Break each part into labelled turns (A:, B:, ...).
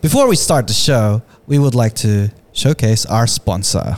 A: Before we start the show, we would like to showcase our sponsor.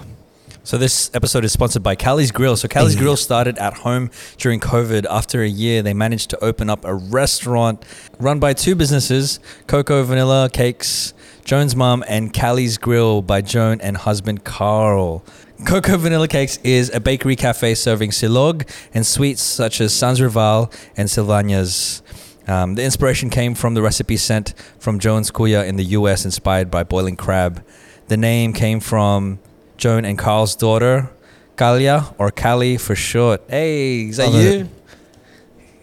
B: So this episode is sponsored by Cali's Grill. So Cali's Grill started at home during COVID. After a year, they managed to open up a restaurant run by two businesses, Coco Vanilla Cakes, Joan's Mom, and Cali's Grill by Joan and husband Carl. Coco Vanilla Cakes is a bakery cafe serving silog and sweets such as Sans Rival and Sylvanias. Um, the inspiration came from the recipe sent from Joan's Kuya in the US, inspired by boiling crab. The name came from Joan and Carl's daughter, Kalia, or Callie for short. Hey, is that
A: Love
B: you?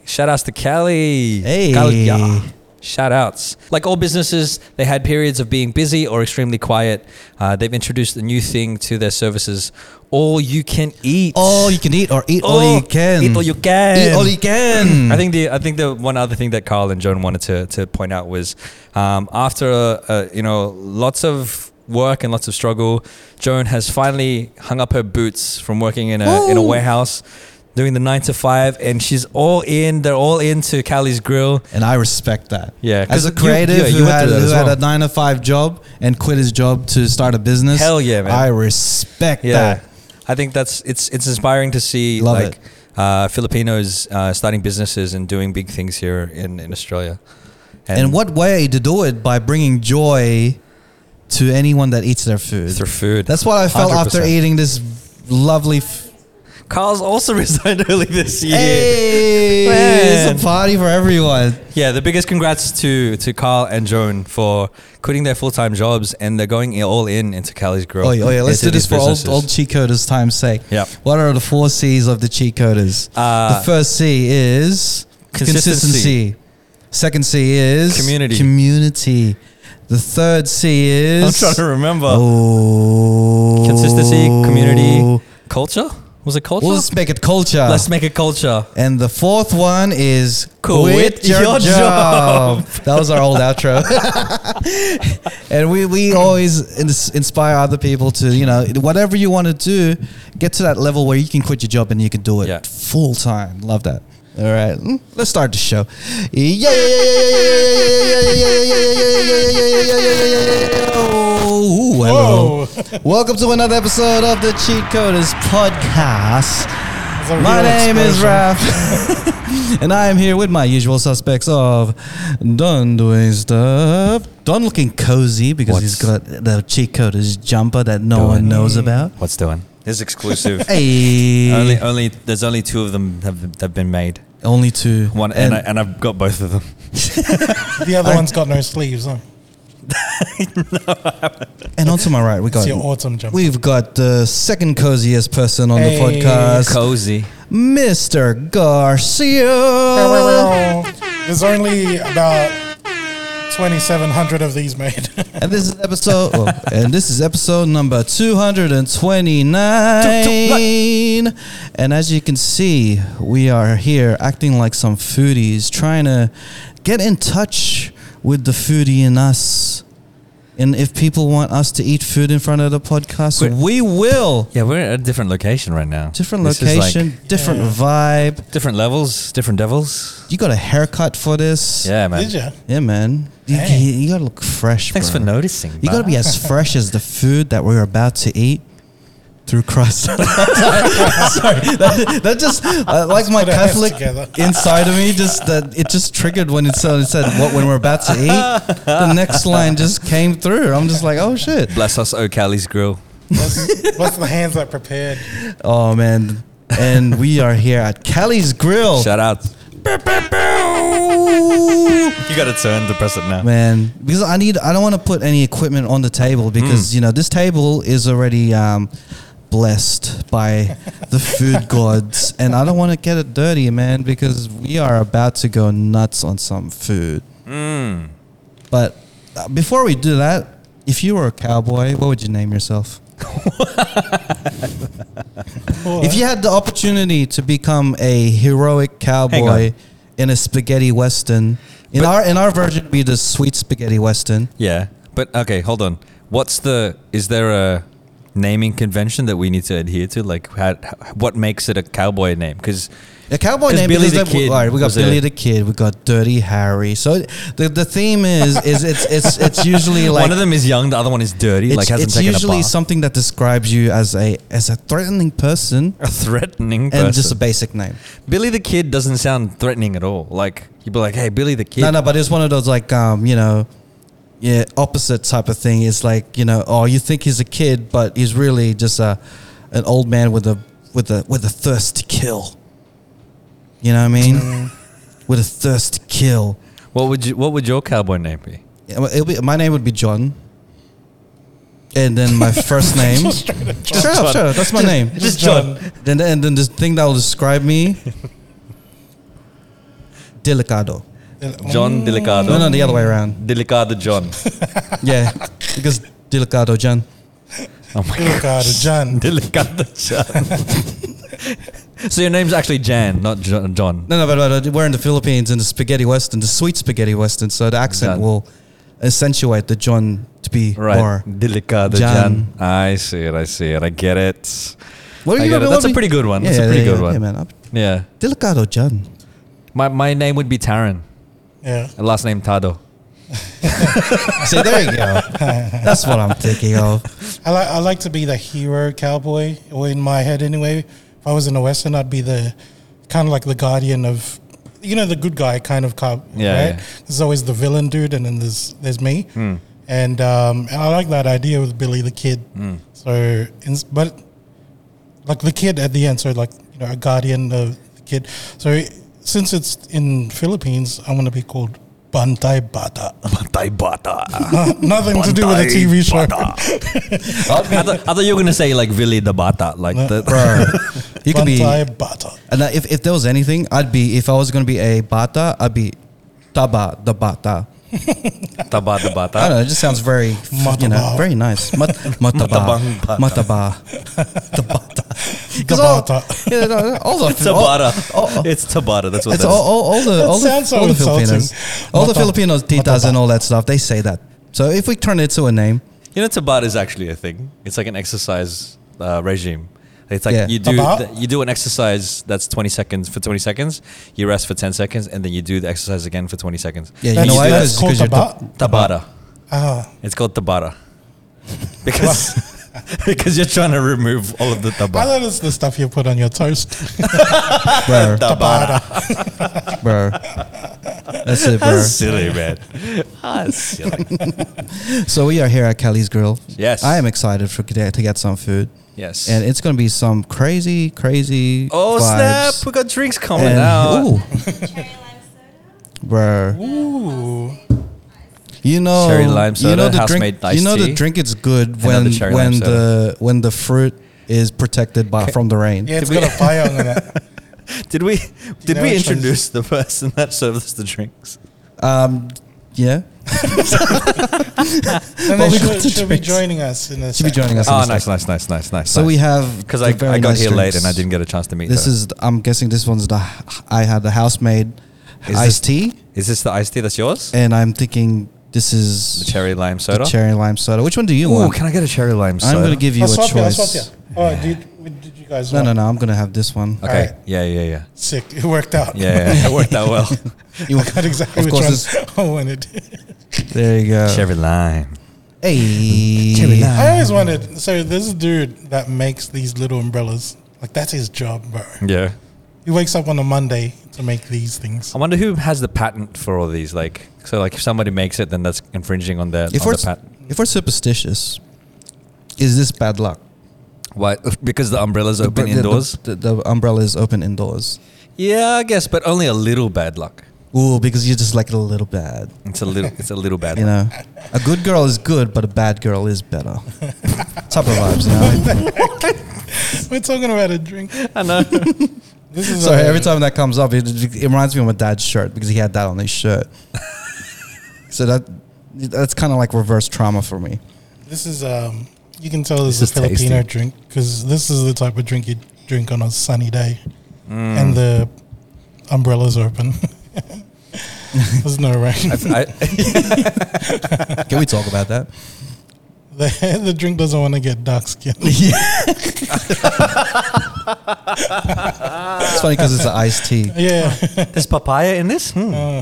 B: Shout outs to Callie.
A: Hey.
B: Kalia. Shout outs. Like all businesses, they had periods of being busy or extremely quiet. Uh, they've introduced a new thing to their services all you can eat.
A: All you can eat or eat all you can.
B: Eat all Oh, you can.
A: Eat all you can.
B: I think the I think the one other thing that Carl and Joan wanted to to point out was um, after uh, uh, you know lots of work and lots of struggle, Joan has finally hung up her boots from working in a in a
A: Woo.
B: warehouse, doing the nine to five, and she's all in. They're all into Callie's grill.
A: And I respect that.
B: Yeah,
A: As
B: 'cause
A: a
B: you-
A: creative
B: yeah, you
A: who,
B: went
A: had,
B: through that
A: who
B: as
A: had
B: well.
A: a nine to five job and quit his job to start a business.
B: Hell yeah, man.
A: I respect
B: Yeah,
A: that.
B: I think that's it's it's inspiring to see
A: Love
B: like uh, Filipinos uh, starting businesses and doing big things here in in Australia.
A: And what way to do it by bringing joy to anyone that eats their food?
B: through food?
A: That's what I felt after
B: 100%.
A: eating this lovely. F-
B: Carl's also resigned early this year.
A: hey,
B: Man.
A: it's a party for everyone.
B: Yeah, the biggest congrats to to Carl and Joan for quitting their full time jobs and they're going all in into Cali's growth.
A: Oh yeah, oh, yeah. let's
B: into
A: do this
B: these
A: for old,
B: businesses.
A: old cheat coders' time's sake.
B: Yep.
A: What are the four C's of the cheat coders? the
B: Uh,
A: first C is
B: Consistency.
A: Second C is
B: Community.
A: Community. The third C is
B: I'm trying to remember.
A: oh
B: Consistency, community, culture. Was it culture?
A: Well, let's make it culture.
B: Let's make it culture.
A: and the fourth one is
B: Quit
A: quit your,
B: your
A: job. that was our old outro. and we, we always ins- inspire other people to, you know, whatever you want to do, get to that level where you can quit your job and you can do it
B: Yeah.
A: full time. Love that. All right, mm, let's start the show. Yeah, yeah, yeah, yeah, yeah, yeah, yeah, yeah, yeah, yeah, yeah, yeah, yeah, yeah, yeah, yeah, yeah, yeah, yeah, yeah, yeah, yeah. Ooh, hello. Welcome to another episode of the Cheat Coders podcast.
C: a
A: My
C: real
A: name is
C: explosion.
A: Raph, and I am here with my usual suspects of Don doing stuff. Don looking cozy because he's got the cheat coders jumper that no one
B: Doing?
A: knows about.
B: Mm. What's doing? This is exclusive.
A: Hey,
B: only only there's only two of them have have been made.
A: Only two.
B: One and, I, and I've got both of them.
C: The other one's got no sleeves. Huh?
A: and on to my right, we
C: It's
A: got
C: your autumn jumper.
A: We've got the second coziest person on
C: Hey.
A: the podcast,
B: Cozy.
A: Mr. Garcia.
C: There's only about 2,700 of these made.
A: and this is episode oh, and this is episode number 229. And as you can see, we are here acting like some foodies trying to get in touch with the foodie in us. And if people want us to eat food in front of the podcast,
B: We're-
A: we will.
B: Yeah, we're at a different location right now.
A: Different
B: This is like
A: location, different vibe.
B: different levels, different devils.
A: You got a haircut for this.
B: Yeah, man.
C: Did you?
A: Yeah, man. You,
C: Hey.
A: you, you gotta look fresh.
B: Thanks
A: bro.
B: for noticing.
A: You got to
B: man.
A: be as fresh as the food that we're about to eat through Christ. Sorry, that, that just uh, like my
C: put our heads
A: Catholic
C: together.
A: inside of me just that it just triggered when it said, it said what when we're about to eat. The next line just came through. I'm just like, oh shit.
B: Bless us, O'Callie's Grill.
C: What's, what's the hands that prepared?
A: Oh man. And we are here at Callie's Grill.
B: Shout out. You got to turn to press it now.
A: man because i need i don't want to put any equipment on the table because you know this table is already um, blessed by the food gods and i don't want to get it dirty man because we are about to go nuts on some food but uh, before we do that if you were a cowboy what would you name yourself if you had the opportunity to become a heroic cowboy
B: on.
A: in a spaghetti western, in
B: But-
A: our in our version it'd be the sweet spaghetti western.
B: Yeah, but okay, hold on. What's the? Is there a naming convention that we need to adhere to? Like, how, what makes it a cowboy name? Because
A: A cowboy
B: It's
A: name
B: Billy
A: because
B: the
A: they-
B: Kid
A: All right, we got
B: was
A: Billy
B: it.
A: the Kid. We got Dirty Harry. So the the theme is is it's it's it's usually like
B: one of them is young, the other one is dirty.
A: it's,
B: like hasn't
A: it's
B: taken a
A: usually
B: bath.
A: something that describes you as a as a threatening person
B: a threatening person.
A: and just a basic name.
B: Billy the Kid doesn't sound threatening at all. Like you'd be like, "Hey, Billy the Kid."
A: No, no, but it's one of those like um, you know, yeah, opposite type of thing. It's like you know, oh, you think he's a kid, but he's really just a an old man with a with a with a thirst to kill. You know what I mean? with a thirst to kill.
B: What would you? What would your cowboy name be?
A: Yeah, well, It'll be, my name would be John. And then my first name. Sure,
B: John.
A: sure, sure. That's my name.
B: Just
C: John.
B: John.
A: Then, and then the thing that will describe me Delicado.
B: John Delicado.
A: No, no, the other way around.
B: Delicado John.
A: Yeah, because Delicado John.
B: Oh my god.
C: Delicado John.
B: Delicado John. so your name's actually Jan, not Jo- John.
A: No, no, but, but we're in the Philippines in the spaghetti western, the sweet spaghetti western, so the accent
B: John.
A: will accentuate the John to be
B: Right.
A: more.
B: Delicado Jan.
A: Jan.
B: I see it. I see it. I get it.
A: What
B: I
A: are
B: get it.
A: what
B: That's a
A: we-
B: pretty good one. That's a pretty good one.
A: Yeah, man. I'm-
B: Yeah.
A: Delicado John.
B: My my name would be Taran.
C: Yeah.
B: Last name Tado.
A: See, there you go. That's what I'm thinking of.
C: I like I like to be the hero cowboy, or in my head anyway. If I was in a western, I'd be the kind of like the guardian of, you know, the good guy kind of cop.
B: Yeah,
C: right?
B: yeah.
C: There's always the villain dude, and then there's there's me,
A: Hmm.
C: and um, and I like that idea with Billy the Kid.
A: Hmm.
C: So, in, but like the kid at the end, so like you know, a guardian of the kid. So since it's in Philippines, I'm gonna be called Bantay Bata.
B: Pantai Bata.
C: Nothing to do with a TV show.
B: I, thought, I thought you were gonna say like Vili the Bata, like the
A: Bro, you could be.
C: Bantay Bata.
A: And I- if, if there was anything, I'd be, if I was going to be a bata, I'd be taba the bata.
B: Taba the
A: I don't
B: Bata.
A: know. It just sounds very, you know,
C: Matabang.
A: very nice. Mat- matabang,
B: Matabang bata.
A: mataba,
C: The Bata.
A: Yeah, no, no, all the
B: It's Tabata.
A: all- all-
B: Oh, It's Tabata. That's what
A: It's
B: that's
A: all, all, all the all the,
C: sounds so
A: all the
C: insulting.
A: Filipinos, all the
C: Mata-
A: Filipinos, titas
C: mataba.
A: and all that stuff. They say that. So if we turn it to a name,
B: You know, Tabata is actually a thing. It's like an exercise uh, regime. It's like
A: Yeah.
B: you do
C: Tabata?
B: th- you do an exercise that's 20 seconds for 20 seconds. You rest for 10 seconds, and then you do the exercise again for 20 seconds.
A: yeah, you
C: That's-
A: know why?
C: that's
A: Because
C: called
A: you're
C: taba?
A: the-
B: Tabata.
C: Ah,
B: It's called Tabata because because you're trying to remove all of the
C: I
B: Tabata.
C: thought it's the stuff you put on your toast.
A: bro,
B: Tabata.
A: bro. That's it, bro.
B: That's silly, man. That's silly.
A: So we are here at Kelly's Grill.
B: Yes.
A: I am excited for today to get some food,
B: Yes.
A: and it's gonna be some crazy, crazy.
B: oh
A: vibes.
B: snap! We got drinks coming
A: And,
B: out.
A: ooh,
D: Cherry lime soda.
A: bro.
C: Ooh.
A: You know,
B: Cherry lime
A: You
B: soda,
A: know the drink.
B: house-made iced
A: You know
B: tea.
A: the drink is good
B: then
A: when
B: the cherry lime
A: when the when the fruit is protected by from the rain.
C: Yeah, it's
B: Did we-
C: got a fire on it.
B: Did we did
C: know
B: we
C: which one's-
B: introduce the person that served us the drinks?
A: Um, yeah.
C: And
A: Well,
C: then
A: we
C: she'll,
A: got the
C: she'll be
A: drinks.
C: joining us in a
A: Should be
C: sec.
A: joining us. in
B: Oh,
A: a
B: nice,
A: sec.
B: nice, nice, nice, nice.
A: So we have
B: because
A: the
B: I,
A: very
B: I got
A: nice
B: here late and I
A: drinks.
B: didn't get a chance to meet.
A: This
B: her.
A: is. I'm guessing this one's the. I had the house-made
B: Is
A: iced
B: this-
A: tea,
B: is this the iced tea that's yours?
A: and I'm thinking this is
B: The cherry lime
A: the
B: soda.
A: cherry lime soda. Which one do you
B: Ooh,
A: want?
B: can I get a cherry lime soda?
A: I'm gonna give you
C: I'll
A: a
C: swap you. I'll swap
A: choice.
C: you. Oh, did, did you guys
A: No,
C: want-
A: no, no. I'm gonna have this one.
B: Okay.
C: Alright.
B: Yeah, yeah, yeah,
C: Sick. It worked out.
B: yeah. yeah. it worked out well.
A: You
C: I got exactly
A: Of
C: which
A: course,
C: one I wanted.
A: There you go.
B: cherry lime.
A: Hey.
B: Cherry lime.
C: I always wanted. So this dude that makes these little umbrellas, like that's his job, bro.
A: Mm.
B: Yeah.
C: He wakes up on a Monday to make these things.
B: I wonder who has the patent for all these. Like, so like if somebody makes it, then that's infringing on their on
A: If we're
B: the patent.
A: if we're superstitious, is this bad luck?
B: Why? Because the umbrellas
A: uh, The-
B: open
A: the-
B: indoors.
A: The, the, the umbrella is open indoors.
B: yeah, I guess, but only a little bad luck.
A: Ooh, because you're just like a little bad.
B: It's a little. It's a little bad.
A: You
B: luck.
A: know, a good girl is good, but a bad girl is better. Type of vibes. You know?
C: We're talking about a drink.
B: I know.
C: This is
A: Sorry,
C: a-
A: every time that comes up, it, it reminds me of my dad's shirt because he had that on his shirt. so that that's kind of like reverse trauma for me.
C: This is um. You can tell this,
B: This
C: is a
B: is tasty.
C: Filipino drink 'cause drink because this is the type of drink you drink on a sunny day, and the umbrellas open. There's no rain.
B: I,
A: Can we talk about that?
C: The, the drink doesn't want to get dark skin.
A: It's funny because it's an iced tea.
C: yeah.
B: There's papaya in this? Hmm.
A: Uh,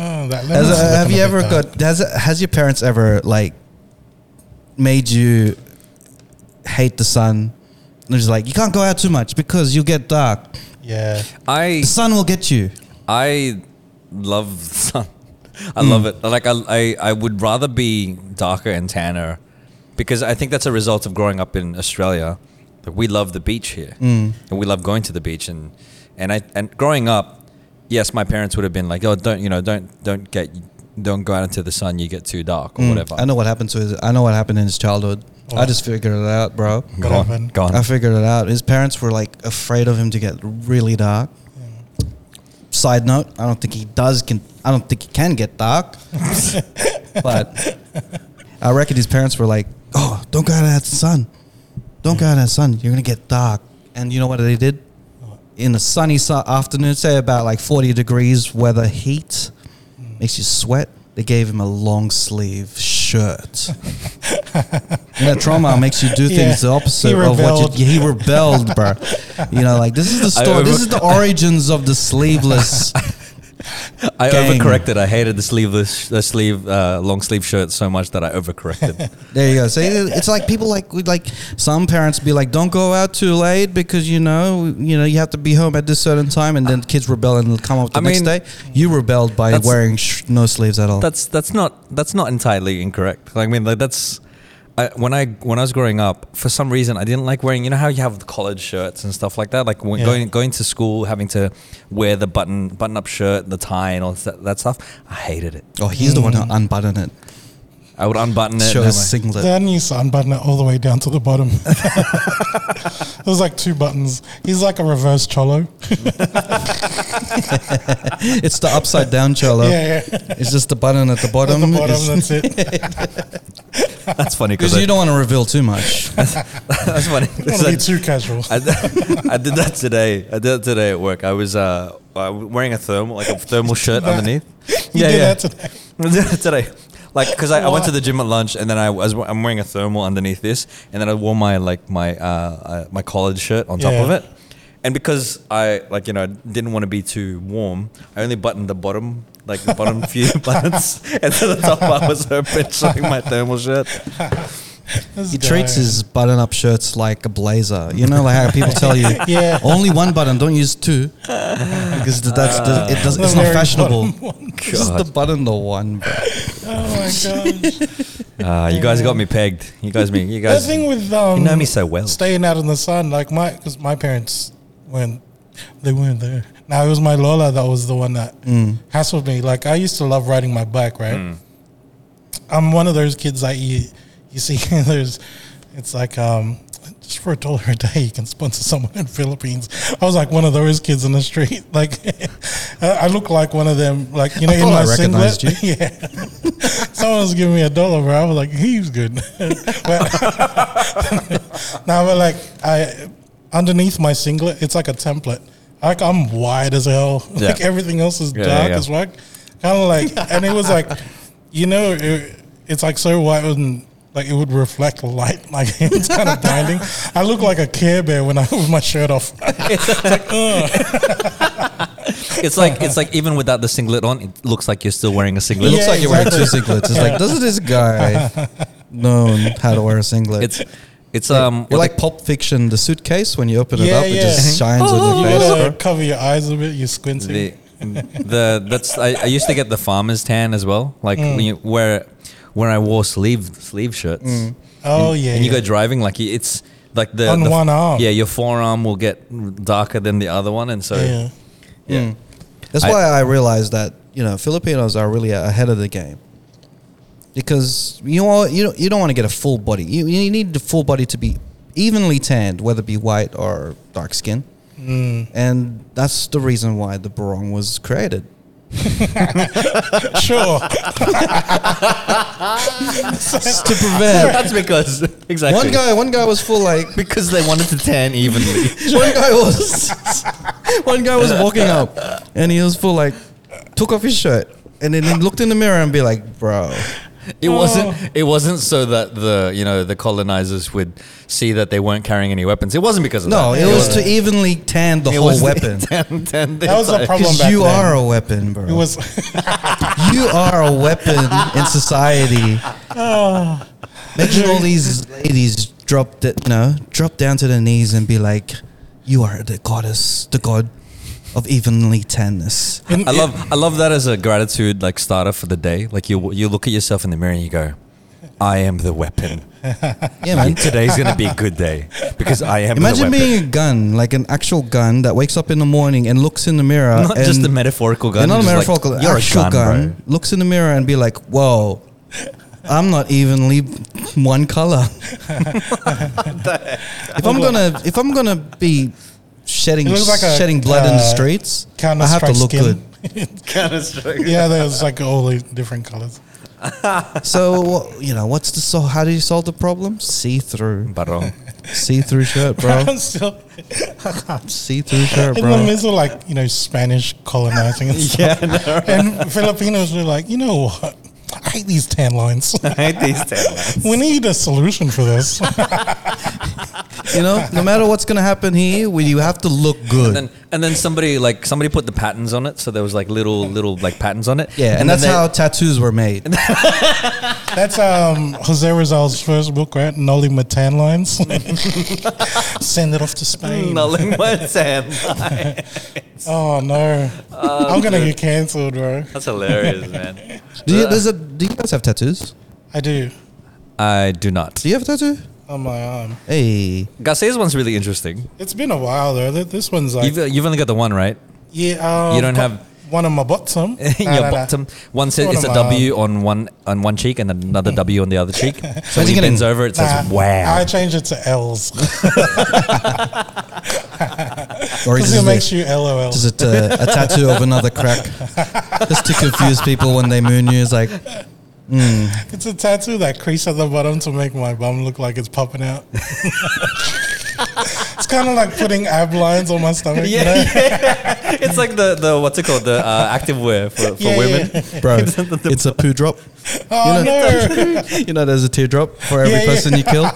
C: Oh, that
A: Has,
C: lemon's
A: uh, have
C: looking
A: you
C: a
A: ever
C: bit dark.
A: got has has your parents ever like made you hate the sun? And it's like you can't go out too much because you'll get dark.
C: Yeah.
B: I
A: The sun will get you.
B: I love the sun. I love it. Like I, I, I would rather be darker and tanner because I think that's a result of growing up in Australia. Like we love the beach here, and we love going to the beach. And and I and growing up, yes, my parents would have been like, "Oh, don't you know, don't don't get, don't go out into the sun. You get too dark or whatever."
A: Mm. I know what happened to his. I know what happened in his childhood. I
C: What?
A: just figured it out, bro.
B: Go
C: What
B: on,
C: happened?
B: go on.
A: I figured it out. His parents were like afraid of him to get really dark. Side note: I don't think he does. Can I don't think he can get dark. but I reckon his parents were like, "Oh, don't go out at the sun. Don't go out at the sun. You're gonna get dark." And you know what they did? In a sunny su- afternoon, say about like 40 degrees weather heat,
C: Mm.
A: makes you sweat. They gave him a long sleeve shirt. you know, trauma makes you do things
C: Yeah,
A: the opposite
C: he
A: of what
C: rebelled.
A: you. He rebelled, bro. You know, like this is the
B: I
A: story.
B: over-
A: this is the origins of the sleeveless.
B: I
A: Gang.
B: overcorrected. I hated the sleeveless, the sleeve, uh, long sleeve shirt so much that I overcorrected.
A: There you go. So it- it's like people like would like some parents be like, "Don't go out too late because you know you know you have to be home at this certain time," and then kids rebel and they'll come up the
B: I
A: next
B: mean,
A: day. You rebelled by
B: that's-
A: wearing sh- no sleeves at all.
B: that's that's not that's not entirely incorrect. Like, I mean, like that's I, when I when I was growing up, for some reason, I didn't like wearing. You know how you have the college shirts and stuff like that. Like when
C: Yeah.
B: going going to school, having to wear the button button up shirt, the tie, and all that, that stuff. I hated it.
A: oh, he's the one who unbuttoned it.
B: I would unbutton it.
A: Show
B: and I'm
A: his
B: like-
A: singlet.
C: Then you used to unbutton it all the way down to the bottom. There's like two buttons. He's like a reverse cholo.
A: it's the upside down cholo.
C: yeah, yeah.
A: It's just the button at the
C: At
A: bottom.
C: the bottom,
A: Mm, It's-
C: that's it.
B: that's funny because
A: because you don't want to reveal too much.
B: that's funny.
C: Don't wanna be too casual.
B: I, I did that today. I did that today at work. I was uh, uh, wearing a thermal, like a thermal shirt
C: That-
B: underneath.
C: You did that today.
B: I did that today. Like, because I, I went to the gym at lunch, and then I was I'm wearing a thermal underneath this, and then I wore my like my uh, uh, my collared shirt on top
C: Yeah.
B: of it, and because I like you know didn't want to be too warm, I only buttoned the bottom like the bottom few buttons, and then the top part was open, showing my thermal shirt.
C: This
A: He
C: guy.
A: treats his button up shirts like a blazer. You know, like how people tell you,
C: Yeah.
A: only one button, don't use two. Because th- that's the, it does,
C: The
A: it's not
C: very
A: fashionable.
C: bottom one.
A: Just the button, the one. bro.
C: Oh my gosh.
B: Uh, you guys got me pegged. You guys, me, you
C: The
B: guys.
C: thing with um,
B: You know me so well.
C: Staying out in the sun, like my, because my parents weren't, they weren't there. Now it was my Lola that was the one that
B: Mm.
C: hassled me. Like I used to love riding my bike, right? I'm one of those kids that you, you see, there's, it's like um, just for a dollar a day you can sponsor someone in Philippines. I was like one of those kids in the street. Like I I look like one of them. Like you know, in
A: thought I
C: my
A: recognized
C: singlet. yeah. Someone was giving me a dollar, bro. I was like, he's good. but, now, but like, I underneath my singlet, it's like a template. Like I'm wide as hell.
B: Yeah.
C: Like everything else is
B: Yeah, yeah,
C: dark
B: yeah.
C: as fuck. Kind of like, and it was like, you know, it, it's like so white and like it would reflect light. Like it's kind of blinding. I look like a Care Bear when I with my shirt off.
B: It's like it's like even without the singlet on, it looks like you're still wearing a
A: It
B: singlet.
A: looks
C: Yeah,
A: like you're wearing two
C: exactly.
A: singlets. It's like, doesn't this guy known how to wear a singlet?
B: It's it's um
A: you're
B: what
A: like Pulp Fiction, the suitcase. When you open it
C: Yeah, Oh,
A: up, it
C: yeah.
A: just shines
C: You
A: on your face.
C: gotta cover your eyes a bit. You're squinting.
B: the, the that's I, I used to get the farmer's tan as well. Like
A: Mm.
B: when you, where where I wore sleeve sleeve shirts.
A: Mm.
C: oh
B: and,
C: yeah.
B: And you
C: yeah.
B: go driving like you- it's like the
C: On
B: the-
C: one arm.
B: Yeah, your forearm will get darker than the other one, and so
C: Yeah.
A: Mm.
B: yeah.
A: That's
B: I-
A: why I realized that you know Filipinos are really ahead of the game because you know you don't, you don't want to get a full body. You, you need the full body to be evenly tanned, whether it be white or dark skin,
C: Mm.
A: and that's the reason why the barong was created.
C: Sure.
A: It's to prevent
B: That's because exactly
A: one guy one guy was full like
B: because they wanted to tan evenly.
A: one guy was one guy was walking up and he was full like took off his shirt and then he looked in the mirror and be like, bro.
B: It wasn't.
A: Oh.
B: It wasn't so that the you know the colonizers would see that they weren't carrying any weapons. It wasn't because of
A: No,
B: that.
A: it was to evenly tan the
B: It
A: whole
B: was
A: weapon.
B: damn- damn
C: That was the
B: thing.
C: problem
A: Because
C: back
A: you
C: then.
A: are a weapon, bro.
C: it was
A: you are a weapon in society. Imagine all these ladies drop, the, you know, drop down to their knees and be like, "You are the goddess, the god of evenly tanness."
B: I love I love that as a gratitude like starter for the day. Like you you look at yourself in the mirror and you go, I am the weapon.
A: Yeah, man.
B: And today's gonna be a good day because I am.
A: Imagine
B: the weapon.
A: being a gun, like an actual gun that wakes up in the morning and looks in the mirror.
B: not just
A: and-
B: a metaphorical
A: Yeah,
B: gun.
A: not a
B: just like,
A: metaphorical,
B: you're
A: actual
B: a gun.
A: gun.
B: bro.
A: Looks in the mirror and be like, "Whoa, I'm not evenly one color." if I'm gonna, if I'm gonna be shedding
C: It looks like a,
A: shedding blood in the
C: uh,
A: streets, I
C: Counter
A: have to
C: Strike
A: look
C: skin. yeah, there was like all the different colors.
A: good. So you know, what's the so? How do you solve the problem? See through,
B: Barong.
A: see through shirt, bro.
C: I'm still
A: see through shirt,
C: in the
A: bro.
C: midst of like you know Spanish colonizing and stuff. And Filipinos were like, you know what? I hate these tan lines.
B: I hate these taglines.
C: we need a solution for this.
A: You know, no matter what's gonna happen here, we, you have to look good.
B: And then, and then somebody like somebody put the patterns on it, so there was like little little like patterns on it.
A: yeah, and, that's
B: then they-
A: how tattoos were made.
C: That's um, Jose Rizal's first book, right? Nolly my tan lines. Send it off to Spain.
B: Nulling my tan.
C: Oh no,
A: Oh,
C: I'm gonna get cancelled, bro.
B: That's hilarious, man.
A: Do you, there's a, do you guys have tattoos?
C: I do
B: I do not.
A: Do you have a tattoo?
C: on my um, arm.
A: Hey.
B: Garcia's one's really interesting.
C: It's been a while though. Th- This one's like
B: You've, you've only got the one, right?
C: yeah. Um,
B: you don't
C: got
B: have-
C: one on my bottom.
B: your
C: Nah, nah, nah.
B: bottom. One says
C: One
B: it's a
C: of
B: W on one on one cheek and another W on the other cheek. So when
A: Imagine
B: he
A: getting-
B: bends over, it says
C: Nah, I
B: "Wow."
C: changed it to L's
A: Or
C: because
A: is
C: it
A: it,
C: makes you LOL.
A: is it uh, a, a tattoo of another crack? Just to confuse people when they moon you. It's like,
C: It's a tattoo that crease at the bottom to make my bum look like it's popping out. it's kind of like putting ab lines on my stomach. you know?
B: Yeah, yeah. it's like the, the what's it called the uh, active wear for, for
C: Yeah,
B: women.
C: yeah.
A: bro, it's a poo drop.
C: Oh
A: You
C: no!
A: You know, there's a teardrop for every
C: Yeah, yeah.
A: person you kill.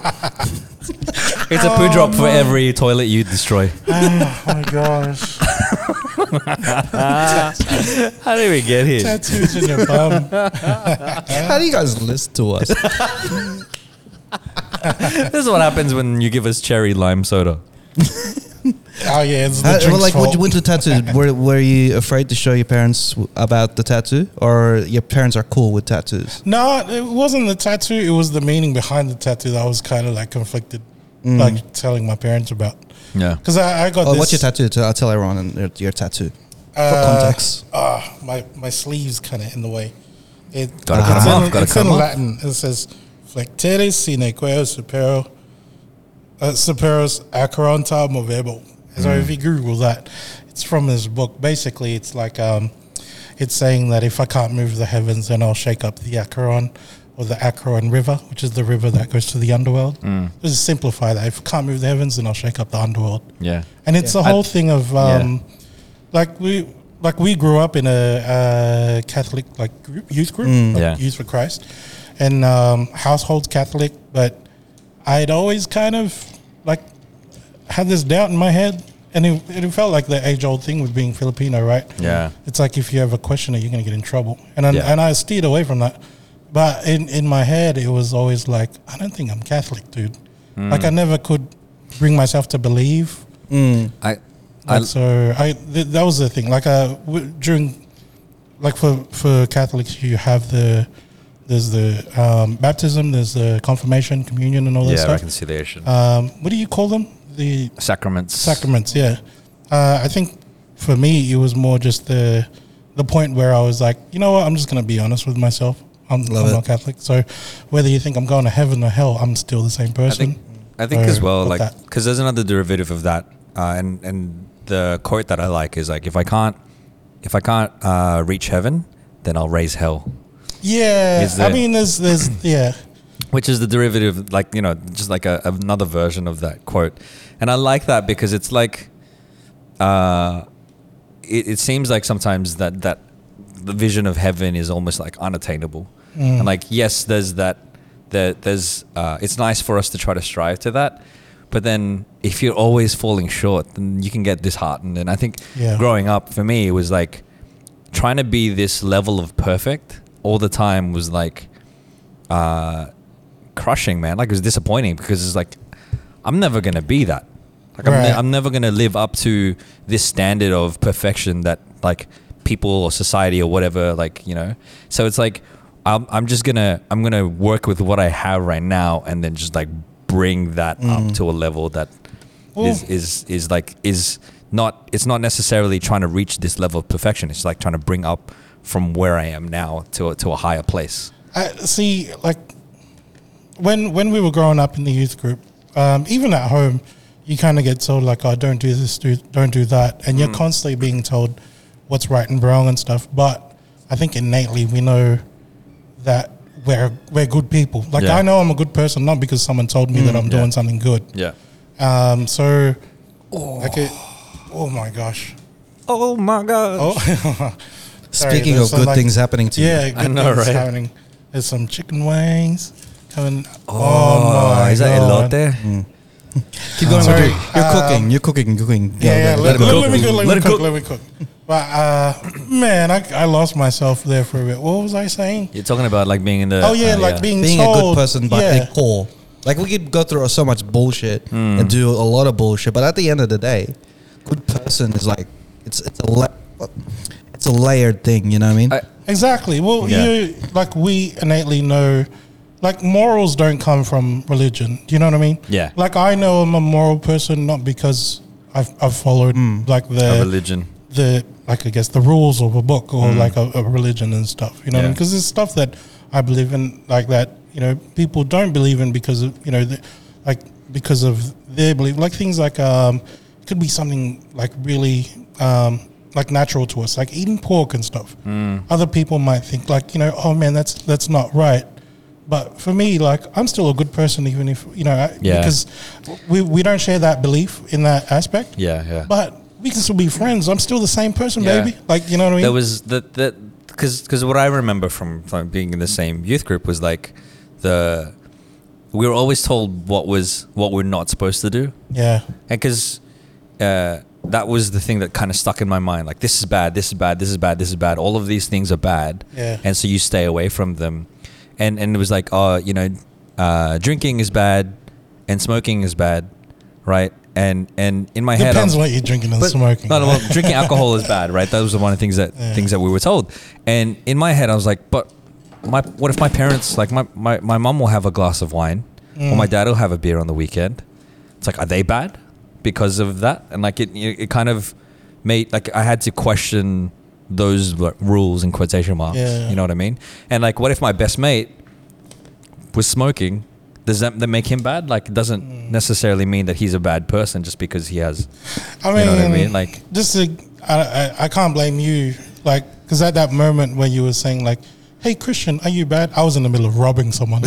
B: It's a poo drop for every toilet you destroy.
C: oh my gosh!
B: How did we get here?
C: Tattoos in your bum.
A: How do you guys listen to us? Uh,
B: this is what happens when you give us cherry lime soda.
C: Oh yeah, it's the
B: Uh,
A: How,
C: drink's
A: well, like,
C: fault.
A: what, with the tattoo, were, were you afraid to show your parents w- about the tattoo? Or your parents are cool with tattoos?
C: No, it wasn't the tattoo. It was the meaning behind the tattoo that I was kind of like conflicted,
B: Mm.
C: like telling my parents about.
B: Yeah.
C: Because I, I got
A: Oh,
C: this.
A: what's your tattoo? T- I'll tell everyone and your, your tattoo.
C: Uh,
A: for context.
C: Ah, my my sleeves kind of in the way. It,
B: Gotta cut
C: it's
B: 'em
C: in,
B: off, gotta
C: it's
B: cut
C: in
B: 'em off.
C: Latin. It says "Flectere sine quo supero uh, superos acaronta movebo." So
A: Hmm.
C: if you Google that, it's from this book. Basically, it's like um, it's saying that if I can't move the heavens, then I'll shake up the Acheron or the Acheron River, which is the river that goes to the underworld.
A: Hmm.
C: Just simplify that. If I can't move the heavens, then I'll shake up the underworld.
B: Yeah.
C: And it's the whole thing of um, like we like we grew up in a uh, Catholic like group, youth group, like
B: Mm, Yeah.
C: Youth for Christ, and um, household Catholic. But I'd always kind of like had this doubt in my head, and it, it felt like the age old thing with being Filipino, right?
B: Yeah.
C: it's like if you have a question, it, you're going to get in trouble, and I,
B: Yeah.
C: and I steered away from that. But in in my head, it was always like, I don't think I'm Catholic, dude.
B: Mm.
C: Like I never could bring myself to believe
B: I, I
C: like, so I th- that was the thing. Like uh, w- during, like for for Catholics, you have the there's the um, baptism, there's the confirmation, communion, and all that
B: yeah
C: stuff.
B: reconciliation
C: Um, what do you call them? The
B: sacraments.
C: sacraments. Yeah, uh, I think for me it was more just the the point where I was like, you know what, I'm just gonna be honest with myself. I'm,
A: Love
C: I'm
A: it.
C: not Catholic, so whether you think I'm going to heaven or hell, I'm still the
B: I
C: same person.
B: think I think
C: So,
B: as well,
C: got
B: like
C: that.
B: because there's another derivative of that, uh, and and the quote that I like is like if I can't if I can't uh, reach heaven, then I'll raise hell,
C: yeah,
B: is
C: I
B: the-
C: mean, there's there's yeah.
B: which is the derivative, like you know, just like a, another version of that quote, and I like that because it's like, uh, it, it seems like sometimes that that the vision of heaven is almost like unattainable. And like, yes, there's that. There, there's. Uh, it's nice for us to try to strive to that, but then if you're always falling short, then you can get disheartened. And I think
C: Yeah.
B: growing up for me it was like trying to be this level of perfect all the time was like uh, crushing, man. Like it was disappointing because it's like I'm never gonna be that. Like I'm, ne-
C: Right.
B: I'm never gonna live up to this standard of perfection that like people or society or whatever like you know. So it's like I'm, I'm just gonna I'm gonna work with what I have right now and then just like bring that up to a level that is is,
C: Well-
B: is like is not it's not necessarily trying to reach this level of perfection. It's like trying to bring up from where I am now to a- to a higher place.
C: I see, like when when we were growing up in the youth group, um, even at home, you kind of get told like, "Oh, don't do this, do, don't do that," and
B: Mm.
C: you're constantly being told what's right and wrong and stuff. But I think innately we know that we're we're good people. Like
B: Yeah. Mm,
C: I know I'm a good person not because someone told me that I'm doing something good.
B: Yeah.
C: Um, so, like, it, oh my gosh,
B: Oh my god.
C: oh. Sorry,
A: Speaking
C: there's
A: of
C: some,
A: good
C: like-
A: things happening to
C: Yeah,
A: you.
C: good
B: I know,
C: things
B: right?
C: happening. There's some chicken wings coming. Oh, my
B: is that
C: God. Mm.
B: elote?
A: Keep going. Sorry,
C: Sorry,
A: you're
C: uh,
A: cooking. You're cooking. You're cooking.
C: Yeah, yeah,
A: go,
C: let,
A: go.
C: let- let me cook. Let,
B: Let
C: me
B: it
C: cook,
B: cook.
C: Let me cook. But uh, man, I, I lost myself there for a bit. What was I saying?
B: You're talking about like being in the.
C: Oh yeah,
B: uh,
C: like being
A: Being a
C: told-
A: good person by
C: yeah.
A: the core. Like we could go through so much bullshit and do a lot of bullshit, but at the end of the day, good person is like it's it's a la- it's a layered thing. You know what I mean?
B: I-
C: Exactly. Well,
B: Yeah.
C: you like we innately know, like morals don't come from religion. Do you know what I mean?
B: Yeah.
C: Like I know I'm a moral person not because I've I've followed
A: Hmm.
C: like the
B: a religion.
C: the like I guess the rules of a book or like a, a religion and stuff. You know,
B: Mm. Yeah.
C: because there's stuff that I believe in like that. You know, people don't believe in because of you know, the, like because of their belief, like things like um, it could be something like really um like natural to us, like eating pork and stuff.
B: Mm.
C: Other people might think like you know, oh man, that's that's not right. But for me, like I'm still a good person, even if you know, I-
B: Yeah.
C: because we, we don't share that belief in that aspect
B: Yeah, yeah.
C: but Uh, we can still be friends. I'm still the same person,
B: Yeah.
C: baby. Like you know what I mean?
B: That was that that because because what I remember from from being in the same youth group was like the we were always told what was what we're not supposed to do.
C: yeah,
B: And because uh, that was the thing that kind of stuck in my mind. Like, this is bad, this is bad, this is bad, this is bad. All of these things are bad.
C: Yeah.
B: And so you stay away from them. And, and it was like, oh, you know, uh, drinking is bad and smoking is bad, right? And and in my head,
C: depends
B: I'm-
C: what you're drinking and
B: but-
C: smoking.
B: No, no,
C: right?
B: well, drinking alcohol is bad, right? That was one of the things that
C: Yeah.
B: things that we were told. And in my head, I was like, but my what if my parents like my my my mom will have a glass of wine, or
C: Mm.
B: my dad will have a beer on the weekend. It's like, are they bad because of that? And like it it it kind of made like I had to question those like, rules in quotation marks.
C: Yeah.
B: You know what I mean? And like, what if my best mate was smoking? Does that, that make him bad? Like, it doesn't
C: Mm.
B: necessarily mean that he's a bad person just because he has
C: I
B: you
C: mean,
B: know what I mean? Like-
C: just to, I, I I can't blame you. Like, because at that moment when you were saying like. Hey Christian, are you bad? I was in the middle of robbing someone.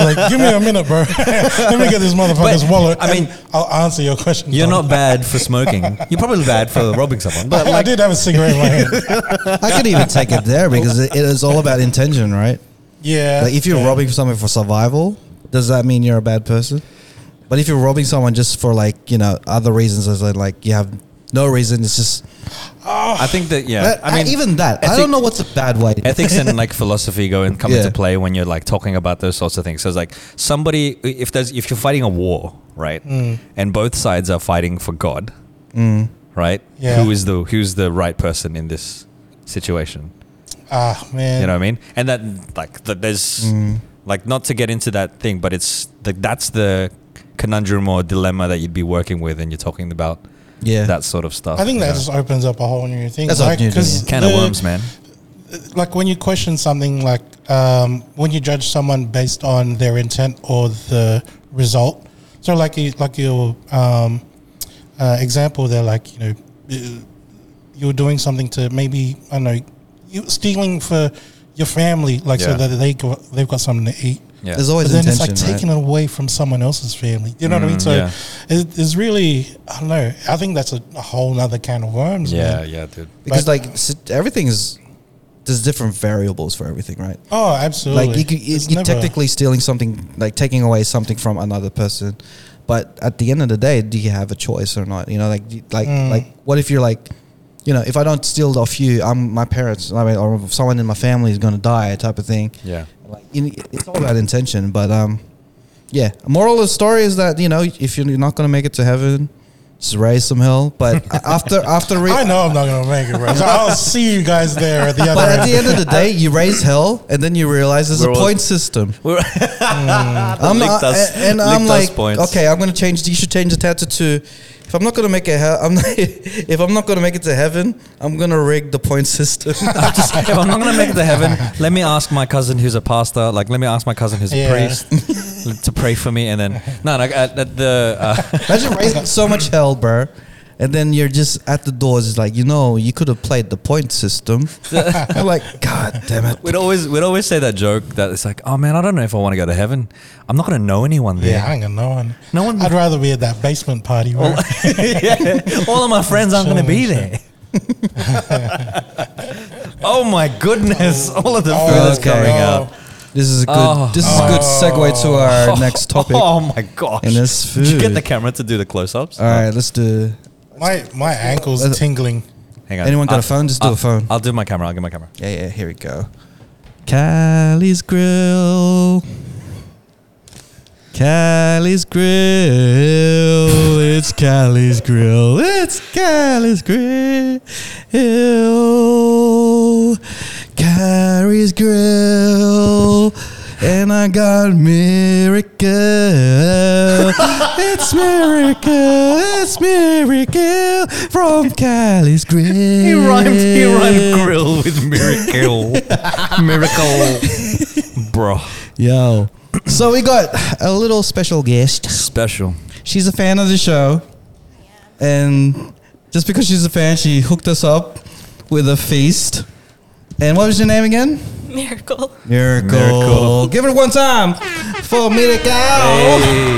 C: like, give me a minute, bro. Let me get this motherfucker's
B: But,
C: wallet.
B: I mean,
C: and I'll answer your question.
B: You're
C: bro.
B: not bad for smoking. You're probably bad for robbing someone. But
C: I did have a cigarette in my hand.
A: I could even take it there because it, it is all about intention, right?
C: Yeah.
A: Like if you're
C: yeah.
A: robbing someone for survival, does that mean you're a bad person? But if you're robbing someone just for like you know other reasons, as in like you have no reason, it's just
B: I think that yeah.
A: That-
B: I mean,
A: Uh, even that. I
B: ethic-
A: don't know what's a bad way.
B: ethics and like philosophy go and come
A: Yeah.
B: into play when you're like talking about those sorts of things. So it's like somebody if there's if you're fighting a war, right, and both sides are fighting for God,
A: Mm.
B: right?
C: Yeah.
B: Who is the who's the right person in this situation?
C: Ah man.
B: You know what I mean? And that like that there's
A: Mm.
B: like not to get into that thing, but it's like that's the conundrum or dilemma that you'd be working with, and you're talking about
A: yeah,
B: that sort of stuff.
C: I think
B: you
C: that
B: know?
C: just opens up a whole new thing.
A: That's a new thing,
C: 'cause
A: yeah.
B: can of
C: the-
B: worms, man.
C: like when you question something like um, when you judge someone based on their intent or the result so like you- like your um, uh, example there like you know uh, you're doing something to maybe i don't know you stealing for your family like so
B: Yeah.
C: that they go, they've got something to eat
B: Yeah.
A: there's always
C: but then it's
A: intention.
C: like taking
A: right?
C: it away from someone else's family you know what i mean
B: Mm,
C: so
B: yeah.
C: it, it's really i don't know i think that's a, a whole nother can of worms
B: Yeah,
C: man.
B: yeah, dude.
A: because
C: but-
A: like s- everything's there's different variables for everything, right?
C: Oh, absolutely.
A: Like you, you,
C: It's
A: you're
C: never-
A: technically stealing something, like taking away something from another person, but at the end of the day, do you have a choice or not? You know, like you- like
C: Mm.
A: like what if you're like, you know, if I don't steal off you, I'm my parents, I mean, or someone in my family is gonna die, type of thing.
B: Yeah.
A: Like you know, it's all about intention, but um, yeah. Moral of the story is that you know if you're not gonna make it to heaven, just raise some hell. But a- after after re-
C: I know I'm not gonna make it, bro. So I'll see you guys there at the other
A: But at the
C: end.
A: end of the day, you raise hell, and then you realize there's
B: We're
A: a
B: all-
A: point system. Hmm.
B: We're
A: I'm,
B: licked
A: uh,
B: us-
A: a- and I'm
B: licked us
A: like,
B: points.
A: okay, I'm gonna change. You should change the tattoo to. If I'm not gonna make it, he- I'm not, if I'm not gonna make it to heaven, I'm gonna rig the point system.
B: I'm just- if I'm not gonna make it to heaven, let me ask my cousin who's a pastor. Like, let me ask my cousin who's a
C: Yeah.
B: priest to pray for me, and then no, no at, at the uh,
A: Imagine raising so much hell, bro, and then you're just at the doors. It's like you know, you could have played the point system. I'm like, God damn it!
B: we'd always we'd always say that joke that it's like, oh man, I don't know if I want to go to heaven. I'm not gonna know anyone there.
C: Yeah, I ain't gonna know one.
B: No one-
C: I'd rather be at that basement party. Bro.
B: Yeah, All of my friends aren't going to be there. oh my goodness!
C: Oh.
B: All of the food that's
A: okay.
B: coming
C: no.
B: out.
A: This is a good.
B: Oh.
A: This is a good segue to our Uh, next topic.
B: Oh my gosh!
A: And that's
B: Did you get
A: food. Uh,
B: the camera to do the close-ups?
A: All right, let's do.
C: My my ankles
A: Let's-
C: tingling.
B: Hang on.
A: Anyone got a
B: I'll-
A: phone? Just do a
B: I'll-
A: phone.
B: I'll do my camera. I'll get my camera.
A: Yeah, yeah. Here we go. Cali's Grill. Cali's Grill. It's Cali's Grill. It's Cali's Grill. Cali's Grill. And I got miracle. it's miracle. It's miracle from Cali's Grill.
B: He rhymed. He rhymed grill with miracle. miracle, bro.
A: Yo. So we got a little special guest.
B: Special.
A: She's a fan of the show. And just because she's a fan, she hooked us up with a feast. And what was your name again?
D: Miracle.
A: Miracle.
B: Miracle.
A: Give it one time for Miracle. Hey.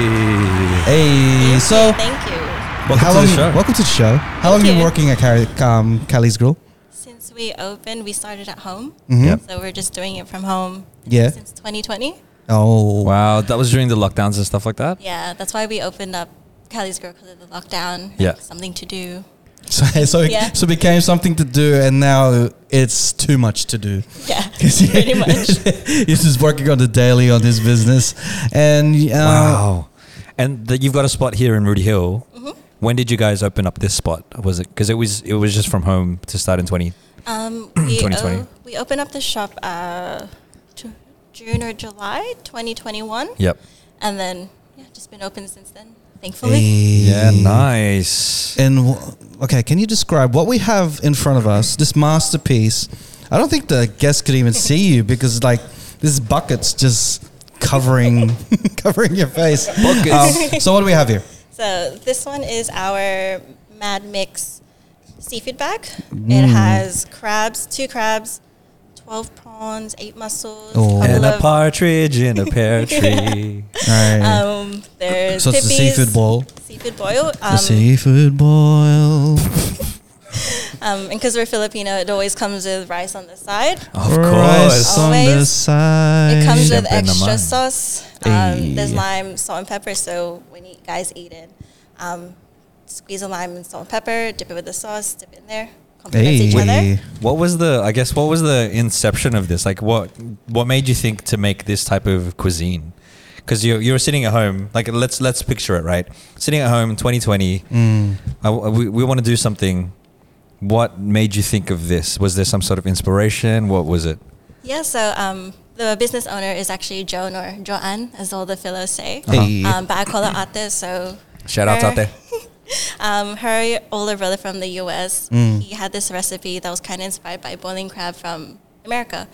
B: Hey.
A: So,
D: Thank you.
B: Welcome
A: how
B: to
A: long
B: the
A: you-
B: show.
A: welcome to the show. How long
D: Thank
A: you
D: you.
A: working at Cali, um, Cali's Grill?
D: Since we opened, we started at home.
A: Mhm.
B: Yep.
D: So we're just doing it from home
A: Yeah.
D: since 2020.
A: Oh.
B: Wow, that was during the lockdowns and stuff like that.
D: Yeah, that's why we opened up Cali's Girl because of the lockdown.
B: Yeah.
D: Something to do.
A: So, so, it,
D: Yeah.
A: so it became something to do, and now it's too much to do.
D: Yeah.
A: Because
D: pretty much.
A: he's just working on the daily on his business, and uh,
B: Wow. And that you've got a spot here in Rudy Hill. When did you guys open up this spot? Was it because it was it was just from home to start in twenty?
D: Um, we,
B: 2020.
D: o- we opened up the shop uh, Ju- June or July 2021.
B: Yep.
D: And then, yeah, just been open since then, thankfully.
A: hey.
B: Yeah. Nice.
A: And w- okay, can you describe what we have in front of us? This masterpiece. I don't think the guests could even see you because like this bucket's just covering covering your face.
B: Buckets.
A: Um, so what do we have here?
D: So this one is our Mad Mix seafood bag.
A: Mm.
D: It has crabs, two crabs, twelve prawns, eight mussels,
A: Oh.
D: couple
B: and a
D: of-
B: partridge in a pear tree.
A: All right.
D: Um, there's
A: so it's the
D: pippies,
A: seafood boil.
D: Seafood boil.
A: The
D: Um,
A: seafood boil.
D: um, and because we're Filipino, it always comes with rice on the side.
B: of
A: Rice
B: course.
A: on the
D: Always.
A: side.
D: It comes with
B: Siempre
D: extra
B: naman.
D: sauce. Um, there's
A: Ay.
D: lime, salt, and pepper. So when you guys eat it, um, squeeze a lime and salt and pepper, dip it with the sauce, dip it in there, complements each
A: Hey.
D: other.
B: What was the? I guess what was the inception of this? Like, what what made you think to make this type of cuisine? Because you you were sitting at home. Like, let's let's picture it. Right, sitting at home, 2020.
A: Mm.
B: I, I- we we want to do something. What made you think of this? Was there some sort of inspiration? What was it?
D: Yeah, so um, the business owner is actually Joan or Joanne, as all the fellows say.
A: Hey.
D: Um, but I call her Ate, so
B: Shout out out
D: her-
B: there.
D: Um, her older brother from the US, he had this recipe that was kind of inspired by boiling crab from America.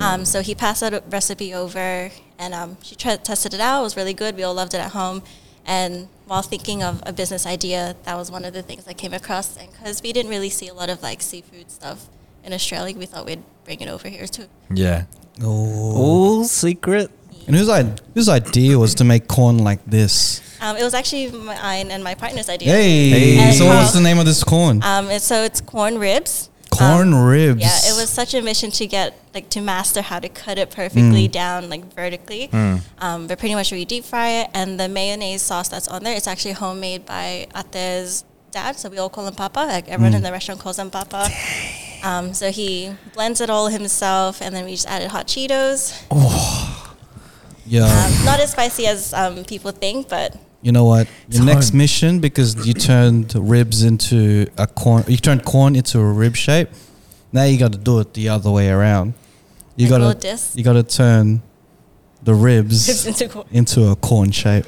D: Um, so he passed that recipe over, and um, she tried, tested it out. It was really good. We all loved it at home. And while thinking of a business idea, that was one of the things I came across. And because we didn't really see a lot of like seafood stuff in Australia, we thought we'd bring it over here too.
B: Yeah.
A: Oh.
B: All secret.
A: And whose, I- whose idea was to make corn like this?
D: Um, it was actually mine and my partner's idea.
A: Hey.
B: Hey.
A: So, what was
D: Hey. Uh,
A: the name of this corn?
D: Um, and so it's corn ribs.
A: Corn ribs.
D: Yeah, it was such a mission to get like to master how to cut it
A: Mm.
D: perfectly down like vertically. Um, but pretty much we deep fry it, and the mayonnaise sauce that's on there, it's actually homemade by Ate's dad. So we all call him Papa. Like everyone
A: Mm.
D: in the restaurant calls him Papa. Um, so he blends it all himself, and then we just added hot Cheetos.
A: Yeah.
D: Um, not as spicy as um, people think, but
A: You know what? Your
B: It's
A: next
B: home.
A: mission, because you turned ribs into a corn, you turned corn into a rib shape. Now you got to do it the other way around. You
D: Like
A: got
D: little
A: to
D: discs?
A: you got to turn the
D: it's
A: ribs
D: integral.
A: into a corn shape.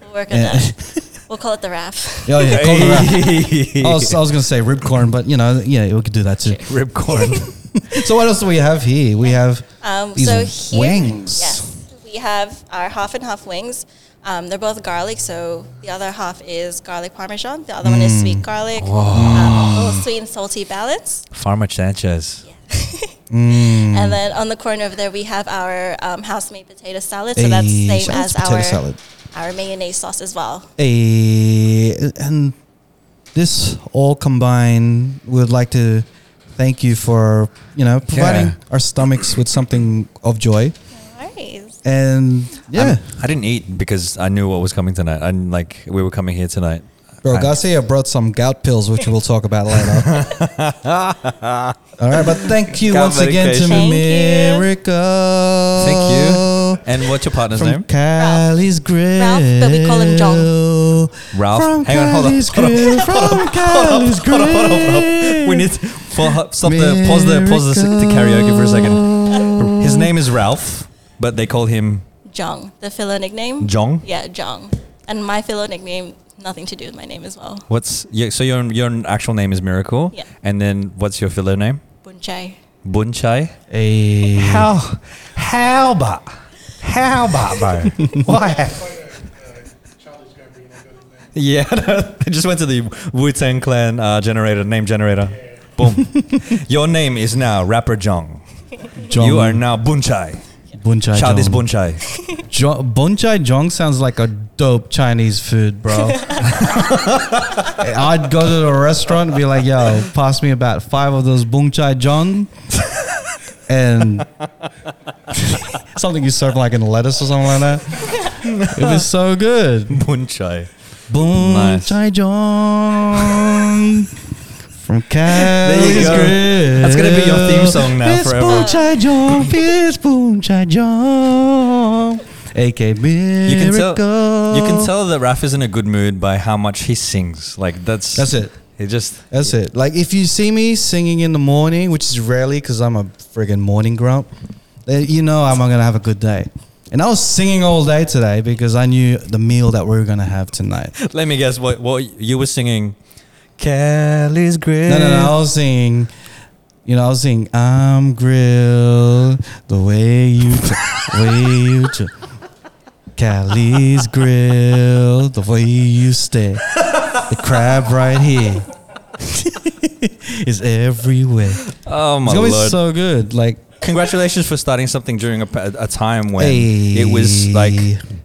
D: We'll work on
A: Yeah.
D: that. We'll call it the wrap.
A: oh yeah, corn wrap.
B: Hey.
A: I was, I was gonna say rib corn, but you know, yeah, we could do that too.
B: Rib corn.
A: So what else do we have here? We have
D: Um,
A: These
D: so here,
A: wings.
D: Yes, we have our half and half wings. Um, they're both garlic, so the other half is garlic parmesan. The other one is
A: Mm.
D: sweet garlic. Um, a little sweet and salty balance.
B: Farmer Sanchez.
A: Mm.
D: And then on the corner over there, we have our um, house-made potato salad. So
A: Hey,
D: that's the
A: shout
D: same
A: out
D: as
A: to potato
D: our
A: salad.
D: our mayonnaise sauce as well.
A: a and this all combined, we would like to thank you for you know providing
B: Yeah.
A: our stomachs with something of joy.
D: All right.
A: And yeah,
B: I'm- I didn't eat because I knew what was coming tonight. And like we were coming here tonight.
A: bro,
B: I-
A: Garcia brought some gout pills, which we'll talk about later. all right, but thank you
B: Gout
A: once again to
B: medication.
D: Thank you.
A: America.
B: Thank you. And what's your partner's
A: From
B: name?
A: Cali's Grill.
D: Ralph, but we call him John.
B: Ralph.
A: From
B: Hang on, hold on,
A: Cali's
B: hold on,
A: Grill. From Cali's Grill.
B: We need to pa- stop the pause the pause the, the karaoke for a second. His name is Ralph, but they call him
D: Jong, the Philo nickname.
B: Jong.
D: Yeah, Jong. And my Philo nickname, nothing to do with my name as well.
B: What's yeah, so your your actual name is Miracle,
D: Yeah.
B: and then what's your filler name?
D: Bunchai.
B: Bunchai.
A: Hey.
B: How how about how about bro? Why? Yeah, no, I just went to the Wu Tang Clan uh, generator name generator. Boom. your name is now Rapper Jong.
A: Jong.
B: You are now Bunchai.
A: Bunchai
B: Shout this
A: Jong.
B: Bunchai.
A: Jo- Bunchai Jong sounds like a dope Chinese food, bro. I'd go to a restaurant and be like, yo, pass me about five of those Bunchai Jong and something you serve like in lettuce or something like that. It was so good.
B: Bunchai. Nice.
A: Bunchai Jong. From Cali's
B: go.
A: Grill.
B: That's gonna be your theme song now
A: it's
B: forever.
A: Bunchai Jong. It's Bunchai Jong. AK
B: You
A: Miracle.
B: can tell. You can tell that Raph is in a good mood by how much he sings. Like that's
A: That's it.
B: He just
A: That's it. Like if you see me singing in the morning, which is rarely because I'm a friggin' morning grump, then you know I'm gonna have a good day. And I was singing all day today because I knew the meal that we were gonna have tonight.
B: let me guess what what you were singing. Kelly's great.
A: No, no, no. I was singing. You know, I was singing. I'm grilled the way you, t- way you. T- Cali's grill, the way you stay. The crab right here is everywhere.
B: Oh my
A: It's gonna be
B: lord!
A: so good. Like
B: Congratulations for starting something during a, pa- a time when
A: Hey.
B: it was like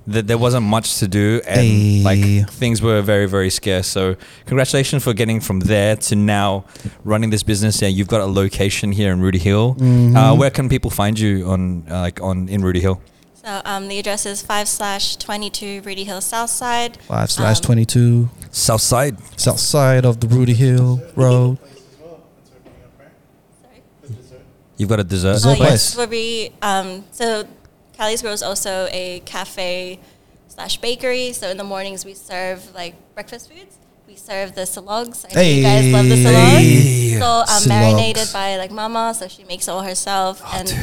B: that there wasn't much to do and
A: Hey.
B: like things were very very scarce. So congratulations for getting from there to now running this business. Yeah, you've got a location here in Rudy Hill.
A: Mm-hmm.
B: Uh, where can people find you on uh, like on in Rudy Hill?
D: So um, the address is 5 slash 22 Rudy Hill South Side.
A: five slash
D: Um,
A: twenty two,
B: South Side.
A: south side of the Rudy Hill Road.
B: You've got a dessert.
A: Dessert
D: Oh,
A: place.
D: yes. Where we, um, so Cali's Grill is also a cafe slash bakery. So in the mornings we serve like breakfast foods. We serve the salogs. I know you guys love the salogs.
A: Hey.
D: So um,
A: Salogs.
D: marinated by like mama, so she makes it all herself.
B: Ah,
D: and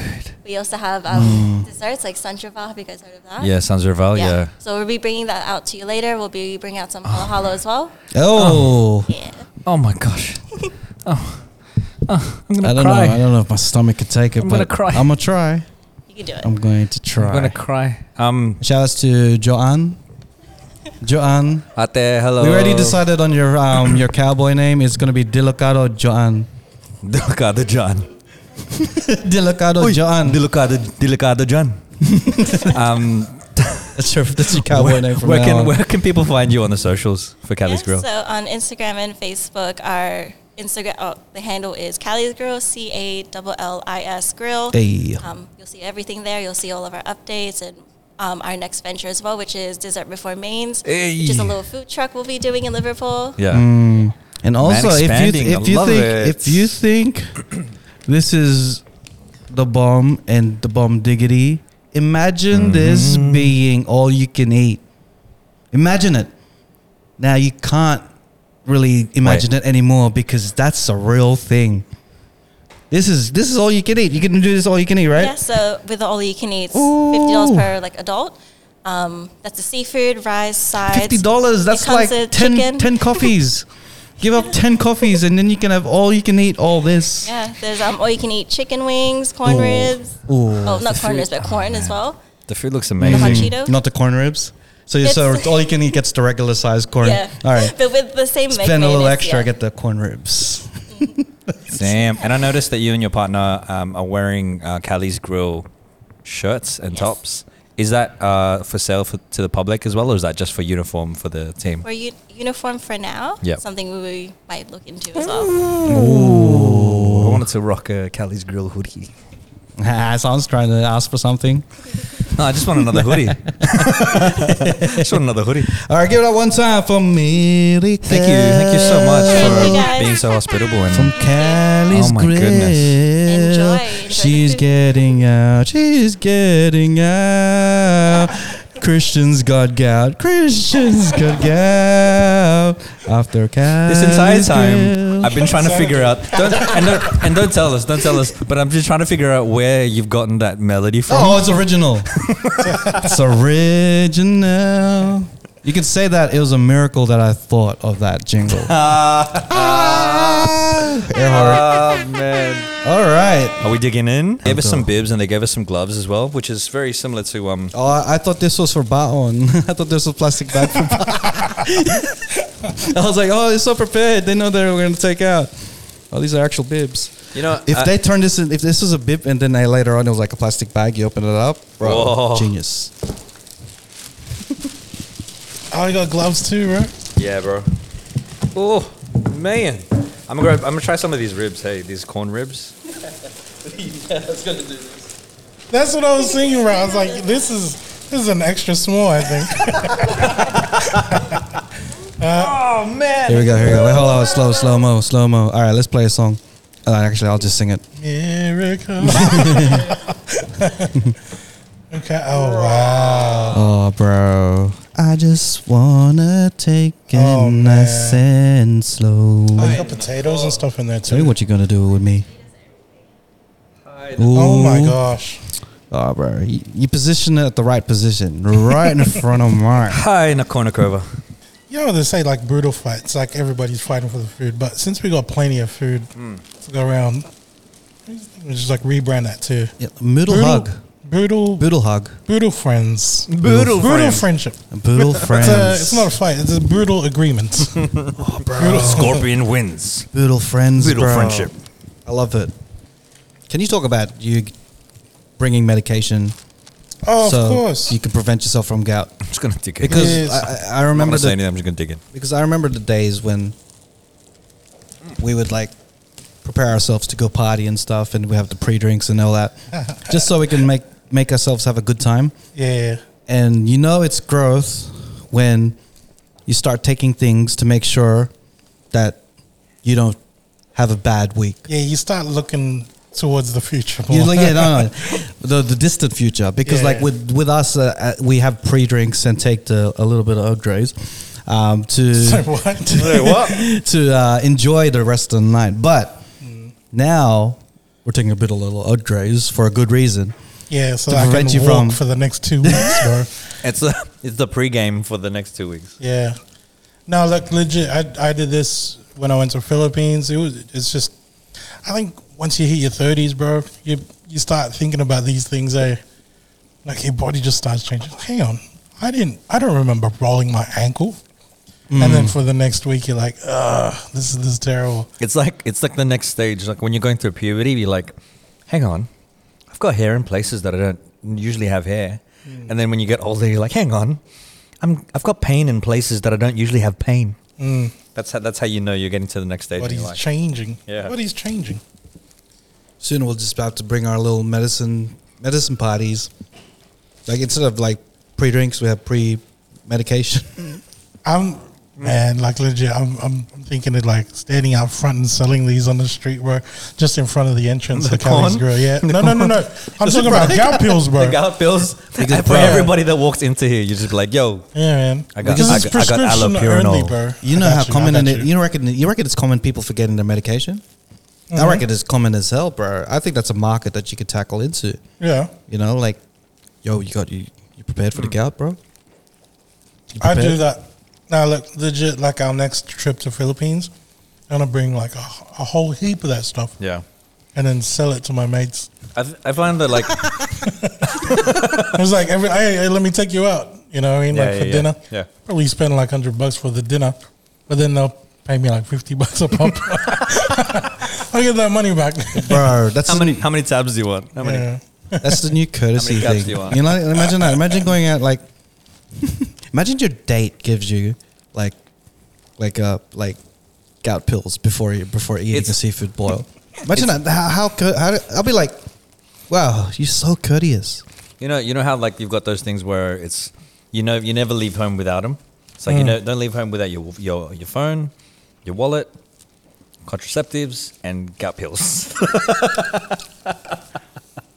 D: we also have um, desserts like sanchova. Have you guys heard of that?
B: Yeah, San Gerval, yeah.
D: So we'll be bringing that out to you later. We'll be bringing out some halo halo as well.
A: Oh,
D: Yeah.
B: Oh my gosh. Oh. Oh, I'm gonna
A: I don't
B: cry.
A: know. I don't know if my stomach could take it,
B: I'm
A: but
B: gonna cry.
A: I'm gonna try.
D: You can do it.
A: I'm going to try.
B: I'm gonna cry. Um
A: Shout outs to Joanne. Joanne,
B: Ate, hello.
A: we already decided on your um your cowboy name. It's gonna be Dilokado Joanne.
B: Delicado John.
A: Dilokado
B: Oi,
A: Joanne.
B: Delicado Delicado John. um
A: that's your that's your cowboy
B: where,
A: name from
B: where
A: now
B: can
A: on.
B: where can people find you on the socials for Cali's
D: Yeah,
B: Grill?
D: So on Instagram and Facebook, our Instagram. Oh, the handle is Cali's Grill, C A L L I S Grill.
A: Hey.
D: Um, you'll see everything there. You'll see all of our updates and um, our next venture as well, which is Dessert Before Mains, which is
B: Hey.
D: a little food truck we'll be doing in Liverpool.
B: Yeah.
A: Mm. And also, if you
B: expanding. I
A: if you
B: love
A: think
B: it.
A: if you think this is the bomb and the bomb diggity,
B: Mm-hmm.
A: imagine this being all you can eat. Imagine it. Now you can't really imagine it anymore because that's a real thing. This is this is all you can eat. You can do this all you can eat, right?
D: Yeah, so with the all you can eat, fifty dollars
A: Ooh.
D: per like adult. Um, that's the seafood, rice, sides.
A: Fifty dollars. That's like
D: comes with
A: 10,
D: chicken.
A: 10 coffees. Give up ten coffees, and then you can have all you can eat. All this.
D: Yeah, there's um, all you can eat chicken wings, corn
A: Ooh.
D: ribs.
A: Ooh.
D: Oh, not
B: The food-
D: corn ribs,
A: Ah,
D: but corn as well.
B: The food looks
D: The hot
B: amazing.
D: Cheeto.
A: Not the corn ribs. So you
D: It's-
A: so all you can eat gets the regular size corn.
D: Yeah.
A: All right.
D: But with the same make
A: Spend a little
D: mayonnaise,
A: extra,
D: yeah.
A: get the corn ribs.
B: Damn. And I noticed that you and your partner um, are wearing uh, Cali's Grill shirts and
D: Yes.
B: tops. Is that uh, for sale for, to the public as well, or is that just for uniform for the team?
D: For u- uniform for now,
B: Yep.
D: something we might look into as well.
B: I wanted to rock a Cali's Grill hoodie.
A: Ah, sounds trying to ask for something.
B: No, I just want another hoodie. just want another hoodie.
A: All right, give it up one time for Mirika.
B: Thank you. Thank you so much
D: Thank you,
B: for
D: guys.
B: being so hospitable.
A: From
B: And
A: Cali's
B: Oh my
A: Grill.
B: goodness.
D: Enjoy. Enjoy the
A: She's
D: food.
A: getting out. She's getting out. Christians got gout. Christians got gout. After Cali's
B: this entire time,
A: Grill.
B: I've been trying to figure out. Don't, and, don't, and don't tell us. Don't tell us. But I'm just trying to figure out where you've gotten that melody from.
A: Oh, it's original. it's original. You could say that it was a miracle that I thought of that jingle. Ah. Earhart.
B: Oh, man.
A: All right.
B: Are we digging in? They gave us some bibs and they gave us some gloves as well, which is very similar to um.
A: Oh, I I thought this was for Baon. I thought this was plastic bag for Baon. I was like, oh, they're so prepared. They know they were going to take out. Oh, these are actual bibs.
B: You know, uh,
A: If
B: I-
A: they turn this in, if this was a bib and then they later on it was like a plastic bag, you open it up, bro,
B: Whoa.
A: genius.
C: Oh, you got gloves too, bro.
B: Yeah, bro. Oh man, I'm gonna grab, I'm gonna try some of these ribs. Hey, these corn ribs.
C: That's what I was thinking, bro. I was like, this is this is an extra small, I think.
B: Oh man.
A: Here we go. Here we go. Wait, hold on. Slow, slow mo, slow mo. All right, let's play a song. Uh, actually, I'll just sing it.
C: Miracle. okay. Oh wow.
A: Oh, bro. I just wanna take it
C: Oh,
A: nice and slow.
C: Oh, you got potatoes and stuff in there
A: Tell me
C: too.
A: what you're gonna do with me.
C: Oh my
A: Ooh.
C: gosh.
A: Oh, bro. You, you position it at the right position, right in front of mine.
B: Hi, Nakonakova.
C: You know they say like brutal fights, like everybody's fighting for the food. But since we got plenty of food to go around, we just like rebrand that too.
A: Yeah, middle hug.
C: brutal, brutal,
A: Boodle hug.
C: friends,
B: Brutal
C: brutal
B: friends.
C: friendship.
A: Boodle friends. Oh,
C: It's, a, it's not a fight. It's a brutal agreement.
B: Scorpion wins.
A: Boodle friends.
B: Boodle
A: bro.
B: friendship.
A: I love it. Can you talk about you bringing medication
C: oh,
A: so
C: of course.
A: you can prevent yourself from gout?
B: I'm just gonna dig in.
A: Because
C: Yes.
A: I- I, I
B: I'm not
A: remember
B: gonna say
A: the
B: anything. I'm just gonna dig in.
A: because I remember the days when we would like prepare ourselves to go party and stuff, and we have the pre-drinks and all that, just so we can make make ourselves have a good time.
C: yeah.
A: And you know, it's growth when you start taking things to make sure that you don't have a bad week.
C: Yeah, you start looking towards the future.
A: You
C: more.
A: like, yeah, no, no, the the distant future because
C: Yeah,
A: like
C: yeah.
A: with with us, uh, uh, we have pre-drinks and take the, a little bit of Ogres, um to
C: So what?
B: what?
A: to uh, enjoy the rest of the night. But now we're taking a bit of little Odres for a good reason.
C: Yeah, so
A: To
C: I can
A: prevent you
C: walk
A: from-
C: for the next two weeks, bro.
B: It's the it's the pregame for the next two weeks.
C: Yeah. No, look, legit. I, I did this when I went to Philippines. It was. It's just. I think once you hit your thirties, bro, you you start thinking about these things. Eh? Like your body just starts changing. Hang on, I didn't. I don't remember rolling my ankle. And then for the next week, you're like, ugh, this is this is terrible.
B: It's like it's like the next stage. Like when you're going through puberty, you're like, hang on, I've got hair in places that I don't usually have hair. And then when you get older, you're like, hang on, I'm I've got pain in places that I don't usually have pain. That's how, that's how you know you're getting to the next stage
C: But
B: in your
C: he's
B: life.
C: changing.
B: Yeah.
C: But he's changing.
A: Soon we'll just have to bring our little medicine medicine parties. Like instead of like pre drinks, we have pre medication.
C: I'm man, like legit. I'm, I'm I'm thinking of like standing out front and selling these on the street, bro. Just in front of the entrance
B: The
C: of Cali's
B: corn?
C: Grill. Yeah. No, no, no, no. I'm
B: Just
C: talking
B: bro-
C: about gout pills, bro.
B: The gout pills. and
A: good
B: for
A: bro.
B: everybody that walks into here, you're just like, yo,
C: Yeah, man.
B: I got-
C: because
B: I
C: it's
B: got- I got
C: prescription only,
B: allopurinol.
C: bro.
A: You
C: I
A: know
C: got
A: how
C: you, I
A: common
C: got
A: it you. reckon you reckon it's common people forgetting their medication?
C: Mm-hmm.
A: I reckon it's common as hell, bro. I think that's a market that you could tackle into.
C: Yeah.
A: You know, like yo, you got you you prepared for the gout, bro? You
C: Mm. I do
A: prepared?
C: that. Now, look, legit, like our next trip to Philippines, I'm going to bring like a, a whole heap of that stuff
B: yeah.
C: and then sell it to my mates.
B: I, th- I find that like
C: It's like, every, hey, hey, let me take you out. You know what I mean?
B: Yeah,
C: like for
B: yeah, yeah.
C: dinner.
B: Yeah.
C: Probably spend like 100 bucks for the dinner, but then they'll pay me like 50 bucks a pop. I'll get that money back.
A: Bro, that's
B: how many how many tabs do you want? How many?
C: Yeah.
A: That's the new courtesy
B: How many cups
A: thing.
B: do you
A: You,
B: want?
A: know, imagine that. Imagine going out like, imagine your date gives you like, like uh like, gout pills before you before eating
B: It's-
A: a seafood boil. Imagine that. How how, cour- how do, I'll be like, wow, you're so courteous.
B: You know, you know how like you've got those things where it's you know you never leave home without them. It's like you know, don't leave home without your your your phone, your wallet, contraceptives, and gout pills.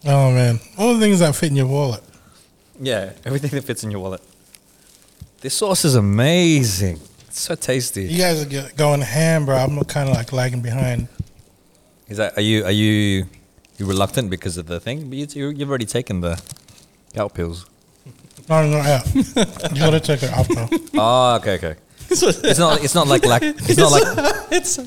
C: Oh, man. All the things that fit in your wallet.
B: yeah, everything that fits in your wallet. This sauce is amazing. It's so
C: You
B: tasty.
C: guys are get- going ham, bro. I'm kind of like lagging behind.
B: Is that are you are you you reluctant because of the thing? But you, you you've already taken the gout pills.
C: No, no, yeah. you got to check it after.
B: oh, okay, okay. It's not it's not like like it's not like
A: it's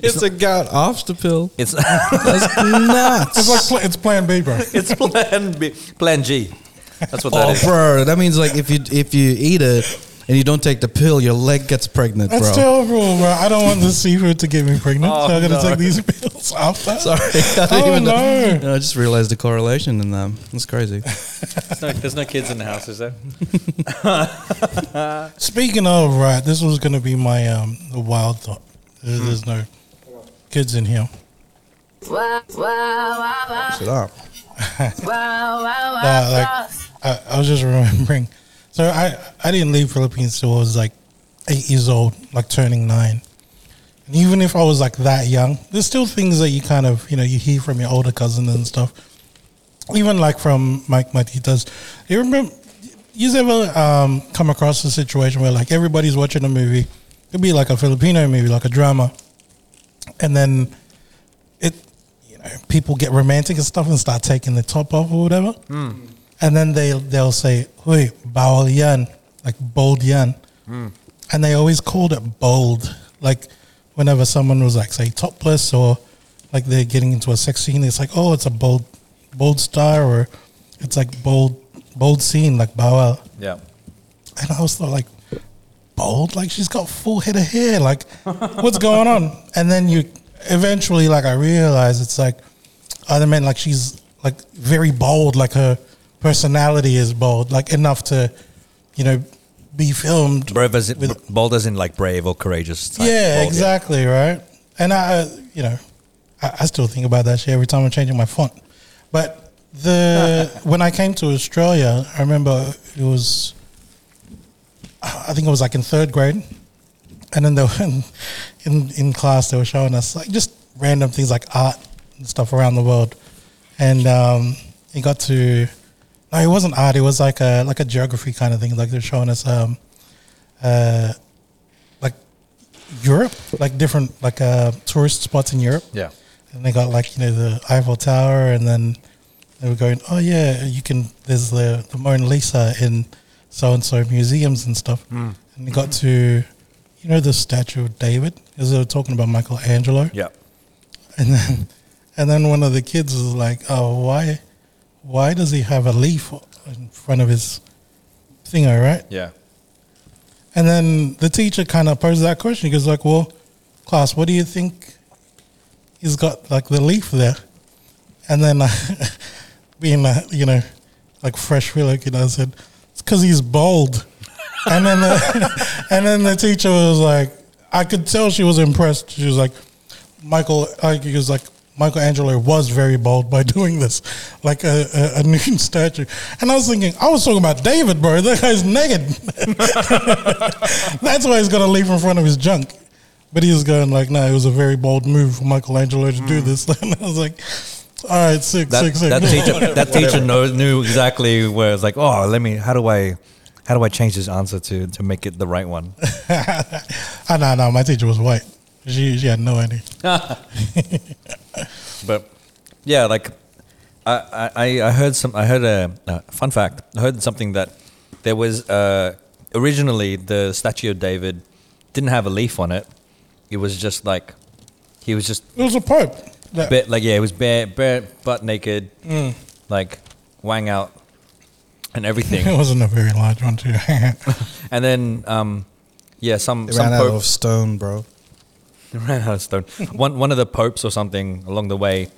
A: it's a gout after pill.
B: it's
A: That's nuts.
C: It's like pla- it's Plan B, bro.
B: it's plan B, plan G. That's what that
A: Oh,
B: is.
A: bro, that means like if you if you eat it and you don't take the pill, your leg gets pregnant,
C: That's
A: bro.
C: terrible, bro. I don't want the seafood to get me pregnant, so
B: Oh,
C: I gotta
B: no.
C: take these pills after.
A: Sorry, I didn't
C: Oh,
A: even know.
C: no.
A: I just realized the correlation in them. That's crazy.
B: There's no, there's no kids in the house, is there?
C: Speaking of, right, this was gonna be my um the wild thought. There- There's no kids in here.
E: Wow, wow, wow, wow,
A: Shut up.
E: wow, wow,
C: Uh,
E: wow, wow.
C: like I, I was just remembering. So I I didn't leave Philippines till I was like eight years old, like turning nine. And even if I was like that young, there's still things that you kind of you know you hear from your older cousins and stuff. Even like from Mike Matitas, you remember? You ever um, come across a situation where like everybody's watching a movie? It'd be like a Filipino movie, like a drama, and then it you know people get romantic and stuff and start taking the top off or whatever and then they they'll say "Hui bawal yan," like bold yan, and they always called it bold. Like whenever someone was like say topless or like they're getting into a sex scene, it's like oh, it's a bold bold star or it's like bold bold scene like bawal.
B: Yeah.
C: And I was thought like bold, like she's got full head of hair. Like what's going on? And then you eventually like I realized it's like other men like she's like very bold, like her personality is bold, like enough to, you know, be filmed.
B: Brave as in,
C: With-
B: bold as in like brave or courageous. Type
C: yeah,
B: bold,
C: exactly, right? And I, uh, you know, I, I still think about that shit every time I'm changing my font. But the when I came to Australia, I remember it was, I think it was like in third grade, and then they were in, in in class they were showing us like just random things like art and stuff around the world, and um, it got to. No, it wasn't art. It was like a like a geography kind of thing. Like they're showing us um, uh, like Europe, like different like uh, tourist spots in Europe.
B: Yeah.
C: And they got like you know the Eiffel Tower, and then they were going, oh yeah, you can. There's the the Mona Lisa in so and so museums and stuff. And they got to, you know, the statue of David. Because they were talking about Michelangelo.
B: Yeah.
C: And then, and then one of the kids was like, "Oh, why, why does he have a leaf in front of his thing? All right."
B: Yeah.
C: And then the teacher kind of posed that question. He goes like, "Well, class, what do you think he's got like the leaf there?" And then, uh, being uh, you know, like fresh fellow, you know, I said, "It's because he's bald." and then, the, and then the teacher was like, I could tell she was impressed. She was like, Michael, like, he was like, Michelangelo was very bold by doing this, like a, a, a nude statue. And I was thinking, I was talking about David, bro. That guy's naked. That's why he's got to leave in front of his junk. But he was going like, no, it was a very bold move for Michelangelo to do this. And I was like, all right, sick,
B: That,
C: sick, sick.
B: that teacher, that teacher know, knew exactly where it's like, oh, let me. How do I, how do I change this answer to to make it the right one?
C: Ah, no, no, my teacher was white. She, she had no idea.
B: But yeah, like I, I, I heard some I heard a, a fun fact. I heard something that there was uh, originally the statue of David didn't have a leaf on it. It was just like he was just
C: It was a pope. That-
B: bare, like yeah, it was bare bare butt naked, like wang out and
C: It
B: everything.
C: wasn't a very large one, too.
B: and then um, yeah, some
A: They
B: some
A: ran out
B: pope-
A: of stone, bro.
B: They ran out of stone. one one of the popes or something along the way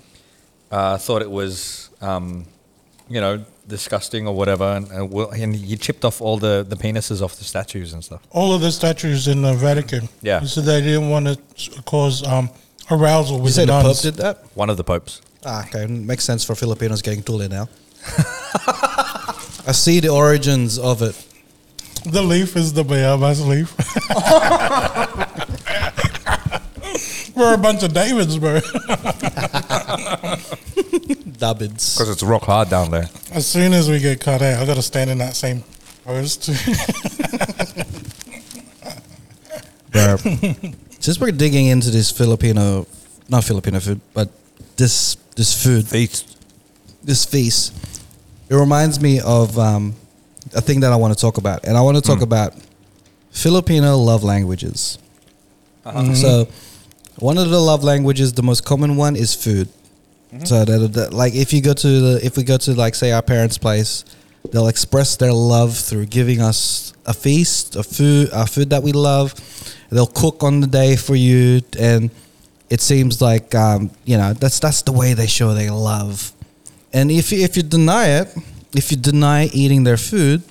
B: uh, thought it was, um, you know, disgusting or whatever, and and, will- and he chipped off all the, the penises off the statues and stuff.
C: All of the statues in the Vatican.
B: Yeah.
C: So they didn't want to cause um, arousal with
A: You say the
C: the
A: Pope
C: nuns.
A: did that?
B: One of the popes.
A: Ah, okay. Makes sense for Filipinos getting tule now. I see the origins of it.
C: The leaf is the Bayabas leaf. We're a bunch of Davids, bro.
A: Dabids.
B: Because it's rock hard down there.
C: As soon as we get cut out, I got to stand in that same pose too.
A: Since we're digging into this Filipino, not Filipino food, but this this food,
B: Feast.
A: this feast, it reminds me of um, a thing that I want to talk about, and I want to talk about Filipino love languages. So, one of the love languages, the most common one, is food. So that, that- like, if you go to the, if we go to like say our parents' place, they'll express their love through giving us a feast, a food, a food that we love. They'll cook on the day for you, and it seems like um, you know that's that's the way they show their love. And if you- if you deny it, if you deny eating their food,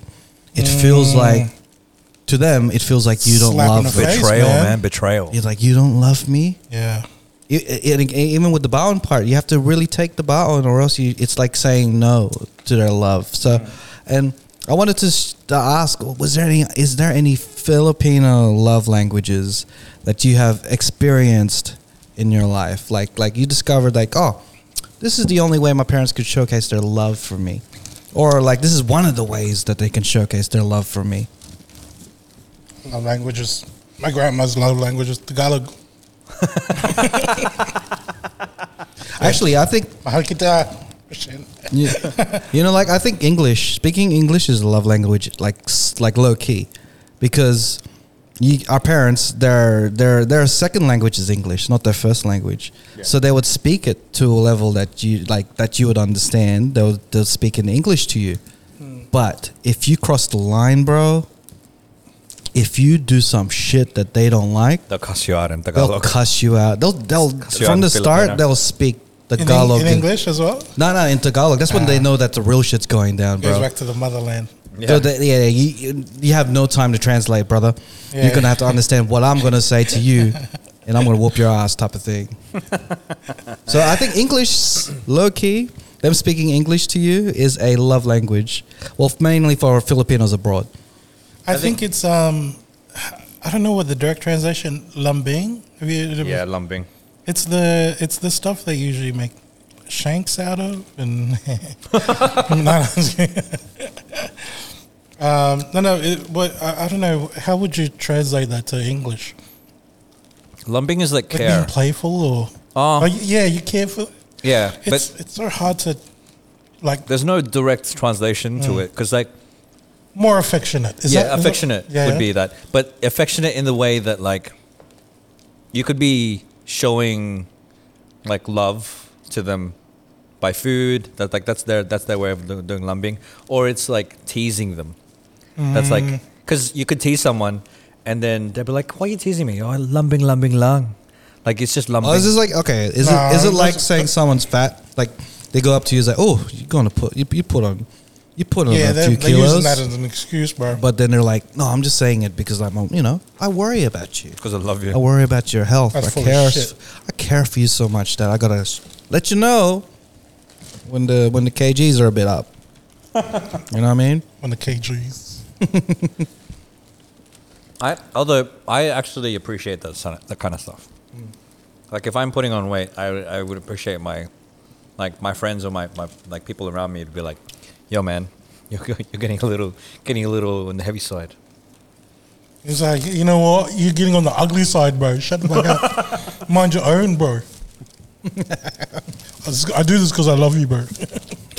A: it feels like to them it feels like you don't
C: Slap
A: love
C: in the
A: it.
C: Face,
B: Betrayal,
C: man.
B: man. Betrayal.
A: It's like you don't love me.
C: yeah.
A: It, it, it- e, even with the baon part, you have to really take the baon, or else you, it's like saying no to their love. So, and I wanted to, s- to ask: Was there any? Is there any Filipino love languages that you have experienced in your life? Like, like you discovered, like, oh, this is the only way my parents could showcase their love for me, or like this is one of the ways that they can showcase their love for me.
C: Love languages. My grandma's love languages, Tagalog.
A: Actually, I think
C: Mahal kita. Shit.
A: Yeah. you know, like I think English, speaking English is a love language, like s- like low key, because you, our parents their their their second language is English, not their first language. So they would speak it to a level that you like that you would understand. They'll they'll speak in English to you,
B: Hmm.
A: but if you cross the line, bro, if you do some shit that they don't like,
B: They'll cuss you out in
A: they'll
B: Tagalog.
A: cuss you out. They'll they'll
B: you out
A: from the
B: in
A: start
B: Filipino.
A: they'll speak. the
C: In, Eng-
A: Tagalog
C: in English as well?
A: no, no, in Tagalog. That's when they
C: Ah.
A: know that the real shit's going down, bro.
C: Goes back to the motherland.
B: Yeah.
A: So that- yeah, you, you- you have no time to translate, brother.
C: Yeah.
A: You're gonna have to understand what I'm gonna say to you, and I'm gonna whoop your ass, type of thing. so I think English, low key, them speaking English to you is a love language. Well, mainly for Filipinos abroad.
C: Mm-hmm. I, think, it's um, I don't know what the direct translation lambing. Have you?
B: yeah, lumbing.
C: It's the it's the stuff they usually make shanks out of, and no, no, um, no, no. It, what I, I don't know. How would you translate that to English?
B: Lumbing is like
C: Like
B: care.
C: being playful, or
B: Oh.
C: Like, yeah, you care for.
B: Yeah,
C: It's
B: but
C: it's so hard to, like,
B: there's no direct translation to it because like
C: more affectionate. Mm. Is
B: yeah,
C: that- is that-
B: affectionate
C: Yeah,
B: would
C: yeah.
B: be that, but affectionate in the way that like you could be showing like love to them by food. That like that's their that's their way of do- doing lumbing, or it's like teasing them. That's
C: Mm.
B: like because you could tease someone, and then they'll be like, "Why are you teasing me? Oh, lumbing, lumbing, lung." Like it's just lumbing.
A: Oh, is this like okay? Is
C: Nah,
A: it is it
C: I'm
A: like
C: just-
A: saying someone's fat? Like they go up to you, it's like, oh, you're gonna put you, you put on, you put on
C: yeah,
A: a
C: they're,
A: few
C: they're using
A: kilos,
C: that as an excuse, bro.
A: but then they're like, no, I'm just saying it because I'm, you know, I worry about you.
B: because I love
A: I
B: you.
A: worry about your health.
C: That's
A: I
C: full of
A: care.
C: shit.
A: I care for you so much that I gotta s- let you know when the when the kgs are a bit up. you know what I mean?
C: on the KGs.
B: I, although I actually appreciate that son- that kind of stuff. Like if I'm putting on weight, I, I would appreciate my like my friends or my, my like people around me to be like, "Yo, man, you're, you're getting a little getting a little on the heavy side."
C: It's like, you know what? You're getting on the ugly side, bro. Shut the fuck up. Mind your own, bro. I s- I do this because I love you, bro.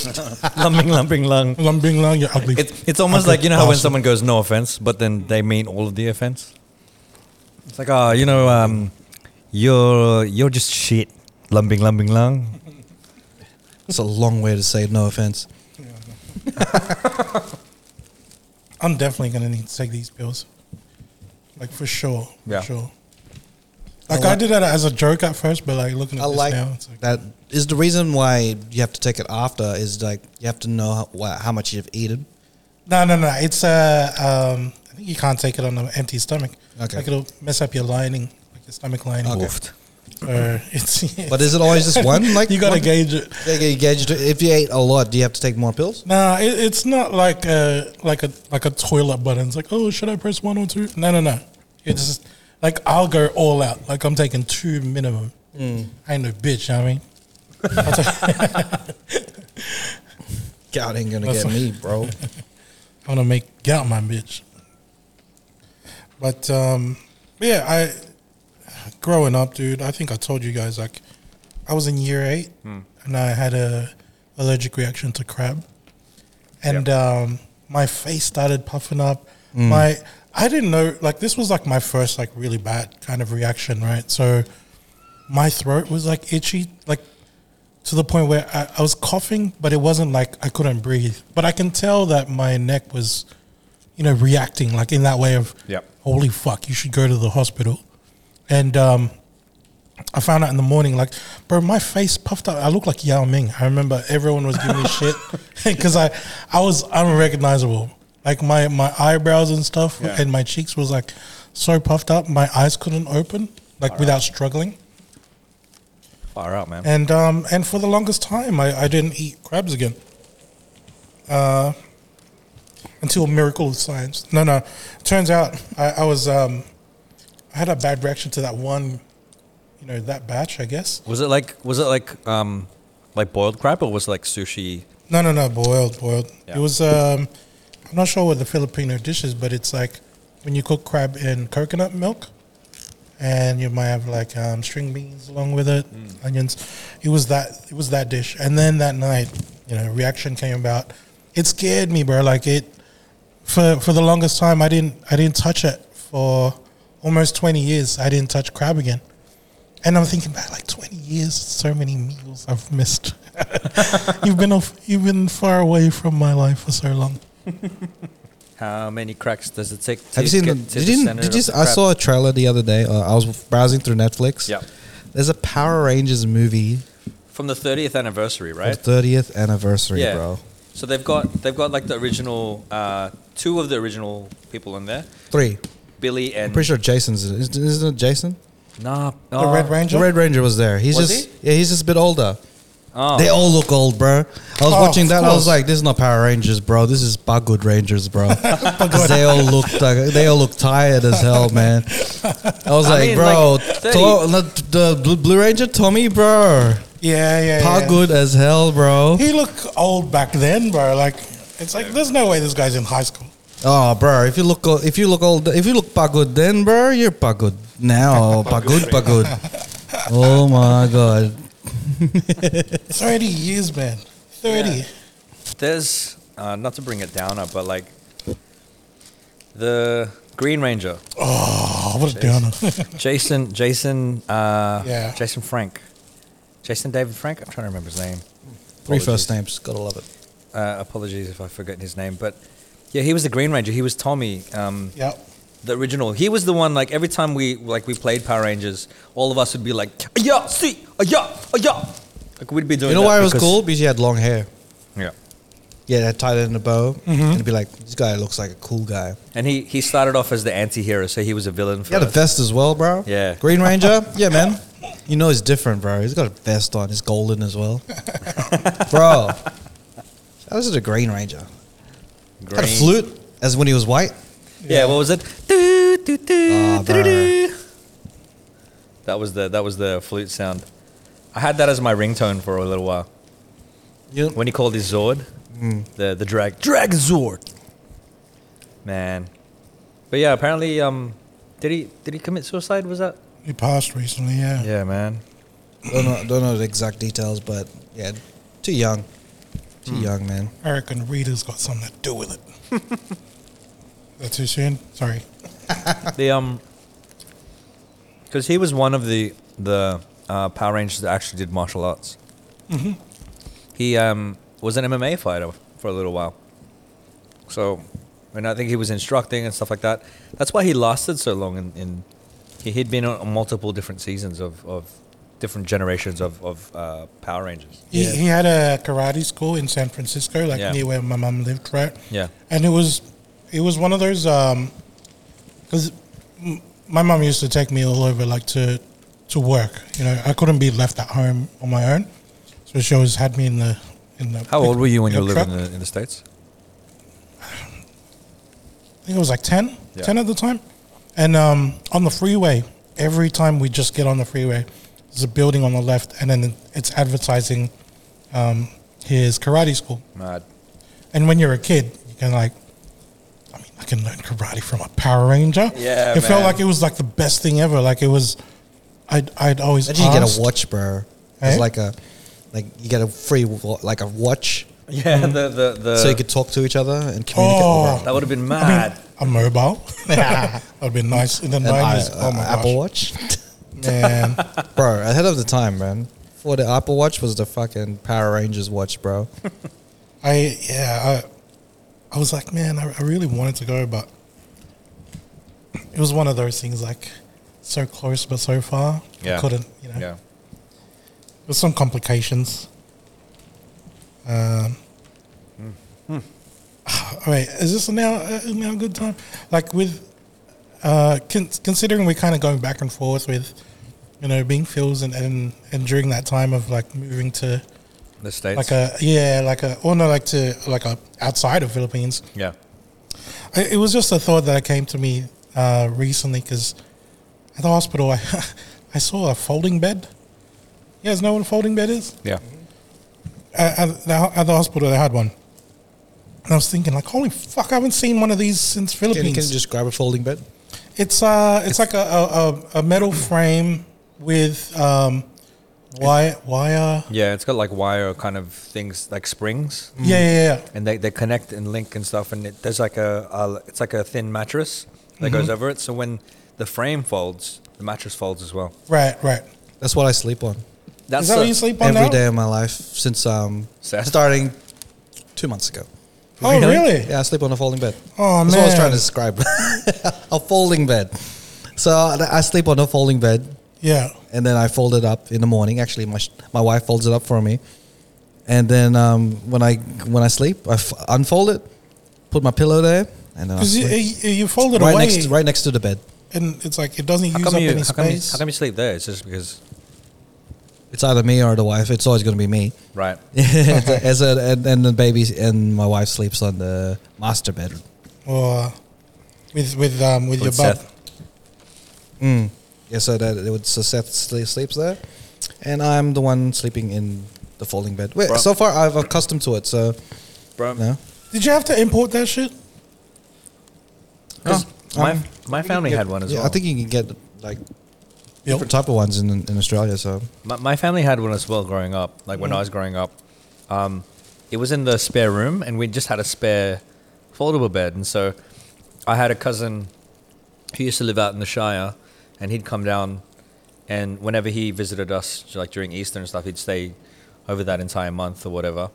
B: lumbing, lumbing, lung.
C: Because I'm being like, you're ugly.
B: It's it's almost
C: ugly
B: like you know how when
C: bastard.
B: someone goes no offense, but then they mean all of the offense. It's like oh, you know, um, you're you're just shit, lumbing, lumbing, lung.
A: It's a long way to say no offense.
C: I'm definitely gonna need to take these pills, like for sure, for
B: Yeah.
C: sure. Like
A: I
C: I,
A: like-
C: did that as a joke at first, but like looking at
A: I
C: this
A: like
C: now, it's like
A: that. Is the reason why you have to take it after is like you have to know how, wha- how much you've eaten.
C: no, no, no. It's uh, um, I think you can't take it on an empty stomach.
A: Okay.
C: like it'll mess up your lining, like your stomach lining.
A: Okay.
B: Oofed.
C: Or it's
A: But is it always just one? Like
C: you gotta
A: one-
C: gauge it.
A: They get gauged. If you ate a lot, do you have to take more pills?
C: Nah, it, it's not like a like a like a toilet button. It's like, oh, should I press one or two? No, no, no. It's just like I'll go all out. Like I'm taking two minimum. I ain't no bitch. You know what I mean.
A: God ain't gonna
C: That's
A: get
C: what-
A: me, bro.
C: I'm gonna make get out my bitch. But um, yeah, I growing up, dude. I think I told you guys like I was in year eight and I had a allergic reaction to crab, and um, my face started puffing up. My I didn't know like this was like my first like really bad kind of reaction, right? So my throat was like itchy, like to the point where I, I was coughing, but it wasn't like I couldn't breathe. But I can tell that my neck was, you know, reacting like in that way of,
B: Yep.
C: holy fuck, you should go to the hospital. And um, I found out in the morning, like, bro, my face puffed up. I looked like Yao Ming. I remember everyone was giving me shit because I, I was unrecognizable. Like my, my eyebrows and stuff
B: Yeah.
C: and my cheeks was like so puffed up. My eyes couldn't open like without struggling.
B: Far out, man.
C: And um, and for the longest time, I, I didn't eat crabs again. Uh, until miracle of science. No, no. Turns out I, I was um, I had a bad reaction to that one, you know, that batch. I guess.
B: Was it like was it like um like boiled crab or was it like sushi?
C: No, no, no. Boiled, boiled.
B: Yeah.
C: It was. Um, I'm not sure what the Filipino dish is, but it's like when you cook crab in coconut milk, and you might have like um, string beans along with it, onions. It was that. It was that dish. And then that night, you know, reaction came about. It scared me, bro. Like it. For for the longest time, I didn't I didn't touch it for almost 20 years. I didn't touch crab again. And I'm thinking back, like 20 years, so many meals I've missed. you've been off, you've been far away from my life for so long.
B: How many cracks does it take? To
A: Have you seen? The,
B: get to
A: did you?
B: center
A: Did
B: of
A: you?
B: the
A: I
B: crab?
A: saw a trailer the other day. Uh, I was browsing through Netflix.
B: Yeah.
A: There's a Power Rangers movie
B: from the 30th anniversary, right?
A: for the 30th anniversary,
B: yeah.
A: bro.
B: So they've got they've got like the original uh, two of the original people in there,
A: Three.
B: Billy and
A: I'm pretty sure Jason's. Isn't isn't it Jason?
B: Nah,
C: The
B: nah.
C: Red Ranger?
A: The Red Ranger was there. He's
B: Was
A: just.
B: he?
A: Yeah, he's just a bit older.
B: Oh.
A: They all look old, bro. I was
C: Oh,
A: watching
C: of
A: that. I was
C: course.
A: like, "This is not Power Rangers, bro. This is Bugwood Rangers, bro." 'Cause they all look like, they all look tired as hell, man. I was
B: I
A: like,
B: mean,
A: "Bro,
B: like,
A: to-
B: 30
A: the, the Blue- Blue Ranger Tommy, bro,
C: Yeah, yeah.
A: Power
C: yeah.
A: good as hell, bro."
C: He looked old back then, bro. Like, it's like, there's no way this guy's in high school.
A: Oh, bro, if you look o- if you look old, if you look pagod then, bro, you're pagod now. pagod, pagod. Oh my god.
C: 30 years, man. 30.
B: Yeah. There's uh, not to bring it down, uh, but like the Green Ranger,
C: Oh, what a downer.
B: Jason, Jason, uh,
C: Yeah.
B: Jason Frank, Jason David Frank. I'm trying to remember his name.
A: Three
B: Apologies.
A: first names, gotta love it.
B: Uh, apologies if I forget his name, but yeah, he was the Green Ranger. He was Tommy. Um,
C: yep.
B: The original. He was the one. Like every time we like we played Power Rangers, all of us would be like, "Yeah, see, yeah, yeah." Like we'd be doing.
A: You know
B: that
A: why it was
B: because-
A: cool? Because he had long hair.
B: Yeah. Mm-hmm.
A: yeah, I'd tie it in a bow and be like, this guy looks like a cool guy.
B: And he, he started off as the anti-hero, so he was a villain
A: He had a
B: first.
A: vest as well, bro.
B: Yeah.
A: Green Ranger. Yeah, man. You know he's different, bro. He's got a vest on. He's golden as well, bro. This is a Green Ranger. Had a
B: Green.
A: flute as when he was white.
B: Yeah, what was it? Doo, doo, doo,
A: Ah,
B: doo, doo, doo. That was the that was the flute sound. I had that as my ringtone for a little while.
A: Yep.
B: When he called his Zord, the the drag Hmm. drag Zord, man. But yeah, apparently, um, did he did he commit suicide? Was that?
C: He passed recently, yeah.
B: Yeah, man.
A: Don't know, don't know the exact details, but yeah, too young, too
C: Hmm.
A: young, man.
C: I reckon Rita's got something to do with it. That's too soon? Sorry.
B: the um, because he was one of the the uh, Power Rangers that actually did martial arts. He um was an MMA fighter for a little while. So, and I think he was instructing and stuff like that. That's why he lasted so long. In, in he had been on multiple different seasons of, of different generations of of uh, Power Rangers.
C: He, he had a karate school in San Francisco, like
B: Yeah.
C: near where my mum lived, right?
B: Yeah.
C: And it was, it was one of those, um, because my mum used to take me all over, like to, to work. You know, I couldn't be left at home on my own, so she always had me in the, in the.
B: How old were you when you were living in
C: truck.
B: the, in the states?
C: I think it was like 10,
B: Yeah.
C: 10 at the time. And um, on the freeway, every time we just get on the freeway, there's a building on the left, and then it's advertising um, his karate school.
B: Mad.
C: And when you're a kid, you can like, I mean, I can learn karate from a Power Ranger.
B: Yeah,
C: it felt
B: man.
C: like it was like the best thing ever. Like it was, I'd I'd always
A: Imagine you get
C: asked-
A: a watch, bro.
C: Eh?
A: It's like a, like you get a free wa- like a watch,
B: Yeah, the the, the
A: so you could talk to each other and communicate.
C: Uh. Oh.
A: with
B: that would have been
C: I mean,
B: mad.
C: a mobile. that would be nice in the
A: an I, uh,
C: nineties. Oh my
A: Apple
C: gosh,
A: Watch,
C: man!
A: bro. Ahead of the time, man. For the Apple Watch was the fucking Power Rangers watch, bro.
C: I yeah, I, I was like, man, I, I really wanted to go, but it was one of those things like so close but so far. I
B: Yeah.
C: couldn't. You know,
B: yeah.
C: there's some complications. Um, wait, is this now uh, now a good time? Like with uh, con- considering we're kind of going back and forth with you know being Phils and, and and during that time of like moving to
B: The states.
C: like a yeah like a or no like to like a outside of Philippines.
B: yeah.
C: I- It was just a thought that came to me uh, recently because at the hospital I I saw a folding bed. You guys know what a folding bed is?
B: Yeah.
C: at, at, the, at the hospital they had one. And I was thinking, like, holy fuck, I haven't seen one of these since
A: Can,
C: Philippines.
A: can you just grab a folding bed?
C: it's uh, it's, like a, a, a- a metal frame with um, wire, wire.
B: Yeah, it's got like wire kind of things like springs,
C: Yeah, yeah, yeah.
B: and they, they connect and link and stuff. And it, there's like a, a it's like a thin mattress that goes
C: Mm-hmm.
B: over it. So when the frame folds, the mattress folds as well.
C: Right, right.
A: That's what I sleep on
B: That's
C: Is that
B: the-
C: what you sleep on
A: every day
C: now?
A: of my life since um
B: Sad.
A: starting two months ago.
C: Oh, really?
A: Yeah, I sleep on a folding bed.
C: Oh,
A: That's what I was
C: man.
A: trying to describe. a folding bed. So I I sleep on a folding bed,
C: Yeah.
A: and then I fold it up in the morning. Actually, my sh- my wife folds it up for me, and then um, when I when I sleep, I f- unfold it, put my pillow there, and then I
C: Because you,
A: sleep.
C: you, you fold it
A: right
C: away,
A: next right next to the bed.
C: and it's like it doesn't
B: How
C: use up
B: come, you,
C: any
B: how, come you,
C: space.
B: how come you sleep there? It's just because,
A: It's either me or the wife. It's always going to be me.
B: right?
A: As a, and, and the baby and my wife sleeps on the master bed.
C: or with with um with,
B: With
C: your bub.
B: Seth.
A: Yeah, so that it would so Seth sle- sleeps there, and I'm the one sleeping in the folding bed. Wait,
B: Bruh.
A: so far I've accustomed to it. So
B: Bro,
A: no,
C: Did you have to import that shit?
B: 'Cause
A: No,
B: my
A: um,
B: my family had one as
A: yeah,
B: well.
A: I think you can get like
C: Yep.
A: different type of ones in in Australia. So
B: My, my family had one as well growing up. Like when I was growing up, um, it was in the spare room, and we just had a spare foldable bed. And so I had a cousin who used to live out in the Shire, and he'd come down, and whenever he visited us, like during Easter and stuff, he'd stay over that entire month or whatever.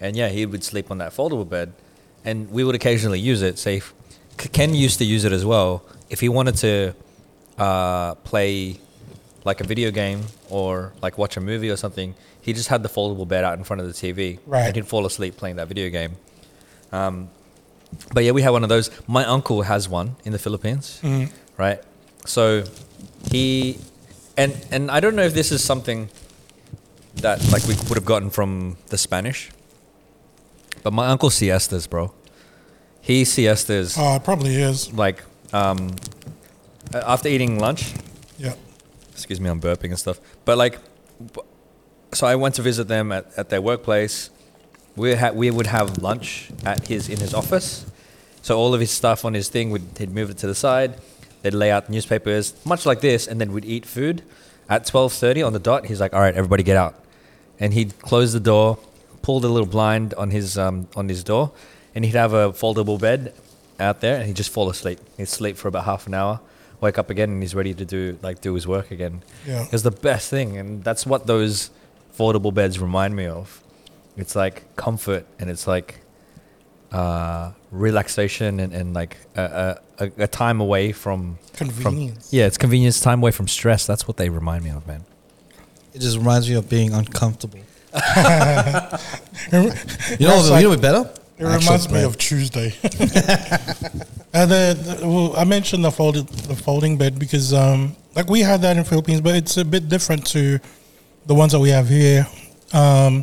B: And yeah, he would sleep on that foldable bed, and we would occasionally use it. Say, if- Ken used to use it as well if he wanted to uh, play like a video game or like watch a movie or something, he just had the foldable bed out in front of the TV,
C: Right.
B: And he'd fall asleep playing that video game. Um, but yeah, we had one of those. My uncle has one in the Philippines, right? So he and and I don't know if this is something that like we would have gotten from the Spanish, but my uncle siestas, bro. He siestas
C: Oh, it probably is.
B: like um, a- after eating lunch.
C: Yeah.
B: Excuse me, I'm burping and stuff. But like, b- so I went to visit them at, at their workplace. We ha- we would have lunch at his in his office. So all of his stuff on his thing would he'd move it to the side. They'd lay out newspapers, much like this, and then we'd eat food. At twelve thirty on the dot, he's like, "All right, everybody, get out," and he'd close the door, pull the little blind on his um, on his door, and he'd have a foldable bed out there, and he'd just fall asleep. He'd sleep for about half an hour, wake up again, and he's ready to do like do his work again.
C: Yeah.
B: It was the best thing, and that's what those foldable beds remind me of. It's like comfort, and it's like uh, relaxation and, and like a, a, a- a time away from from-
C: Convenience.
B: yeah, it's convenience, time away from stress. That's what they remind me of, man.
F: It just reminds me of being uncomfortable.
C: It
F: You know,
C: reminds
F: what-
C: like-
F: you know, what better.
C: It
F: Actual
C: reminds me
F: bed.
C: of Tuesday. and uh, the, the- well, I mentioned the folded the folding bed because um, like we had that in Philippines, but it's a bit different to the ones that we have here. Um,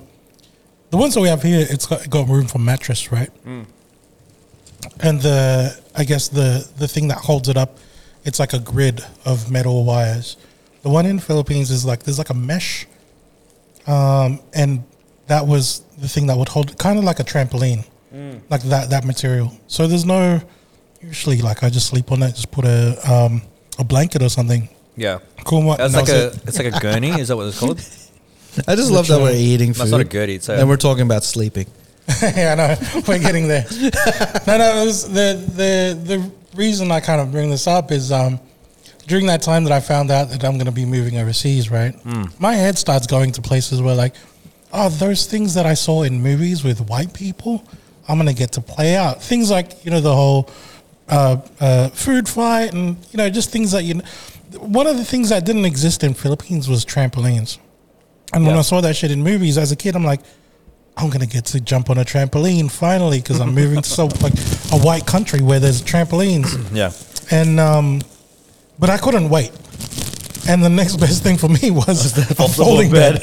C: the ones that we have here, it's got, got room for mattress, right?
F: Mm.
C: And the I guess the the thing that holds it up, it's like a grid of metal wires. The one in Philippines is like there's like a mesh, um, and that was the thing that would hold kind of like a trampoline,
B: Mm.
C: like that that material. So there's no usually like I just sleep on it, just put a um, a blanket or something.
B: Yeah,
C: Cool. What?
B: that's
C: and
B: like
C: that
B: a
C: was it.
B: it's like a gurney. Is that what it's called?
F: I just love that we're eating food.
B: That's not a gurney. It's a,
F: And we're talking about sleeping.
C: yeah, I know. We're getting there. no, no. It was the the the reason I kind of bring this up is um, during that time that I found out that I'm going to be moving overseas, right? My head starts going to places where like, oh, those things that I saw in movies with white people, I'm going to get to play out. Things like you know the whole uh, uh, food fight and you know just things that you. One of the things that didn't exist in Philippines was trampolines. And when
B: Yeah.
C: I saw that shit in movies as a kid, I'm like, I'm gonna get to jump on a trampoline finally because I'm moving to so like a white country where there's trampolines.
B: yeah,
C: And um, but I couldn't wait. And the next best thing for me was a folding bed.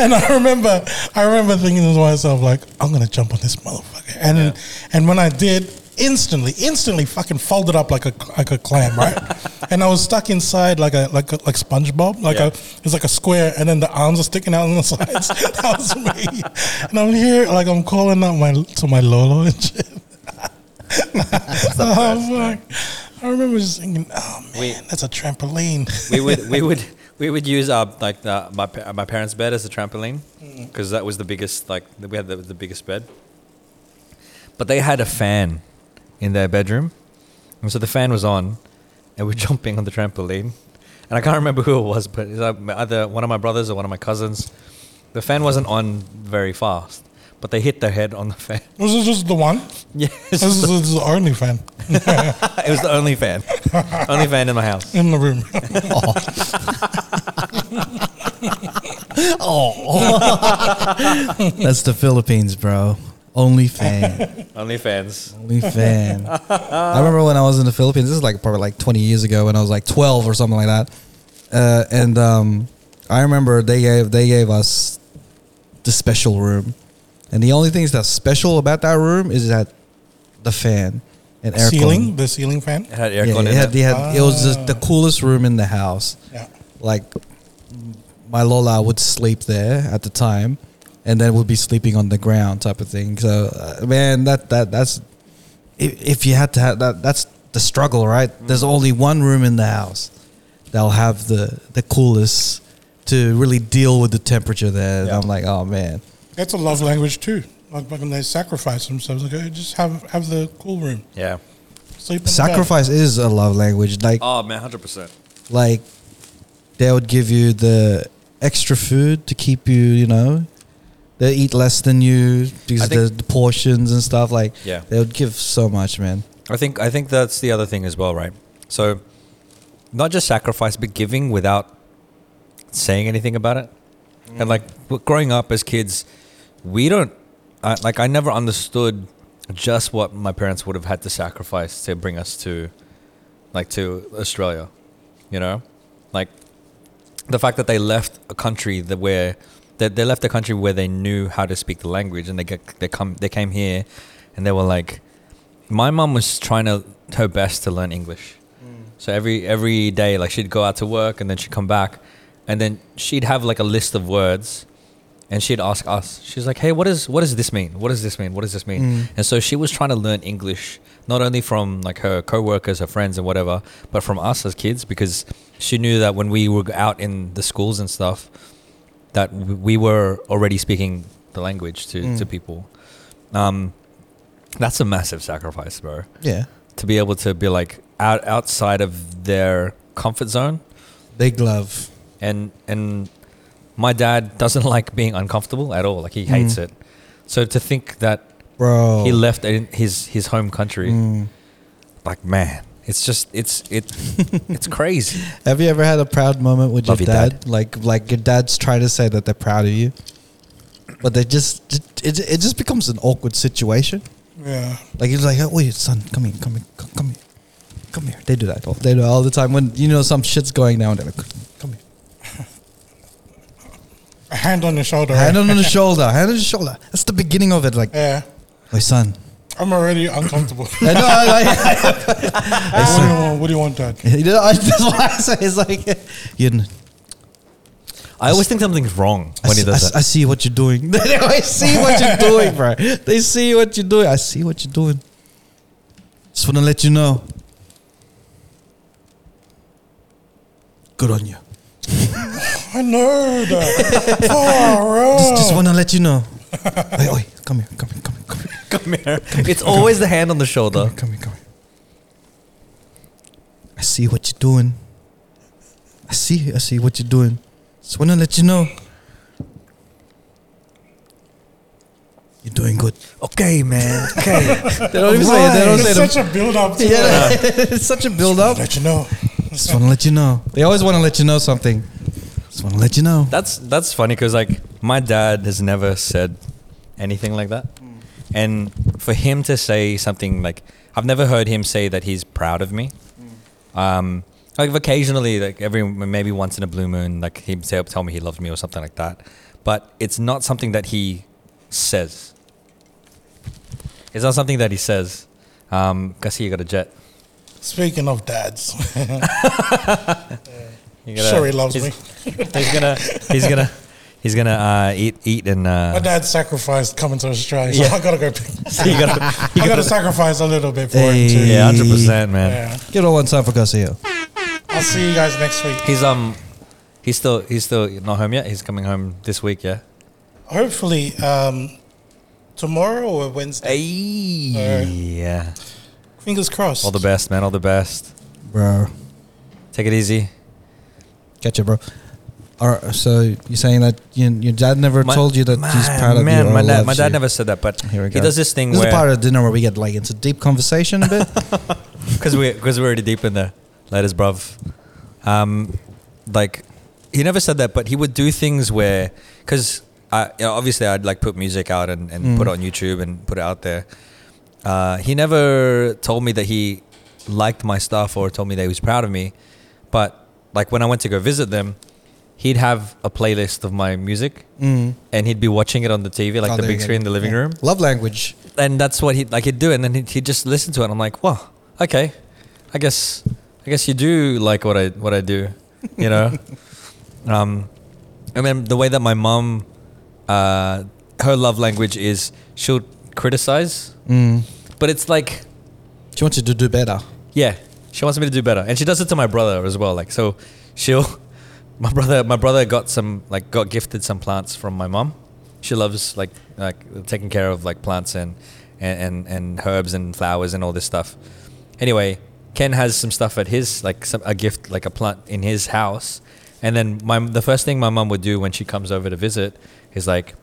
C: and I remember, I remember thinking to myself like, I'm gonna jump on this motherfucker. And and when I did, instantly, instantly, fucking folded up like a like a clam, right? and I was stuck inside like a like a, like SpongeBob, like
B: Yeah.
C: a it's like a square, and then the arms are sticking out on the sides. that was me. And I'm here like I'm calling out my to my Lolo and shit. oh, fuck. I remember just thinking, oh man,
B: We-
C: that's a trampoline.
B: we would we would we would use our like the, my pa- my parents' bed as a trampoline
A: Mm.
B: because that was the biggest like we had the, the biggest bed. But they had a fan in their bedroom, and so the fan was on, and we're jumping on the trampoline, and I can't remember who it was, but it's like my- either one of my brothers or one of my cousins. The fan wasn't on very fast, but they hit their head on the fan.
C: Was this just the one?
B: Yeah,
C: This is, this is the only fan
B: it was the only fan, only fan in my house.
C: in the room.
A: That's the Philippines, bro. Only fan.
B: Only fans.
A: Only fan. I remember when I was in the Philippines, this is like probably like 20 years ago when I was like 12 or something like that. Uh, and um, I remember they gave they gave us the special room. And the only things that's special about that room is that the fan and aircon.
C: ceiling, the ceiling fan.
B: It had
A: Yeah,
B: aircon
A: it,
B: in it.
A: had, it, had- it was just the coolest room in the house.
C: Yeah.
A: Like my Lola would sleep there at the time, and then would be sleeping on the ground type of thing. So uh, man, that that that's if, if you had to have that, that's the struggle, right? There's only one room in the house that'll have the the coolest to really deal with the temperature there. And I'm like, oh man,
C: That's a love language too. Like back when they sacrifice themselves, like "Hey, just have have the cool room.
B: Yeah.
C: Sleep on the bed."
A: sacrifice is a love language. Like
B: Oh man, hundred percent.
A: like they would give you the extra food to keep you, you know, they eat less than you because
B: I
A: of the,
B: think-
A: the portions and stuff. Like,
B: Yeah.
A: they would give so much, man.
B: I think I think that's the other thing as well, right? So, not just sacrifice, but giving without saying anything about it. And like w- growing up as kids, we don't I like I never understood just what my parents would have had to sacrifice to bring us to like to Australia, you know? Like the fact that they left a country that where that they left a country where they knew how to speak the language and they get they come they came here and they were like my mum was trying to her best to learn English. So every every day, like she'd go out to work and then she'd come back, and then she'd have like a list of words, and she'd ask us. She's like, "Hey, what is what does this mean? What does this mean? What does this mean?" And so she was trying to learn English not only from like her coworkers, her friends, and whatever, but from us as kids because she knew that when we were out in the schools and stuff, that w- we were already speaking the language to to people. Um, that's a massive sacrifice, bro
A: Yeah.
B: to be able to be like out outside of their comfort zone
A: Big love.
B: and and my dad doesn't like being uncomfortable at all like he hates
A: Mm.
B: it so to think that
A: Bro.
B: he left in his his home country
A: Mm.
B: like man it's just it's it it's crazy
A: Have you ever had a proud moment with
B: Love
A: your
B: you,
A: dad?
B: Dad.
A: Like like your dad's trying to say that they're proud of you, but they just it, it just becomes an awkward situation.
C: Yeah.
A: Like he's like, oh, wait, son, come here, come here, come, come here, come here. They do that. all- They do it all the time when you know some shit's going down. They're like, come here,
C: A hand on the shoulder.
A: hand
C: right?
A: on the shoulder, hand on the shoulder. That's the beginning of it. Like,
C: Yeah.
A: my son.
C: I'm already uncomfortable.
A: I know, I like,
C: what, do you want, what do you want, Dad?
A: you know, I- that's why I say it's like, you know,
B: i always think something's wrong
A: I
B: when he
A: see,
B: does
A: I, I
B: that
A: see what you're doing. they always see what you're doing, bro. They see what you're doing. I see what you're doing. Just want to let you know. Good on you.
C: I know, Dad. Oh,
A: Just, just want to let you know. Oi, oi, come here, come here, come here, come here,
B: come here it's always the hand on the
A: come
B: shoulder
A: here, come here, come here. I see what you're doing. I see, I see what you're doing. Just want to let you know. You're doing good.
B: okay man okay
A: They don't
C: bro.
A: even say it. They don't
C: It's
A: say it.
C: such a build up. To it.
A: Yeah, it's such a build up.
C: Let you know.
A: Just want to let you know. They always want to let you know something. Just want to let you know.
B: That's that's funny because like my dad has never said anything like that, and for him to say something like I've never heard him say that he's proud of me. Um, like occasionally, like every maybe once in a blue moon, like he'd say, tell me he loves me or something like that. But it's not something that he says. It's not something that he says. Um, cause he got a jet.
C: Speaking of dads,
B: He got a-
C: sure he loves
B: he's-
C: me.
B: He's gonna. He's gonna. He's gonna uh, eat, eat, and uh,
C: My dad sacrificed coming to Australia, so
B: Yeah.
C: I gotta go. Pick,
B: you gotta,
C: I gotta sacrifice a little bit for him too.
B: yeah, hundred percent, man.
C: Yeah.
A: Get all one time for Garcia.
C: I'll see you guys next week.
B: He's um, he's still he's still not home yet. He's coming home this week, yeah.
C: Hopefully, um, tomorrow or Wednesday.
B: Hey, yeah.
C: Fingers crossed.
B: All the best, man. All the best.
A: Bro.
B: Take it easy.
A: Catch it, bro. All right, so you're saying that you, your dad never
B: My-
A: told you that he's
B: my-
A: proud of
B: man,
A: you? Oh, or
B: my dad,
A: loves
B: my dad
A: you?
B: never said that, but
A: Here we go.
B: he does this thing
A: This is part
B: where
A: of dinner where we get like into deep conversation a bit.
B: because we because we're already deep in the letters, bruv. Um, like he never said that, but he would do things where because I you know, obviously I'd like put music out and, and
A: Mm.
B: put it on YouTube and put it out there. Uh, he never told me that he liked my stuff or told me that he was proud of me, but like when I went to go visit them, he'd have a playlist of my music and he'd be watching it on the TV, like
A: Mm. Oh,
B: the
A: there you
B: big
A: go.
B: screen in the living
A: Yeah.
B: room
A: Love language.
B: and that's what he like he'd do, and then he'd, he'd just listen to it. And I'm like, wow, okay, I guess I guess you do like what I what I do, you know. um, and then the way that my mom, uh, her love language is she'll criticize, but it's like
A: Mm. She wants you to do better.
B: yeah, she wants me to do better, and she does it to my brother as well. Like so, she'll my brother my brother got some like got gifted some plants from my mom. She loves like like taking care of like plants and and and, and herbs and flowers and all this stuff. Anyway, Ken has some stuff at his like some, a gift like a plant in his house, and then my the first thing my mom would do when she comes over to visit is like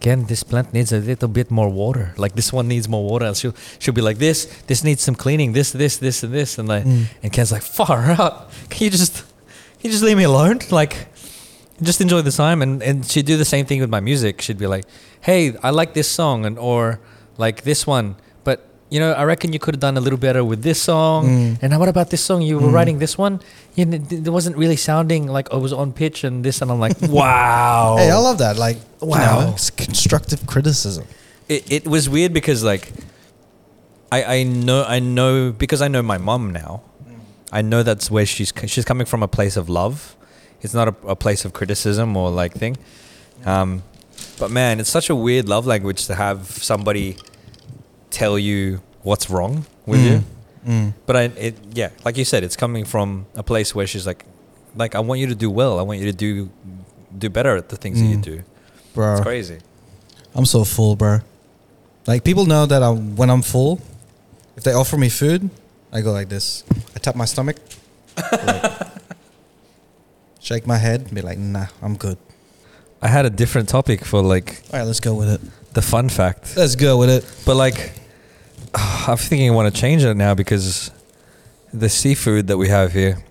B: Ken, this plant needs a little bit more water. Like this one needs more water. And she'll she'll be like this. This needs some cleaning. This this this and this. And like and Ken's like far out. Can you just can you just leave me alone? Like just enjoy the time and, and she'd do the same thing with my music she'd be like hey i like this song and or like this one but you know i reckon you could have done a little better with this song and what about this song you were writing this one you know, it wasn't really sounding like i was on pitch and this and i'm like wow
A: Hey, I love that. Like, wow,
B: Oh. Wow.
A: it's constructive criticism.
B: it, it was weird because like I, I know I know because I know my mum now. I know that's where she's co- she's coming from a place of love. It's not a, a place of criticism or like thing. Um, but man, it's such a weird love language to have somebody tell you what's wrong with you.
A: Mm,
B: But I it yeah, like you said, it's coming from a place where she's like, like I want you to do well. I want you to do do better at the things that you do.
A: Bro,
B: It's crazy.
A: I'm so full, bro. Like people know that I'm, when I'm full, if they offer me food, I go like this. I tap my stomach, like, shake my head, be like, "Nah, I'm good."
B: I had a different topic for like
A: All right, let's go with it.
B: the fun fact.
A: Let's go with it.
B: But like, I'm thinking I want to change it now because the seafood that we have here.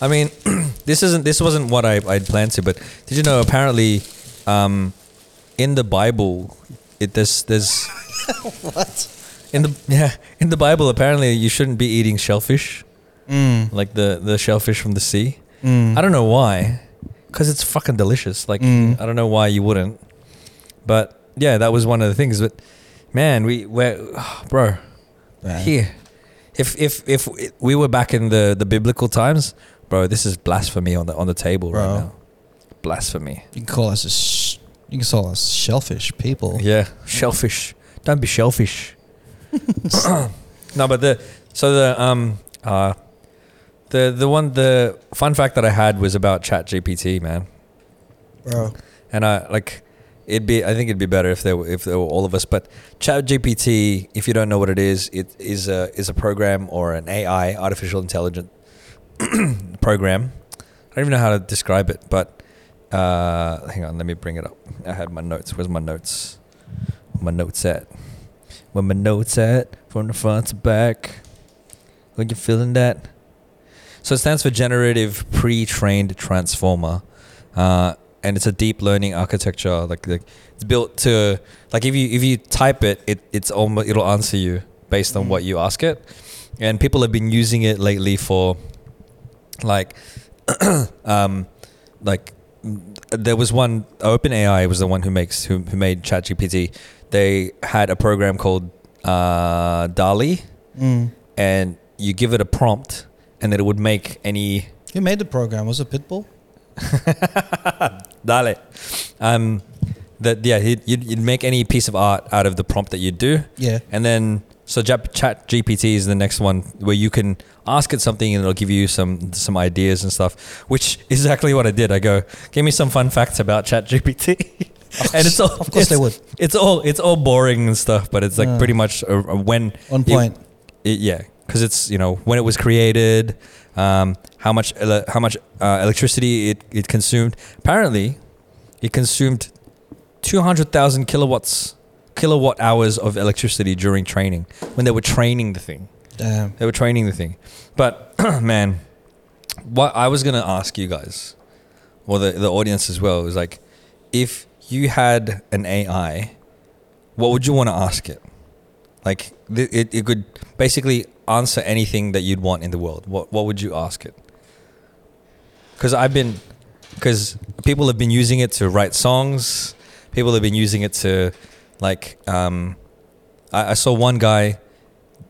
B: I mean, this isn't this wasn't what I I'd planned to. But did you know apparently, um, in the Bible, it there's there's what in the yeah in the Bible apparently you shouldn't be eating shellfish,
A: Mm,
B: like the the shellfish from the sea. I don't know why, because it's fucking delicious. Like I don't know why you wouldn't. But yeah, that was one of the things. But man, we were, bro, here. If if if we were back in the the biblical times, bro, this is blasphemy on the on the table
A: Bro.
B: right now. Blasphemy.
A: You can call us a sh- you can call us shellfish people.
B: Yeah, shellfish. Don't be shellfish. no, but the so the um uh the the one the fun fact that I had was about Chat GPT, man.
A: Bro,
B: and I like it'd be I think it'd be better if they were if they were all of us. But ChatGPT, if you don't know what it is, it is a is a program or an AI, artificial intelligent program. I don't even know how to describe it, but uh, hang on, let me bring it up. I had my notes. Where's my notes? My notes at? Where my notes at? From the front to back. Are you feeling that? So it stands for Generative Pre-Trained Transformer, uh, and it's a deep learning architecture. Like, like it's built to like if you if you type it, it it's almost it'll answer you based on what you ask it. And people have been using it lately for like um like mm, there was one OpenAI was the one who makes who, who made ChatGPT. They had a program called uh, Dali, and you give it a prompt, and then it would make any
A: who made the program? Was it Pitbull?
B: Dale. Um, that yeah, he'd, you'd, you'd make any piece of art out of the prompt that you do.
A: Yeah.
B: And then so Jap- Chat GPT is the next one where you can ask it something and it'll give you some some ideas and stuff, which is exactly what I did. I go, give me some fun facts about Chat GPT. and it's all
A: Of course they
B: it's-
A: would.
B: It's all it's all boring and stuff, but it's like pretty much a, a when
A: On
B: it-
A: point.
B: it- yeah, because it's you know when it was created, um, how much ele- how much uh, electricity it, it consumed. Apparently, it consumed two hundred thousand kilowatts kilowatt hours of electricity during training when they were training the thing.
A: Damn.
B: They were training the thing. But man, what I was gonna ask you guys, or the, the audience as well, is like, if you had an AI, what would you want to ask it? Like, th- it, it could basically answer anything that you'd want in the world. What what would you ask it? Because I've been, because people have been using it to write songs. People have been using it to, like, um, I, I saw one guy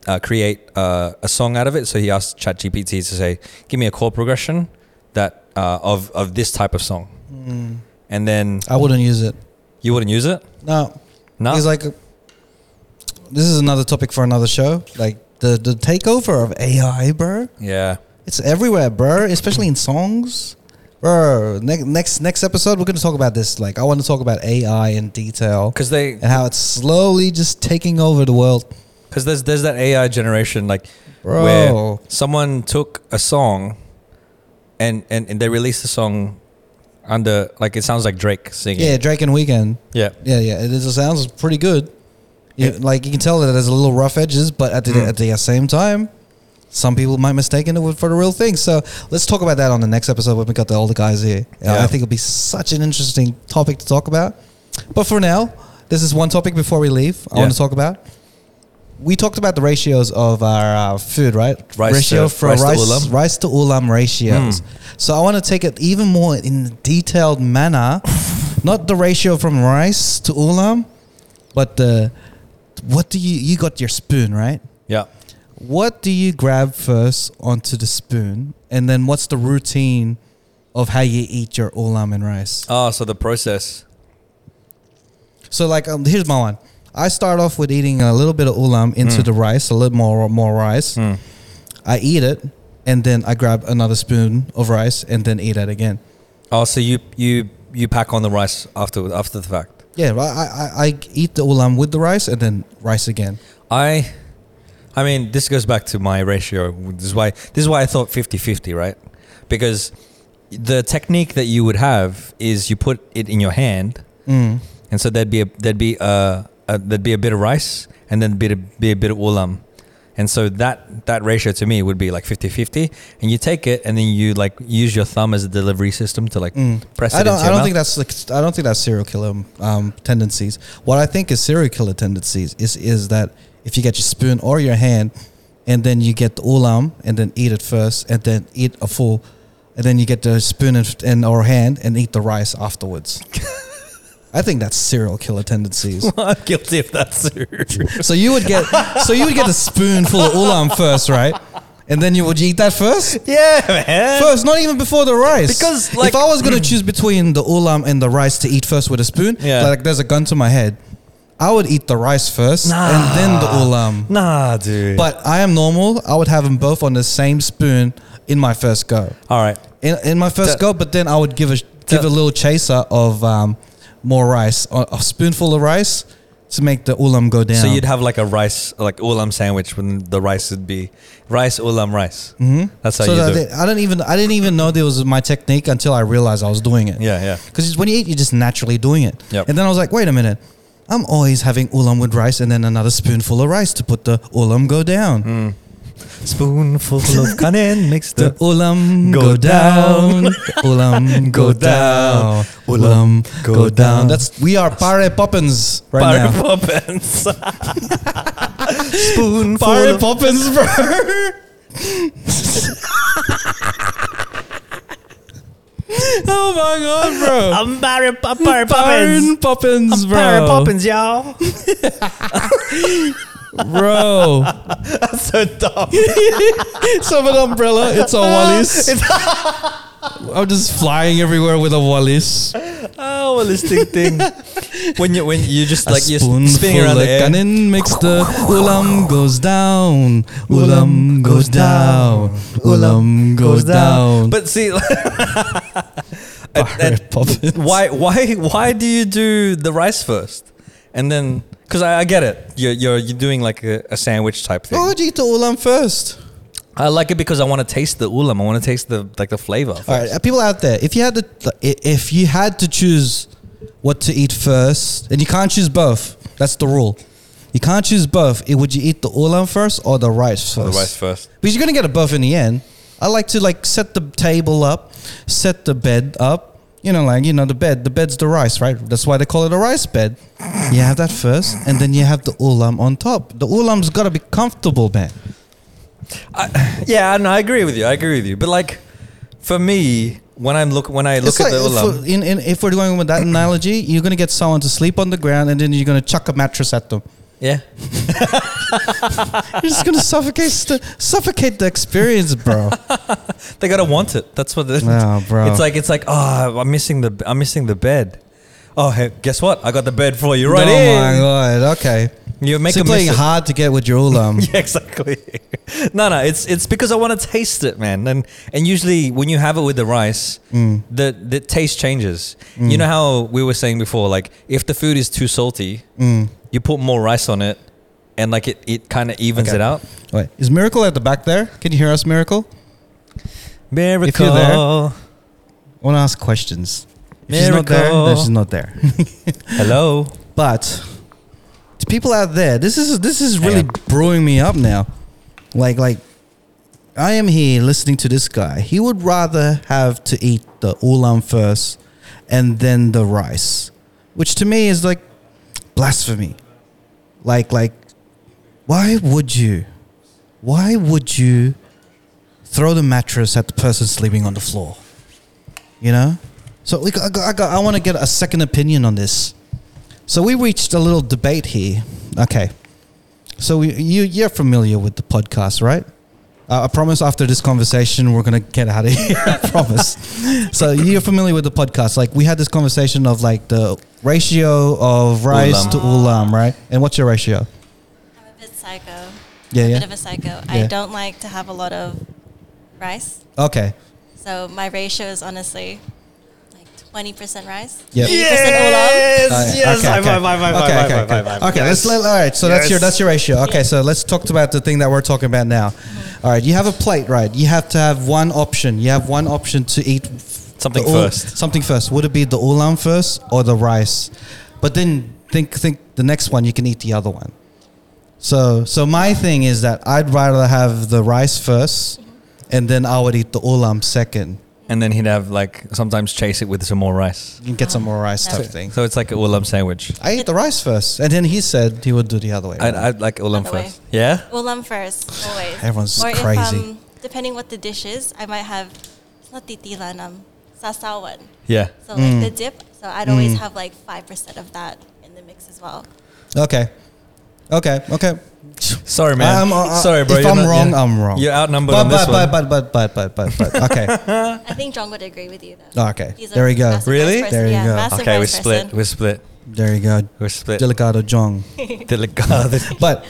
B: uh, create uh, a song out of it. So he asked ChatGPT to say, "Give me a chord progression that uh, of of this type of song,"
A: Hmm.
B: and then
A: I wouldn't use it.
B: you wouldn't use it.
A: No.
B: No,
A: He's like, this is another topic for another show. Like the the takeover of AI, bro.
B: yeah,
A: It's everywhere, bro. Especially in songs, bro. Ne- next next episode, we're gonna talk about this. Like, I want to talk about AI in detail
B: because they
A: and how it's slowly just taking over the world.
B: because there's there's that AI generation like
A: Bro.
B: where someone took a song and, and and they released the song under like it sounds like Drake singing.
A: Yeah, Drake and Weekend.
B: yeah.
A: Yeah, yeah. It, is, it sounds
B: Mm.
A: pretty good. You, like you can tell that there's a little rough edges, but at the at the same time, some people might mistake it for the real thing. So let's talk about that on the next episode when we got the older guys here. Uh,
B: Yeah.
A: I think it'll be such an interesting topic to talk about. But for now, this is one topic before we leave. I
B: Yeah.
A: want to talk about. We talked about the ratios of our uh, food, right?
B: Rice
A: Ratio
B: to-
A: for
B: rice
A: rice,
B: to
A: rice,
B: ulam. Hmm.
A: to ulam ratios. So I want to take it even more in a detailed manner, not the ratio from rice to ulam, but the what do you you got your spoon right?
B: Yeah.
A: What do you grab first onto the spoon, and then what's the routine of how you eat your ulam and rice?
B: Oh, so the process.
A: So, like, um, here's my one. I start off with eating a little bit of ulam into the rice, a little more more rice. I eat it, and then I grab another spoon of rice, and then eat it again.
B: Oh, so you you you pack on the rice after after the fact.
A: Yeah, I, I, I- I eat the ulam with the rice, and then rice again.
B: I I mean, this goes back to my ratio. This is why this is why I thought 50-50, right? Because the technique that you would have is you put it in your hand,
A: Mm.
B: and so there'd be a there'd be a, a there'd be a bit of rice, and then be a, be a bit of ulam, and so that that ratio to me would be like 50-50. And you take it, and then you like use your thumb as a delivery system to like
A: Mm.
B: press it
A: I don't.
B: into
A: I
B: your
A: don't
B: mouth.
A: think that's like. I don't think that's serial killer um, tendencies. What I think is serial killer tendencies is is that if you get your spoon or your hand, and then you get the ulam and then eat it first, and then eat a full, and then you get the spoon and, and or hand and eat the rice afterwards. I think that's serial killer tendencies.
B: I'm guilty if that's true.
A: So you would get. So you would get a spoonful of ulam first, right? And then you would you eat that first.
B: Yeah, man.
A: First, not even before the rice.
B: Because,
A: if
B: like-
A: I was gonna choose between the ulam and the rice to eat first with a spoon,
B: Yeah.
A: like there's a gun to my head, I would eat the rice first and then the ulam.
B: Nah, dude.
A: But I am normal. I would have them both on the same spoon in my first go.
B: all right.
A: In, in my first
B: That-
A: go, but then I would give a give a little chaser of um, more rice, a, a spoonful of rice to make the ulam go down.
B: So you'd have like a rice, like ulam sandwich, when the rice would be rice ulam rice. Mm-hmm. That's how
A: so
B: you
A: that
B: do.
A: they-
B: it.
A: I don't even I didn't even know there was my technique until I realized I was doing it.
B: Yeah, yeah.
A: Because when you eat, you're just naturally doing it.
B: Yep.
A: And then I was like, wait a minute. I'm always having ulam with rice and then another spoonful of rice to put the ulam go down.
B: Spoonful of kanin mixed
A: The
B: up.
A: ulam go,
B: Go
A: down. ulam go
B: Go down.
A: down.
B: Ulam
A: Ulam
B: go
A: go
B: down.
A: down. That's we are Pare Poppins right
B: Barry
A: now.
B: Poppins. Spoonful.
A: Pare
B: of-
A: Poppins, bro. oh my god, bro.
B: I'm Barry Pop- Barry
A: Byron Poppins,
B: Poppins.
A: bro.
B: Barry Poppins, y'all.
A: bro.
B: so dumb.
A: it's of an umbrella. It's a wallis. I'm just flying everywhere with a wallis.
B: Oh, holistic thing. when you when you just like you're spinning
A: spoonful
B: around
A: of
B: the air.
A: cannon makes the ulam goes down. Ulam goes down. Ulam goes down.
B: But see,
A: Barry Poppins.
B: why why why do you do the rice first and then because I, I get it you're, you're you're doing like a, a sandwich type thing
A: Why would you eat the ulam first?
B: i like it because i want to taste the ulam i want to taste the like the flavor
A: All right, uh, people out there, if you had to, i- if you had to choose what to eat first, and you can't choose both, that's the rule. You can't choose both. It, would you eat the ulam first or the rice first?
B: the rice first
A: Because you're gonna get a buff in the end. I like to like set the table up, set the bed up. You know, like you know, the bed. The bed's the rice, right? That's why they call it a rice bed. You have that first, and then you have the ulam on top. The ulam's gotta be comfortable, man.
B: I, yeah and i agree with you i agree with you but like for me when i'm look when i look
A: It's
B: at the
A: like if,
B: ulam
A: in, in, if we're going with that analogy, you're gonna get someone to sleep on the ground, and then you're gonna chuck a mattress at them.
B: yeah
A: You're just gonna suffocate the suffocate the experience, bro.
B: they gotta want it that's what the,
A: Nah, bro.
B: it's like it's like oh i'm missing the i'm missing the bed oh hey, guess what i got the bed for you right
A: oh
B: here
A: my god. Okay.
B: you make
A: so
B: a
A: you're playing
B: miss it.
A: hard to get with your ulam.
B: Yeah, exactly. no, no, it's it's because I want to taste it, man. And and usually when you have it with the rice,
A: Mm.
B: the the taste changes. You know how we were saying before, like if the food is too salty,
A: Mm.
B: you put more rice on it, and like it it kind of evens
A: Okay.
B: it out.
A: Wait, is Miracle at the back there? Can you hear us, Miracle?
B: Miracle.
A: you're there, I want to ask questions. If she's not there,
B: Miracle.
A: then she's not there.
B: Hello.
A: but to people out there, this is this is really
B: Hang
A: brewing me up now. Like like I am here listening to this guy. He would rather have to eat the ulam first and then the rice, which to me is like blasphemy. Like, like, why would you? Why would you throw the mattress at the person sleeping on the floor? You know? So we, got- I, got, I, got, I want to get a second opinion on this. So we reached a little debate here. Okay. So we, you, you're familiar with the podcast, right? Uh, I promise after this conversation, we're going to get out of here. I promise. so you're familiar with the podcast. Like we had this conversation of like the ratio of rice to ulam, right? And what's your ratio?
D: I'm a bit psycho.
A: Yeah,
D: a
A: yeah.
D: bit of a psycho.
A: Yeah.
D: I don't like to have a lot of rice.
A: Okay.
D: So my ratio is honestly like 20% rice.
A: Yep.
D: 80% ulam.
A: Okay,
B: yes.
A: okay,
B: High
A: okay.
B: five, high five,
A: Okay,
B: high
A: okay,
B: five,
A: okay.
B: high five.
A: Okay, let's
B: Yes.
A: let, all right. So that's your
B: Yes.
A: that's your ratio. Okay, so let's talk about the thing that we're talking about now. All right, you have a plate, right? You have to have one option. You have one option to eat
B: Something
A: the ul-
B: first.
A: Something first. Would it be the ulam first or the rice? But then think think the next one you can eat the other one. So so my thing is that I'd rather have the rice first and then I would eat the ulam second.
B: And then he'd have like sometimes chase it with some more rice.
A: You can get some more rice
D: Okay.
A: type thing.
B: So it's like an ulam sandwich.
A: I eat the rice first, and then he said he would do the other way.
B: I'd,
A: around.
B: I'd like ulam
D: Other way.
B: first. Yeah.
D: Ulam first, always.
A: Everyone's
D: or
A: crazy.
D: If, um, depending what the dish is, I might have, it's not titilan, um, sasawan.
B: Yeah.
D: So
A: Mm.
D: like the dip. So I'd always have like 5% of that in the mix as well.
A: Okay. Okay. Okay.
B: Sorry, man.
A: I'm, uh,
B: Sorry, bro.
A: If
B: You're
A: I'm
B: not-
A: wrong,
B: yeah.
A: I'm wrong.
B: You're outnumbered
A: but,
B: on this
A: but, but,
B: one.
A: but, but, but, but, but, but, okay.
D: I think John would agree with you though.
A: Oh, okay.
D: He's a
A: There we go.
D: massive rice
B: Really?
D: person.
A: There you
D: yeah,
A: go.
D: massive
B: okay, we're
D: rice
B: split.
D: person.
B: We're split.
A: There you go.
B: We're split.
A: Delicado Jong.
B: Delicado.
A: But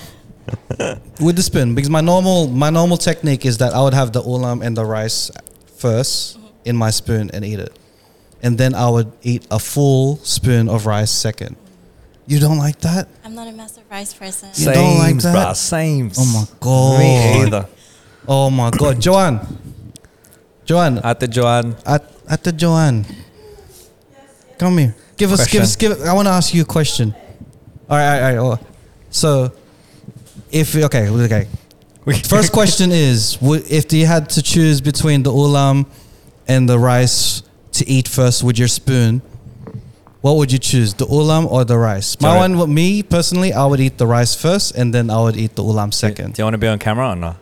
A: with the spoon, because my normal my normal technique is that I would have the ulam and the rice 1st
D: Mm-hmm.
A: in my spoon and eat it, and then I would eat a full spoon of rice second. You don't like that?
D: I'm not a massive rice person.
A: You don't like
B: Sames,
A: that?
B: bruh. Sames.
A: Oh my god.
B: Me either.
A: Oh my god, Joanne. Joanne,
B: At the Joanne.
A: at at the Joanne. Come here. Give us, give us, give. I want to ask you a question. All right, all right, all right. So, if okay, okay. First question is: would, If you had to choose between the ulam and the rice to eat first with your spoon, what would you choose, the ulam or the rice? My
B: Sorry.
A: one, with me personally, I would eat the rice first, and then I would eat the ulam
B: Do
A: second.
B: you want to be on camera or not?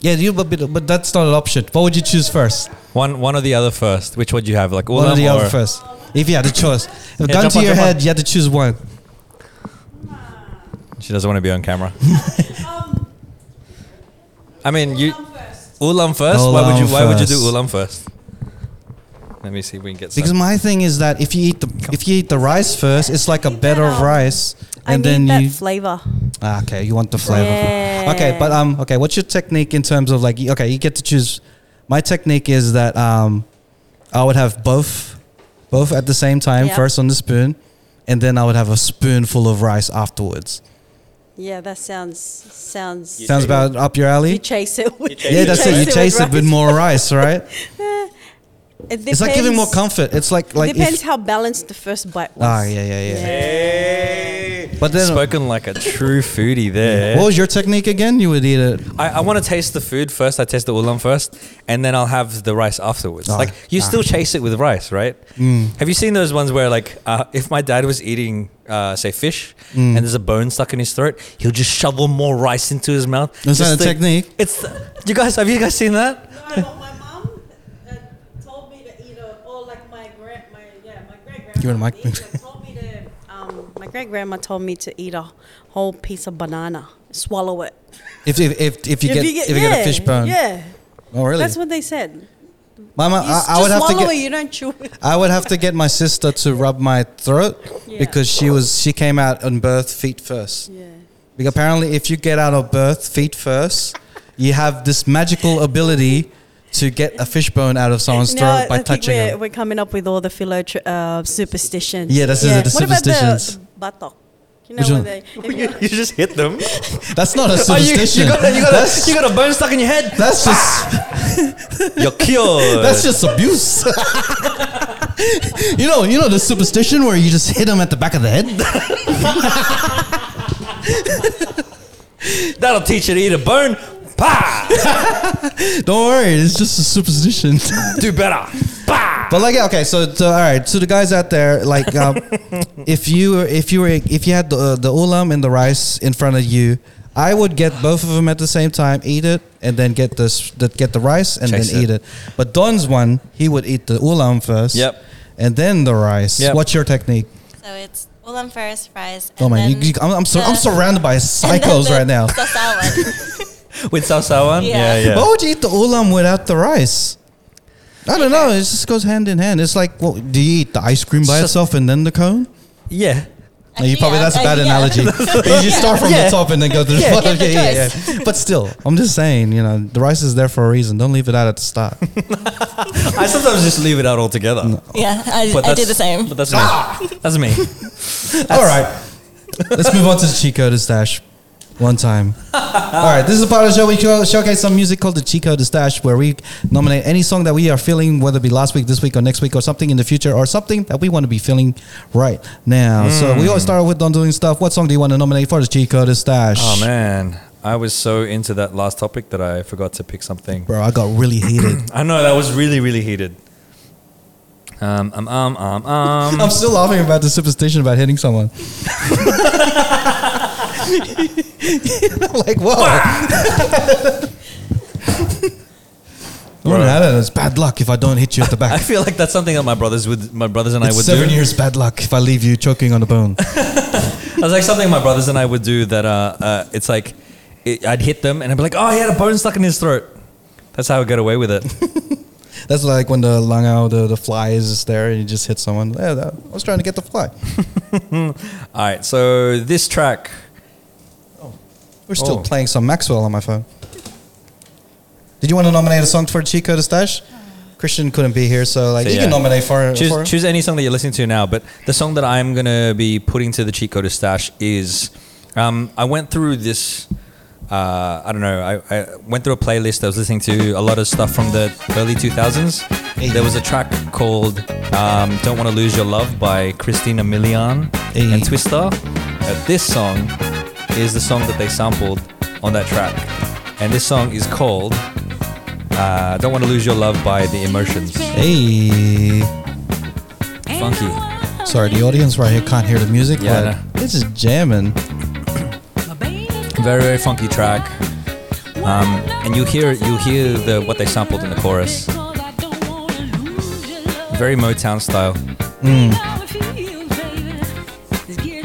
A: Yeah, you, but but that's not an option. What would you choose first?
B: One, one or the other first. Which would you have? Like ulam
A: one or the
B: or-
A: other first. If you had a choice, if a
B: Yeah,
A: gun
B: jump
A: to
B: on,
A: your
B: jump on.
A: head, you had to choose one.
B: She doesn't want to be on camera.
A: Um,
B: I mean, you ulam first. why would you?
A: Ulam
B: Why would you do
A: first.
B: ulam first? Let me see if we can get.
A: Because
B: some.
A: my thing is that if you eat the if you eat the rice first, it's like a bed of rice,
G: I
A: and
G: need
A: then
G: that
A: you
G: flavor.
A: ah, okay, you want the flavor.
G: Yeah.
A: Okay, but um, okay, what's your technique in terms of like? you- Okay, you get to choose. My technique is that um, I would have both, both at the same time,
G: Yeah.
A: first on the spoon, and then I would have a spoonful of rice afterwards.
G: Yeah, that sounds sounds.
A: Sounds about up your alley.
G: You chase it. With,
A: yeah, that's it. You chase it with more rice, right?
G: It
A: It's like giving more
G: depends-
A: comfort. It's like like if-
G: depends how balanced the first bite was.
A: Ah, yeah, yeah, yeah. But then,
B: Spoken like a true foodie there.
A: what was your technique again? You would eat it.
B: I, I want to taste the food first. I taste the ulam first, and then I'll have the rice afterwards.
A: Ah,
B: like you still chase it with rice, right? Mm. Have you seen those ones where, like, uh, if my dad was eating, uh, say, fish,
A: Mm.
B: and there's a bone stuck in his throat, he'll just shovel more rice into his mouth.
A: Is that
B: Just
A: a technique?
B: It's you guys. Have you guys seen that?
H: No, but my mom uh, told me to, you know, or like my grand, my yeah, my great grandma.
A: Give her the mic.
H: told me to. Um, my great grandma told me to eat a whole piece of banana, swallow it.
A: If if if, if you get, if you get a fish bone.
H: yeah,
A: Oh really?
H: that's what they said.
A: Mama,
H: You
A: I,
H: s-
A: I would
H: just
A: have to
H: swallow
A: get
H: it. You don't chew it.
A: I would have to get my sister to rub my throat
H: Yeah.
A: because she was she came out on birth feet first.
H: Yeah.
A: Because apparently, if you get out of birth feet first, you have this magical ability to get a fish bone out of someone's
H: Now,
A: throat by
H: I think
A: touching
H: we're,
A: it.
H: we're coming up with all the philo tr- uh, superstitions.
A: Yeah, this is the
H: What about
A: superstitions.
H: the batok? You know
A: Which
H: when
A: one?
H: they. if
B: You,
H: you-
B: you just hit them.
A: That's not a
B: Oh, you,
A: superstition.
B: you, got a, you, got
A: that's,
B: a, you got a bone stuck in your head.
A: that's just.
B: You're cured.
A: That's just abuse. you know, you know the superstition where you just hit them at the back of the head.
B: That'll teach you to eat a bone. Pa!
A: Don't worry, it's just a superstition.
B: Do better. Pa!
A: But like, yeah, okay, so, so all right, so the guys out there, like, um, if you were- if you were if you had the uh, the ulam and the rice in front of you, I would get both of them at the same time, eat it, and then get this the, get the rice and
B: Chase
A: then eat
B: it.
A: it. But Don's one, he would eat the ulam first.
B: Yep.
A: And then the rice.
B: Yep.
A: What's your technique?
D: So it's ulam first, fries.
A: Oh
D: and
A: man, you,
D: then
A: you, I'm I'm, sur- I'm
D: the-
A: surrounded by
D: and then
A: psychos
D: the
A: right now.
D: sasawan.
B: With salsa one?
D: Yeah.
B: yeah.
A: Why would you eat the ulam without the rice? I don't know. It just goes hand in hand. It's like, well, do you eat the ice cream by
B: So-
A: itself and then the cone?
B: yeah.
A: No, you probably
D: Yeah,
A: that's a
D: uh,
A: bad
D: yeah.
A: analogy. you just start from
B: Yeah.
A: the top and then go to the
B: Yeah.
A: bottom.
D: You have the
A: yeah. But still, I'm just saying, you know, the rice is there for a reason. Don't leave it out at the start.
B: I sometimes just leave it out altogether.
D: yeah, I, I
B: that's-
D: do the same.
B: But that's me. That's me.
A: All right, let's move on to the cheat code of stash. One time. All right, this is a part of the show. We show- showcase some music called the Cheat Code of Stash, where we nominate any song that we are feeling, whether it be last week, this week, or next week, or something in the future, or something that we want to be feeling right now. So we always start with on doing stuff. What song do you want to nominate for the Cheat Code of Stash?
B: Oh, man. I was so into that last topic that I forgot to pick something.
A: Bro, I got really heated.
B: I know, that was really, really heated. Um, um, um, um, um.
A: I'm still laughing about the superstition about hitting someone. like, whoa. You wanna add it, It's bad luck if I don't hit you at the
B: I
A: back.
B: feel like that's something that my brothers would, my brothers and I
A: It's
B: would
A: seven
B: do.
A: years bad luck if I leave you choking on a bone.
B: I was like something my brothers and I would do that. Uh, uh, it's like it, I'd hit them and I'd be like, "Oh, he had a bone stuck in his throat." That's how I got away with it.
A: That's like when the langao, the, the fly is just there and you just hit someone. Yeah, that, I was trying to get the fly.
B: All right, so this track,
A: We're still
B: Oh.
A: playing some Maxwell on my phone. Did you want to nominate a song for Chico to stash? Christian couldn't be here, so like
B: So,
A: you
B: yeah.
A: can nominate for, for him.
B: choose, choose any song that you're listening to now. But the song that I'm gonna be putting to the cheat code to stash is, um, I went through this. Uh, I don't know. I, I went through a playlist. I was listening to a lot of stuff from the early 2000s.
A: Hey.
B: There was a track called um, "Don't Want to Lose Your Love" by Christina Milian
A: Hey.
B: and Twister. Uh, this song is the song that they sampled on that track, and this song is called uh, "Don't Want to Lose Your Love" by The Emotions.
A: Hey.
B: Funky.
A: Sorry, the audience right here can't hear the music,
B: Yeah, I
A: yeah, but it's just jamming.
B: very very funky track um, and you hear you hear the what they sampled in the chorus very motown style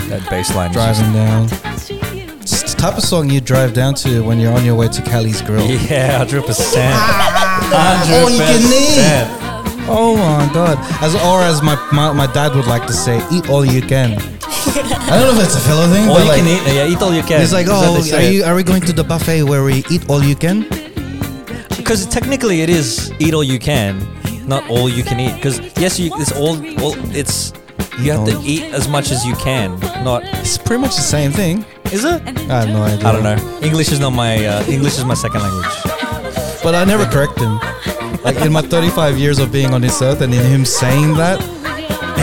B: that bass line is just-
A: Driving down. It's the type of song you drive down to when you're on your way to Cali's Grill.
B: yeah 100 percent
A: Ah. All you can eat. Oh my god. As or as my, my, my dad would like to say, eat all you can. I don't know if it's a fellow thing,
B: all
A: but
B: you
A: like,
B: can eat yeah eat all you can
A: It's like, oh, are, you, are we going to the buffet where we eat all you can?
B: because technically it is eat all you can not all you can eat because yes you it's all, all it's you have to
A: all-
B: eat as much as you can not
A: It's pretty much the same thing.
B: is it
A: I have no idea.
B: i don't know english is not my uh, english is my second language
A: But I never correct him. Like in my 35 years of being on this earth and in him saying that,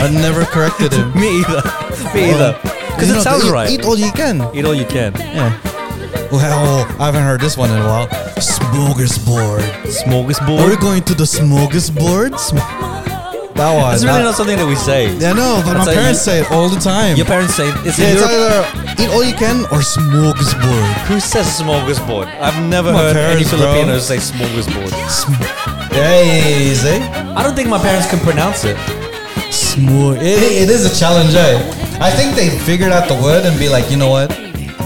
A: I never corrected him.
B: Me either. Me either. Because
A: You
B: it
A: know,
B: sounds
A: eat,
B: right.
A: Eat all you can.
B: Eat all you can.
A: Yeah. Well, I haven't heard this one in a while. Smorgasbord. Are we
B: Smorgasbord.
A: going to the smorgasbord? Sm- that one.
B: That's really not something that we say.
A: yeah, no, but my
B: That's how
A: parents
B: you-
A: say it all the time.
B: Your parents say it's
A: Yeah,
B: in
A: it's
B: Europe.
A: either eat all you can or smorgasbord.
B: Who says smorgasbord? I've never
A: My
B: heard
A: parents,
B: any
A: bro.
B: Filipinos say smorgasbord.
A: Hey, see?
B: I don't think my parents can pronounce it.
A: Smor- it, it is a challenge, eh? I think they figured out the word and be like, you know what?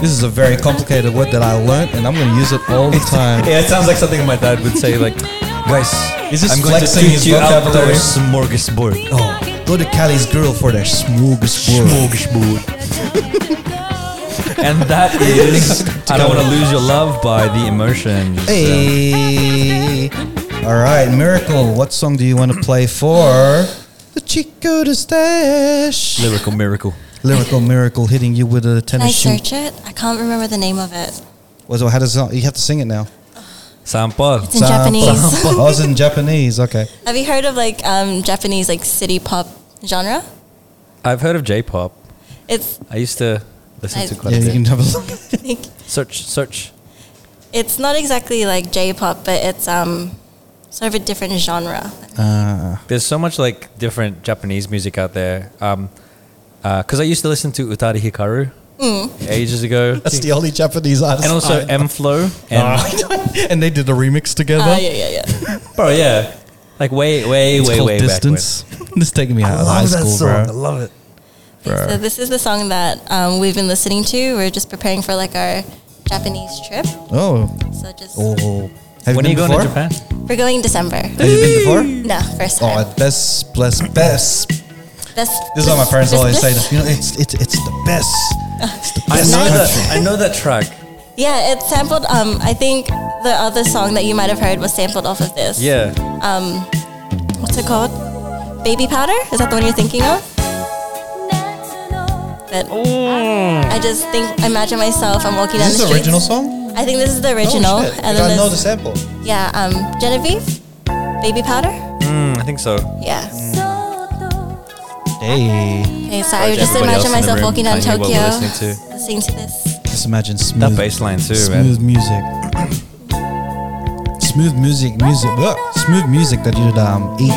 A: This is a very complicated word that I learned and I'm going to use it all the time.
B: Yeah, it sounds like something my dad would say. Like, guys,
A: He's just
B: I'm going to
A: flexing his
B: teach you outdoor
A: vocabulary.
B: smorgasbord.
A: Oh, go to Cali's girl for their smorgasbord.
B: and that is I don't want to lose your love by the emotions.
A: Hey. All right, Miracle, what song do you want to play for the Chico to Stash?
B: Lyrical miracle.
A: Lyrical Miracle hitting you with a
D: Can I
A: tennis shoe.
D: search it? I can't remember the name of it.
A: Well, so how does it, you have to sing it now?
B: Sample.
D: It's in Japanese.
A: I was Oh, in Japanese. Okay.
D: Have you heard of like um, Japanese like city pop genre?
B: I've heard of J-pop.
D: It's
B: I used to listen
D: I-
B: to quite
A: Yeah,
B: a
A: you
B: bit.
A: can have a look.
D: like
B: Search, search.
D: It's not exactly like J-pop, but it's um, sort of a different genre.
A: Uh,
B: There's so much like different Japanese music out there. Um, because I used to listen to Utari Hikaru ages ago,
F: That's the only Japanese artist.
B: and also
F: I-
B: M Flow and
F: Ah. and they did a remix together.
D: Ah, yeah, yeah, yeah.
B: bro, yeah, like way, way,
A: it's
B: way,
A: called
B: way
A: distance. this is taking me out of high school, bro.
F: love it.
D: So this is the song that um, we've been listening to. We're just preparing for like our Japanese trip.
A: Oh,
D: So just
A: oh. Have
B: backwards. When are you
A: you been
B: going
A: before?
B: to Japan?
D: we're going December.
A: Have you been before?
D: No, first time.
A: Oh, best, best, best.
D: That's
A: This is what my parents always say. You know, it's it's it's the best. It's the
B: I
A: best
B: know
A: country.
B: that. I know that track.
D: Yeah, it's sampled. Um, I think the other song that you might have heard was sampled off of this.
B: Yeah,
D: What's it called? Baby powder? Is that the one you're thinking of? But I just think, imagine myself. I'm walking down
A: Is this
D: the
A: the
D: street.
A: original song?
D: I think this is the original.
A: Oh, shit. I
D: And then
A: know the
D: this-
A: sample.
D: yeah, um, Genevieve, baby powder.
B: Mm, I think so.
D: Yeah.
A: Hey,
D: Okay, so I
B: Roger,
D: would just
B: everybody else in
D: imagine
B: the
D: myself
B: room
D: walking down
B: can't hear
D: Tokyo,
B: what we're listening to.
D: listening to this.
A: just imagine
B: That
A: smooth,
B: bass line too, man.
A: smooth music. Smooth music, music, ugh, smooth music that you'd um eat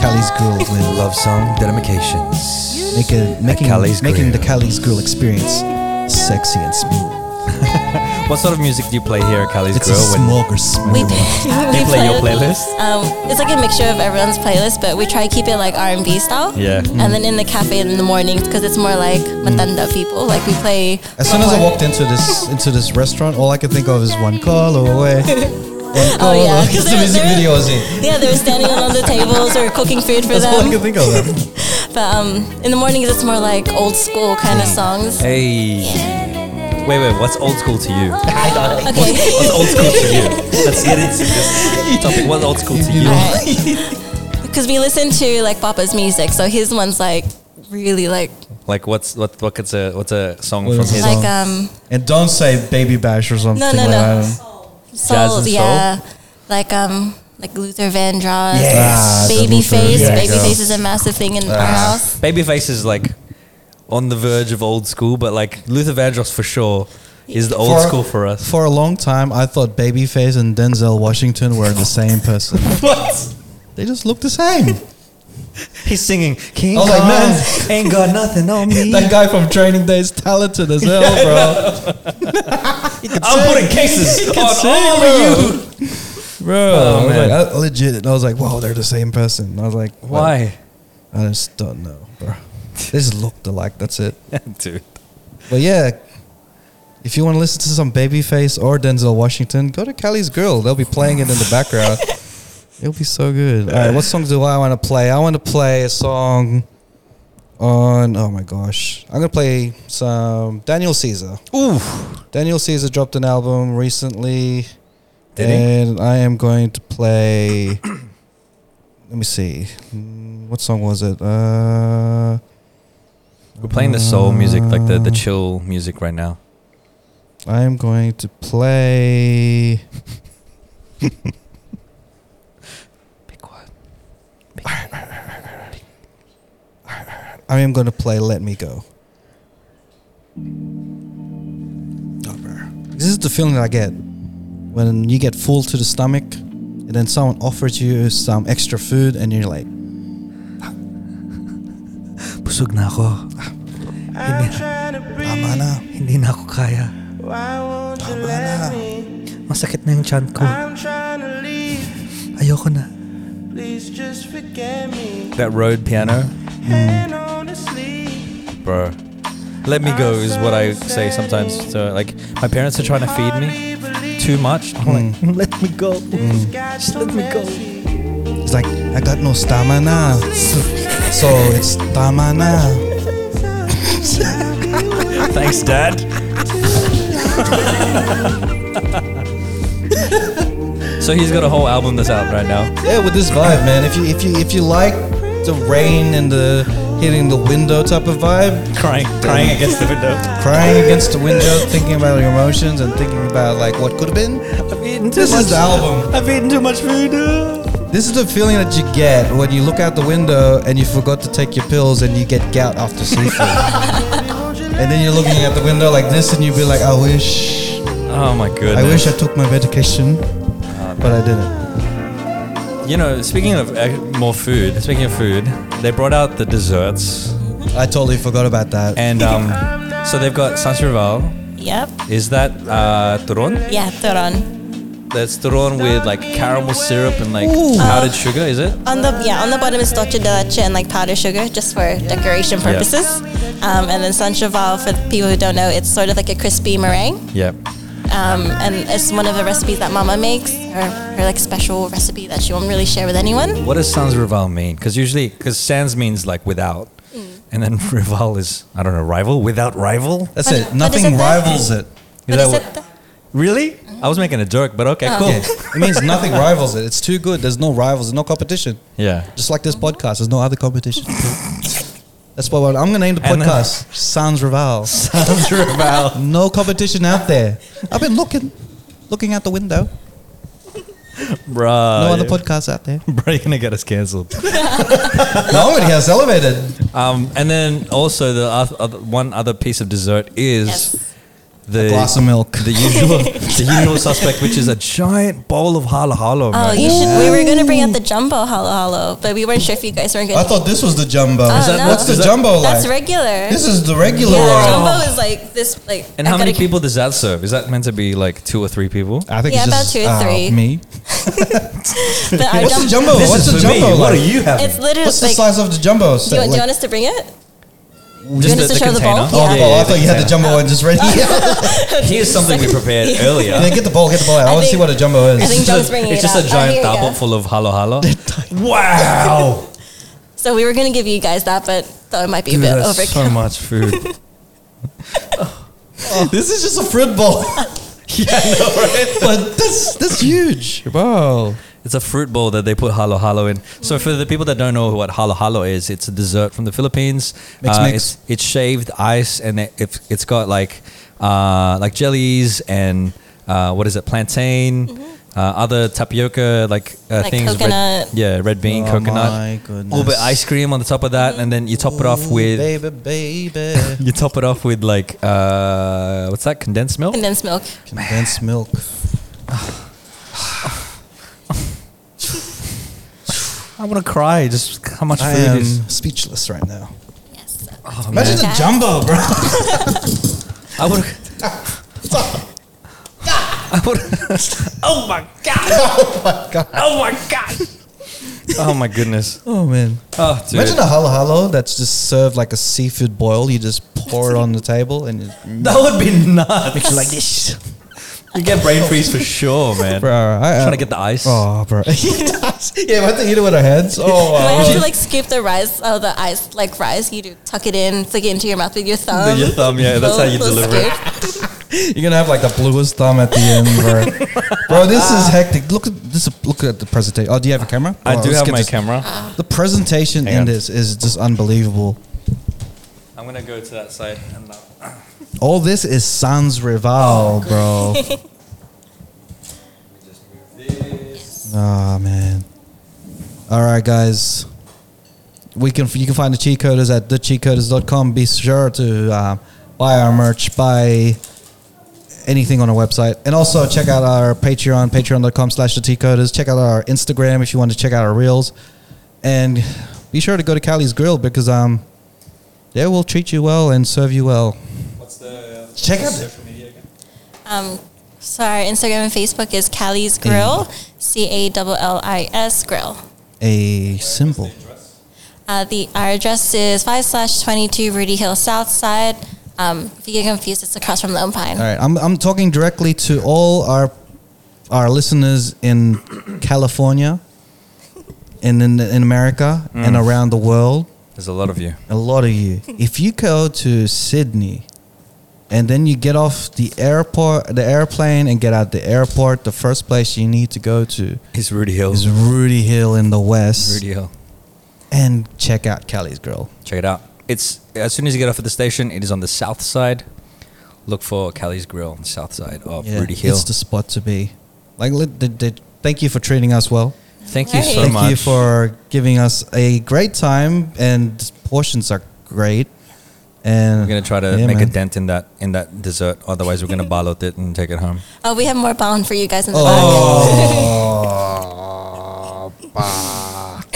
A: Cali's grill with.
B: Love song dedications.
A: Make it, making
B: Cali's
A: making the
B: Grill.
A: Cali's grill experience sexy and smooth.
B: What sort of music do you play here at Cali's
A: It's
B: Grill?
A: a
B: when-
A: smoker
D: We,
A: smooth.
D: we
B: play your playlist?
D: Um, it's like a mixture of everyone's playlist, but we try to keep it like R and B style.
B: Yeah. Mm.
D: And then in the cafe in the mornings, because it's more like matanda people. Like we play.
A: As soon as I walked into this into this restaurant, all I could think of is one call away. One call
D: Oh, yeah,
A: away. It's
D: 'cause
A: the
D: there-
A: music
D: there-
A: video is it.
D: Yeah, they were standing on the tables or cooking food for
A: That's all I
D: them.
A: could think of.
D: But um, in the mornings, it's more like old school kind of songs.
B: Hey. Wait, wait, what's old school to you?
D: Okay.
B: What's old school to you? Let's get into this topic. What's old school to you?
D: Because we listen to like Papa's music, so his one's like really like
B: Like, what's what? What's a what's a song
A: What
B: from
A: is
B: his?
A: it?
D: like um
A: And don't say baby bash or something
D: no,
A: like
D: no.
A: that.
B: Jazz
D: soul,
B: and
D: yeah, like um like Luther Vandross,
A: Yes. Ah, the Luther,
D: Babyface.
A: there you
D: Babyface
A: go. Ah.
D: is a massive thing in our house.
B: Babyface is like on the verge of old school, but like Luther Vandross for sure is the old
A: For-
B: school for us.
A: For a long time, I thought Babyface and Denzel Washington were the same person.
B: What?
A: They just look the same.
B: He's singing King
A: I was like, man.
B: Kong ain't got nothing on me.
A: that guy from Training Day is talented as hell,
B: I'm putting cases on all of you.
A: bro. bro,
B: Oh,
D: Oh,
A: I was like, I- legit. And I was like, wow, they're the same person. I was like,
B: Why,
A: I just don't know, bro. They just looked alike. That's it.
B: dude?
A: But yeah, if you want to listen to some Babyface or Denzel Washington, go to Cali's Grill. They'll be playing it in the background. It'll be so good. All right, what songs do I want to play? I want to play a song on. Oh my gosh, I'm gonna play some Daniel Caesar.
B: Ooh.
A: Daniel Caesar dropped an album recently,
B: Did he?
A: and I am going to play. let me see, Mm, what song was it? Uh,
B: We're playing the soul music, like the, the chill music right now.
A: I am going to play.
B: Be quiet.
A: I am going to play Let Me Go. Oh, This is the feeling I get when you get full to the stomach and then someone offers you some extra food and you're like,
B: Busog na ako. Hindi,
A: tama na.
B: hindi na ako kaya. Masakit na yung chan ko. Ayoko na. That road piano. Bro. Let me go is what I say sometimes. So like my parents are trying to feed me too much. I'm
A: Hmm.
B: like, let me go. Just let me go.
A: It's like, I got no stamina. so it's stamina.
B: Thanks, Dad. so he's got a whole album that's out right now.
A: Yeah, with this vibe, man. If you if you if you like the rain and the hitting the window type of vibe,
B: Crying, crying against the window.
A: crying against the window, thinking about your emotions and thinking about like what could have been.
B: I've eaten too
A: This
B: much.
A: is the album.
B: I've eaten too much food.
A: This is the feeling that you get when you look out the window and you forgot to take your pills and you get gout after seafood. and then you're looking at the window like this and you be like, I wish
B: Oh my goodness.
A: I wish I took my medication, but I didn't.
B: You know, speaking of uh, more food, speaking of food, they brought out the desserts,
A: I totally forgot about that.
B: and um, so they've got Sansrival.
D: Yep.
B: Is that uh, turon?
D: Yeah, turon.
B: That's turon with like caramel syrup and like powdered sugar, is it?
D: On the yeah, on the bottom is dulce de leche and like powdered sugar, just for decoration purposes. Um, and then San Cheval, for people who don't know, it's sort of like a crispy meringue,
B: Yep.
D: um, and it's one of the recipes that Mama makes, her, her like special recipe that she won't really share with anyone.
B: What does sans rival mean? Because usually, because sans means like without, and then rival is I don't know rival without rival. Is
A: That's it.
D: But- but is
A: Nothing
D: it that-
A: rivals it.
D: But
B: that
D: is
B: what-
D: it the-
B: really? I was making a joke, but okay, cool.
A: Yeah. It means nothing rivals it. It's too good. There's no rivals. There's no competition.
B: Yeah.
A: Just like this
D: Mm-hmm.
A: podcast, there's no other competition. That's why I'm going to name the
B: And, uh,
A: podcast Sans Rival.
B: Sans rival.
A: No competition out there. I've been looking, looking out the window.
B: Bruh.
A: No
B: Oh,
A: other podcasts out there.
B: Bro, you're gonna get us cancelled.
A: No, it has elevated.
B: Um, and then also the oth- other, one other piece of dessert is
D: Yes.
B: the
A: glass of milk.
B: the usual the usual suspect, which is a giant bowl of halo halo.
D: Oh, you should. We were gonna bring out the jumbo halo halo, but we weren't sure if you guys weren't gonna.
A: I thought this was the jumbo.
D: Oh, Is that- no.
A: What's the
D: is
B: that-
A: jumbo
D: that's
A: like?
D: regular.
A: This is uh, the regular
D: yeah,
A: one.
D: jumbo is like this. Like
B: and
D: I
B: how many
D: gotta-
B: people does that serve? Is that meant to be like two or three people?
A: I think
D: Yeah,
A: it's
D: about
A: just
D: two or
A: uh,
D: three.
A: me.
D: But our
A: What's the
D: jum-
A: jumbo? Oh, What's the jumbo like?
B: What are you having?
D: It's literally
A: What's the
D: like.
A: size of the jumbo?
D: do, you, do you want us to bring it?
B: Just
D: want us to show the bowl?
A: Oh,
D: Yeah.
A: the bowl. I thought you had the jumbo one just ready.
B: Here's something we prepared earlier.
A: yeah, get the bowl, get the bowl out. I,
D: I
A: want to see
D: think-
A: what a jumbo is.
D: I think
B: It's just
D: John's
B: a-
D: bringing
B: it's
D: it
B: just
D: up.
B: a
D: Oh,
B: giant
D: here you
B: tablet
D: go.
B: full of halo halo. wow,
D: So we were gonna give you guys that, but thought it might be a
B: Dude,
D: bit
B: that's
D: overkill.
B: so much food.
A: This is just a fruit bowl,
B: yeah, I know, right?
A: but that's that's huge, bro.
B: It's a fruit bowl that they put halo halo in. So for the people that don't know what halo halo is, it's a dessert from the Philippines. Uh,
A: Mix, mix.
B: It's, it's shaved ice and it, it, it's got like uh, like jellies and uh, what is it plantain, uh, other tapioca like, uh,
D: Mm-hmm. Like
B: things. Red,
D: coconut.
B: yeah, red bean,
A: Oh
B: coconut.
A: my
B: A little bit
A: goodness.
B: ice cream on the top of that, and then you top it off with
A: baby, baby,
B: you top it off with like uh, what's that condensed milk?
D: Condensed milk.
A: condensed milk.
B: I want to cry. Just how much
A: I
B: food
A: am
B: is?
A: speechless right now.
D: Yes.
A: Imagine the
D: man.
A: jumbo, bro.
B: I would. I would. oh my god! Oh my god! Oh my goodness!
A: Oh man!
B: Oh, dude.
A: Imagine a halo halo that's just served like a seafood boil. You just pour it on the table and it,
B: that would be nuts. Picture like this. You get brain freeze for sure, man.
A: bro. I,
B: Trying to get the ice.
A: Oh, bro. yeah, we have to eat it with our hands. Oh,
D: Do I
A: wow.
D: have to like scoop the rice, oh the ice, like rice. You do tuck it in, flick it into your mouth with your thumb.
B: With your thumb, yeah, that's how you
D: Little- little
B: deliver it.
D: scoop.
A: You're gonna have like the bluest thumb at the end, bro. bro, this is hectic. Look at this. Look at the presentation. Oh, do you have a camera?
B: I
A: Oh,
B: do
A: let's
B: have
A: get
B: my
A: this-
B: camera.
A: The presentation
B: Hang
A: in
B: on.
A: this is just unbelievable.
B: I'm gonna go to that side. And uh,
A: All this is Sans Rival, bro. oh man. All right, guys. We can you can find the cheat coders at thecheatcoders.com. Be sure to uh, buy our merch, buy anything on our website, and also check out our Patreon, Patreon.com/slash the coders. Check out our Instagram if you want to check out our reels, and be sure to go to Cali's Grill because um, they will treat you well and serve you well.
B: What's the
A: Check out the-
D: Um, so our Instagram and Facebook is Callie's
B: Mm.
D: Grill, C A L L I S Grill.
A: a symbol.
D: Uh, the our address is five slash twenty two Rudy Hill South Side. Um, if you get confused, it's across from Lone Pine.
A: All right, I'm I'm talking directly to all our our listeners in California and in in America and
B: Mm.
A: around the world.
B: There's a lot of you.
A: A lot of you. if you go to Sydney and then you get off the airport, the airplane, and get out the airport, the first place you need to go to
B: It's Rudy Hill.
A: is Rudy Hill in the west,
B: Rudy Hill.
A: and check out Cali's Grill.
B: Check it out. It's as soon as you get off at the station, it is on the south side. Look for Callie's Grill on the south side of Rudy Hill.
A: It's the spot to be. Like, let- they- they- thank you for treating us well.
B: Thank you
D: Right.
B: so
A: Thank
B: much.
A: you for giving us a great time, and portions are great. And
B: We're gonna try to
A: yeah,
B: make
A: man.
B: a dent in that in that dessert. Otherwise, we're gonna ballot it and take it home.
D: Oh, we have more bound for you guys in the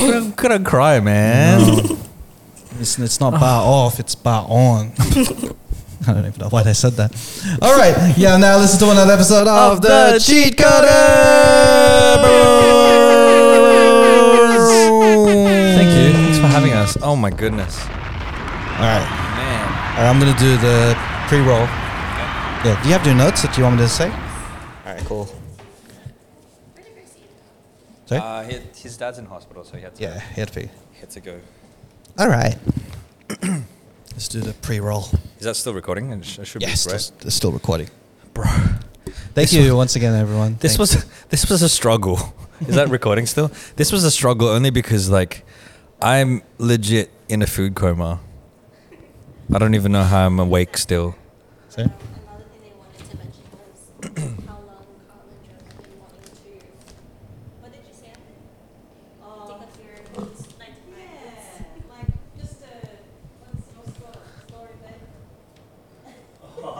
B: I'm gonna cry, man.
A: It's, it's not bar
B: Oh.
A: off, it's bar on. I don't even know why they said that. All right, yeah, now listen to another episode of, the, Cheat Coders.
B: Thank you. Thanks for having us. Oh my goodness,
A: All right,
B: man.
A: all right, I'm gonna do the pre-roll. Yeah, do you have your notes that you want me to say?
B: All right, cool.
A: Sorry?
B: Uh, his, his dad's in hospital, so he had to,
A: yeah, you have to be.
B: he had to go.
A: All right, let's do the pre-roll.
B: Is that still recording? It sh- it should
A: Yes,
B: be right.
A: still, still recording.
B: Bro,
A: Thank you once again, everyone.
B: this
A: Thank-
B: was this was a struggle. Is that recording still? This was a struggle only because like I'm legit in a food coma. I don't even know how I'm awake still.
A: Sorry?
D: Another thing they wanted to mention was how long Carl and Joe have been wanting to. What did you say? Take up your nine to five.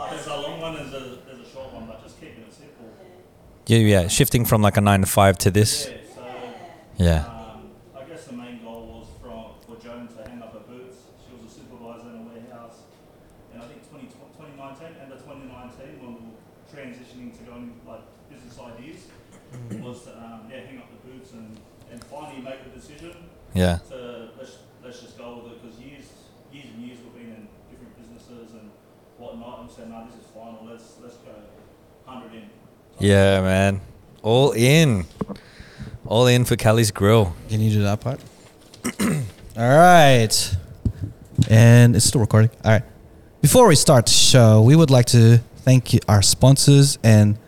I: There's a long one and there's a, there's a short one, but just keeping it simple.
B: Yeah, yeah. Shifting from like a nine to five to this.
I: Yeah, so
B: Yeah.
I: um, I guess the main goal was from, for Joan to hang up her boots. She was a supervisor in a warehouse. And I think 20, 2019, end of 2019, when we were transitioning to going like business ideas, was to, um, yeah, hang up the boots and, and finally make the decision
B: Yeah.
I: to let's, let's just go with it because years, years and years we've been in different businesses and whatnot and said, no, this is final, let's, let's go 100 in.
B: Yeah, man. All in. All in for Cali's grill.
A: Can you do that part? All right. And it's still recording. All right. Before we start the show, we would like to thank you, our sponsors and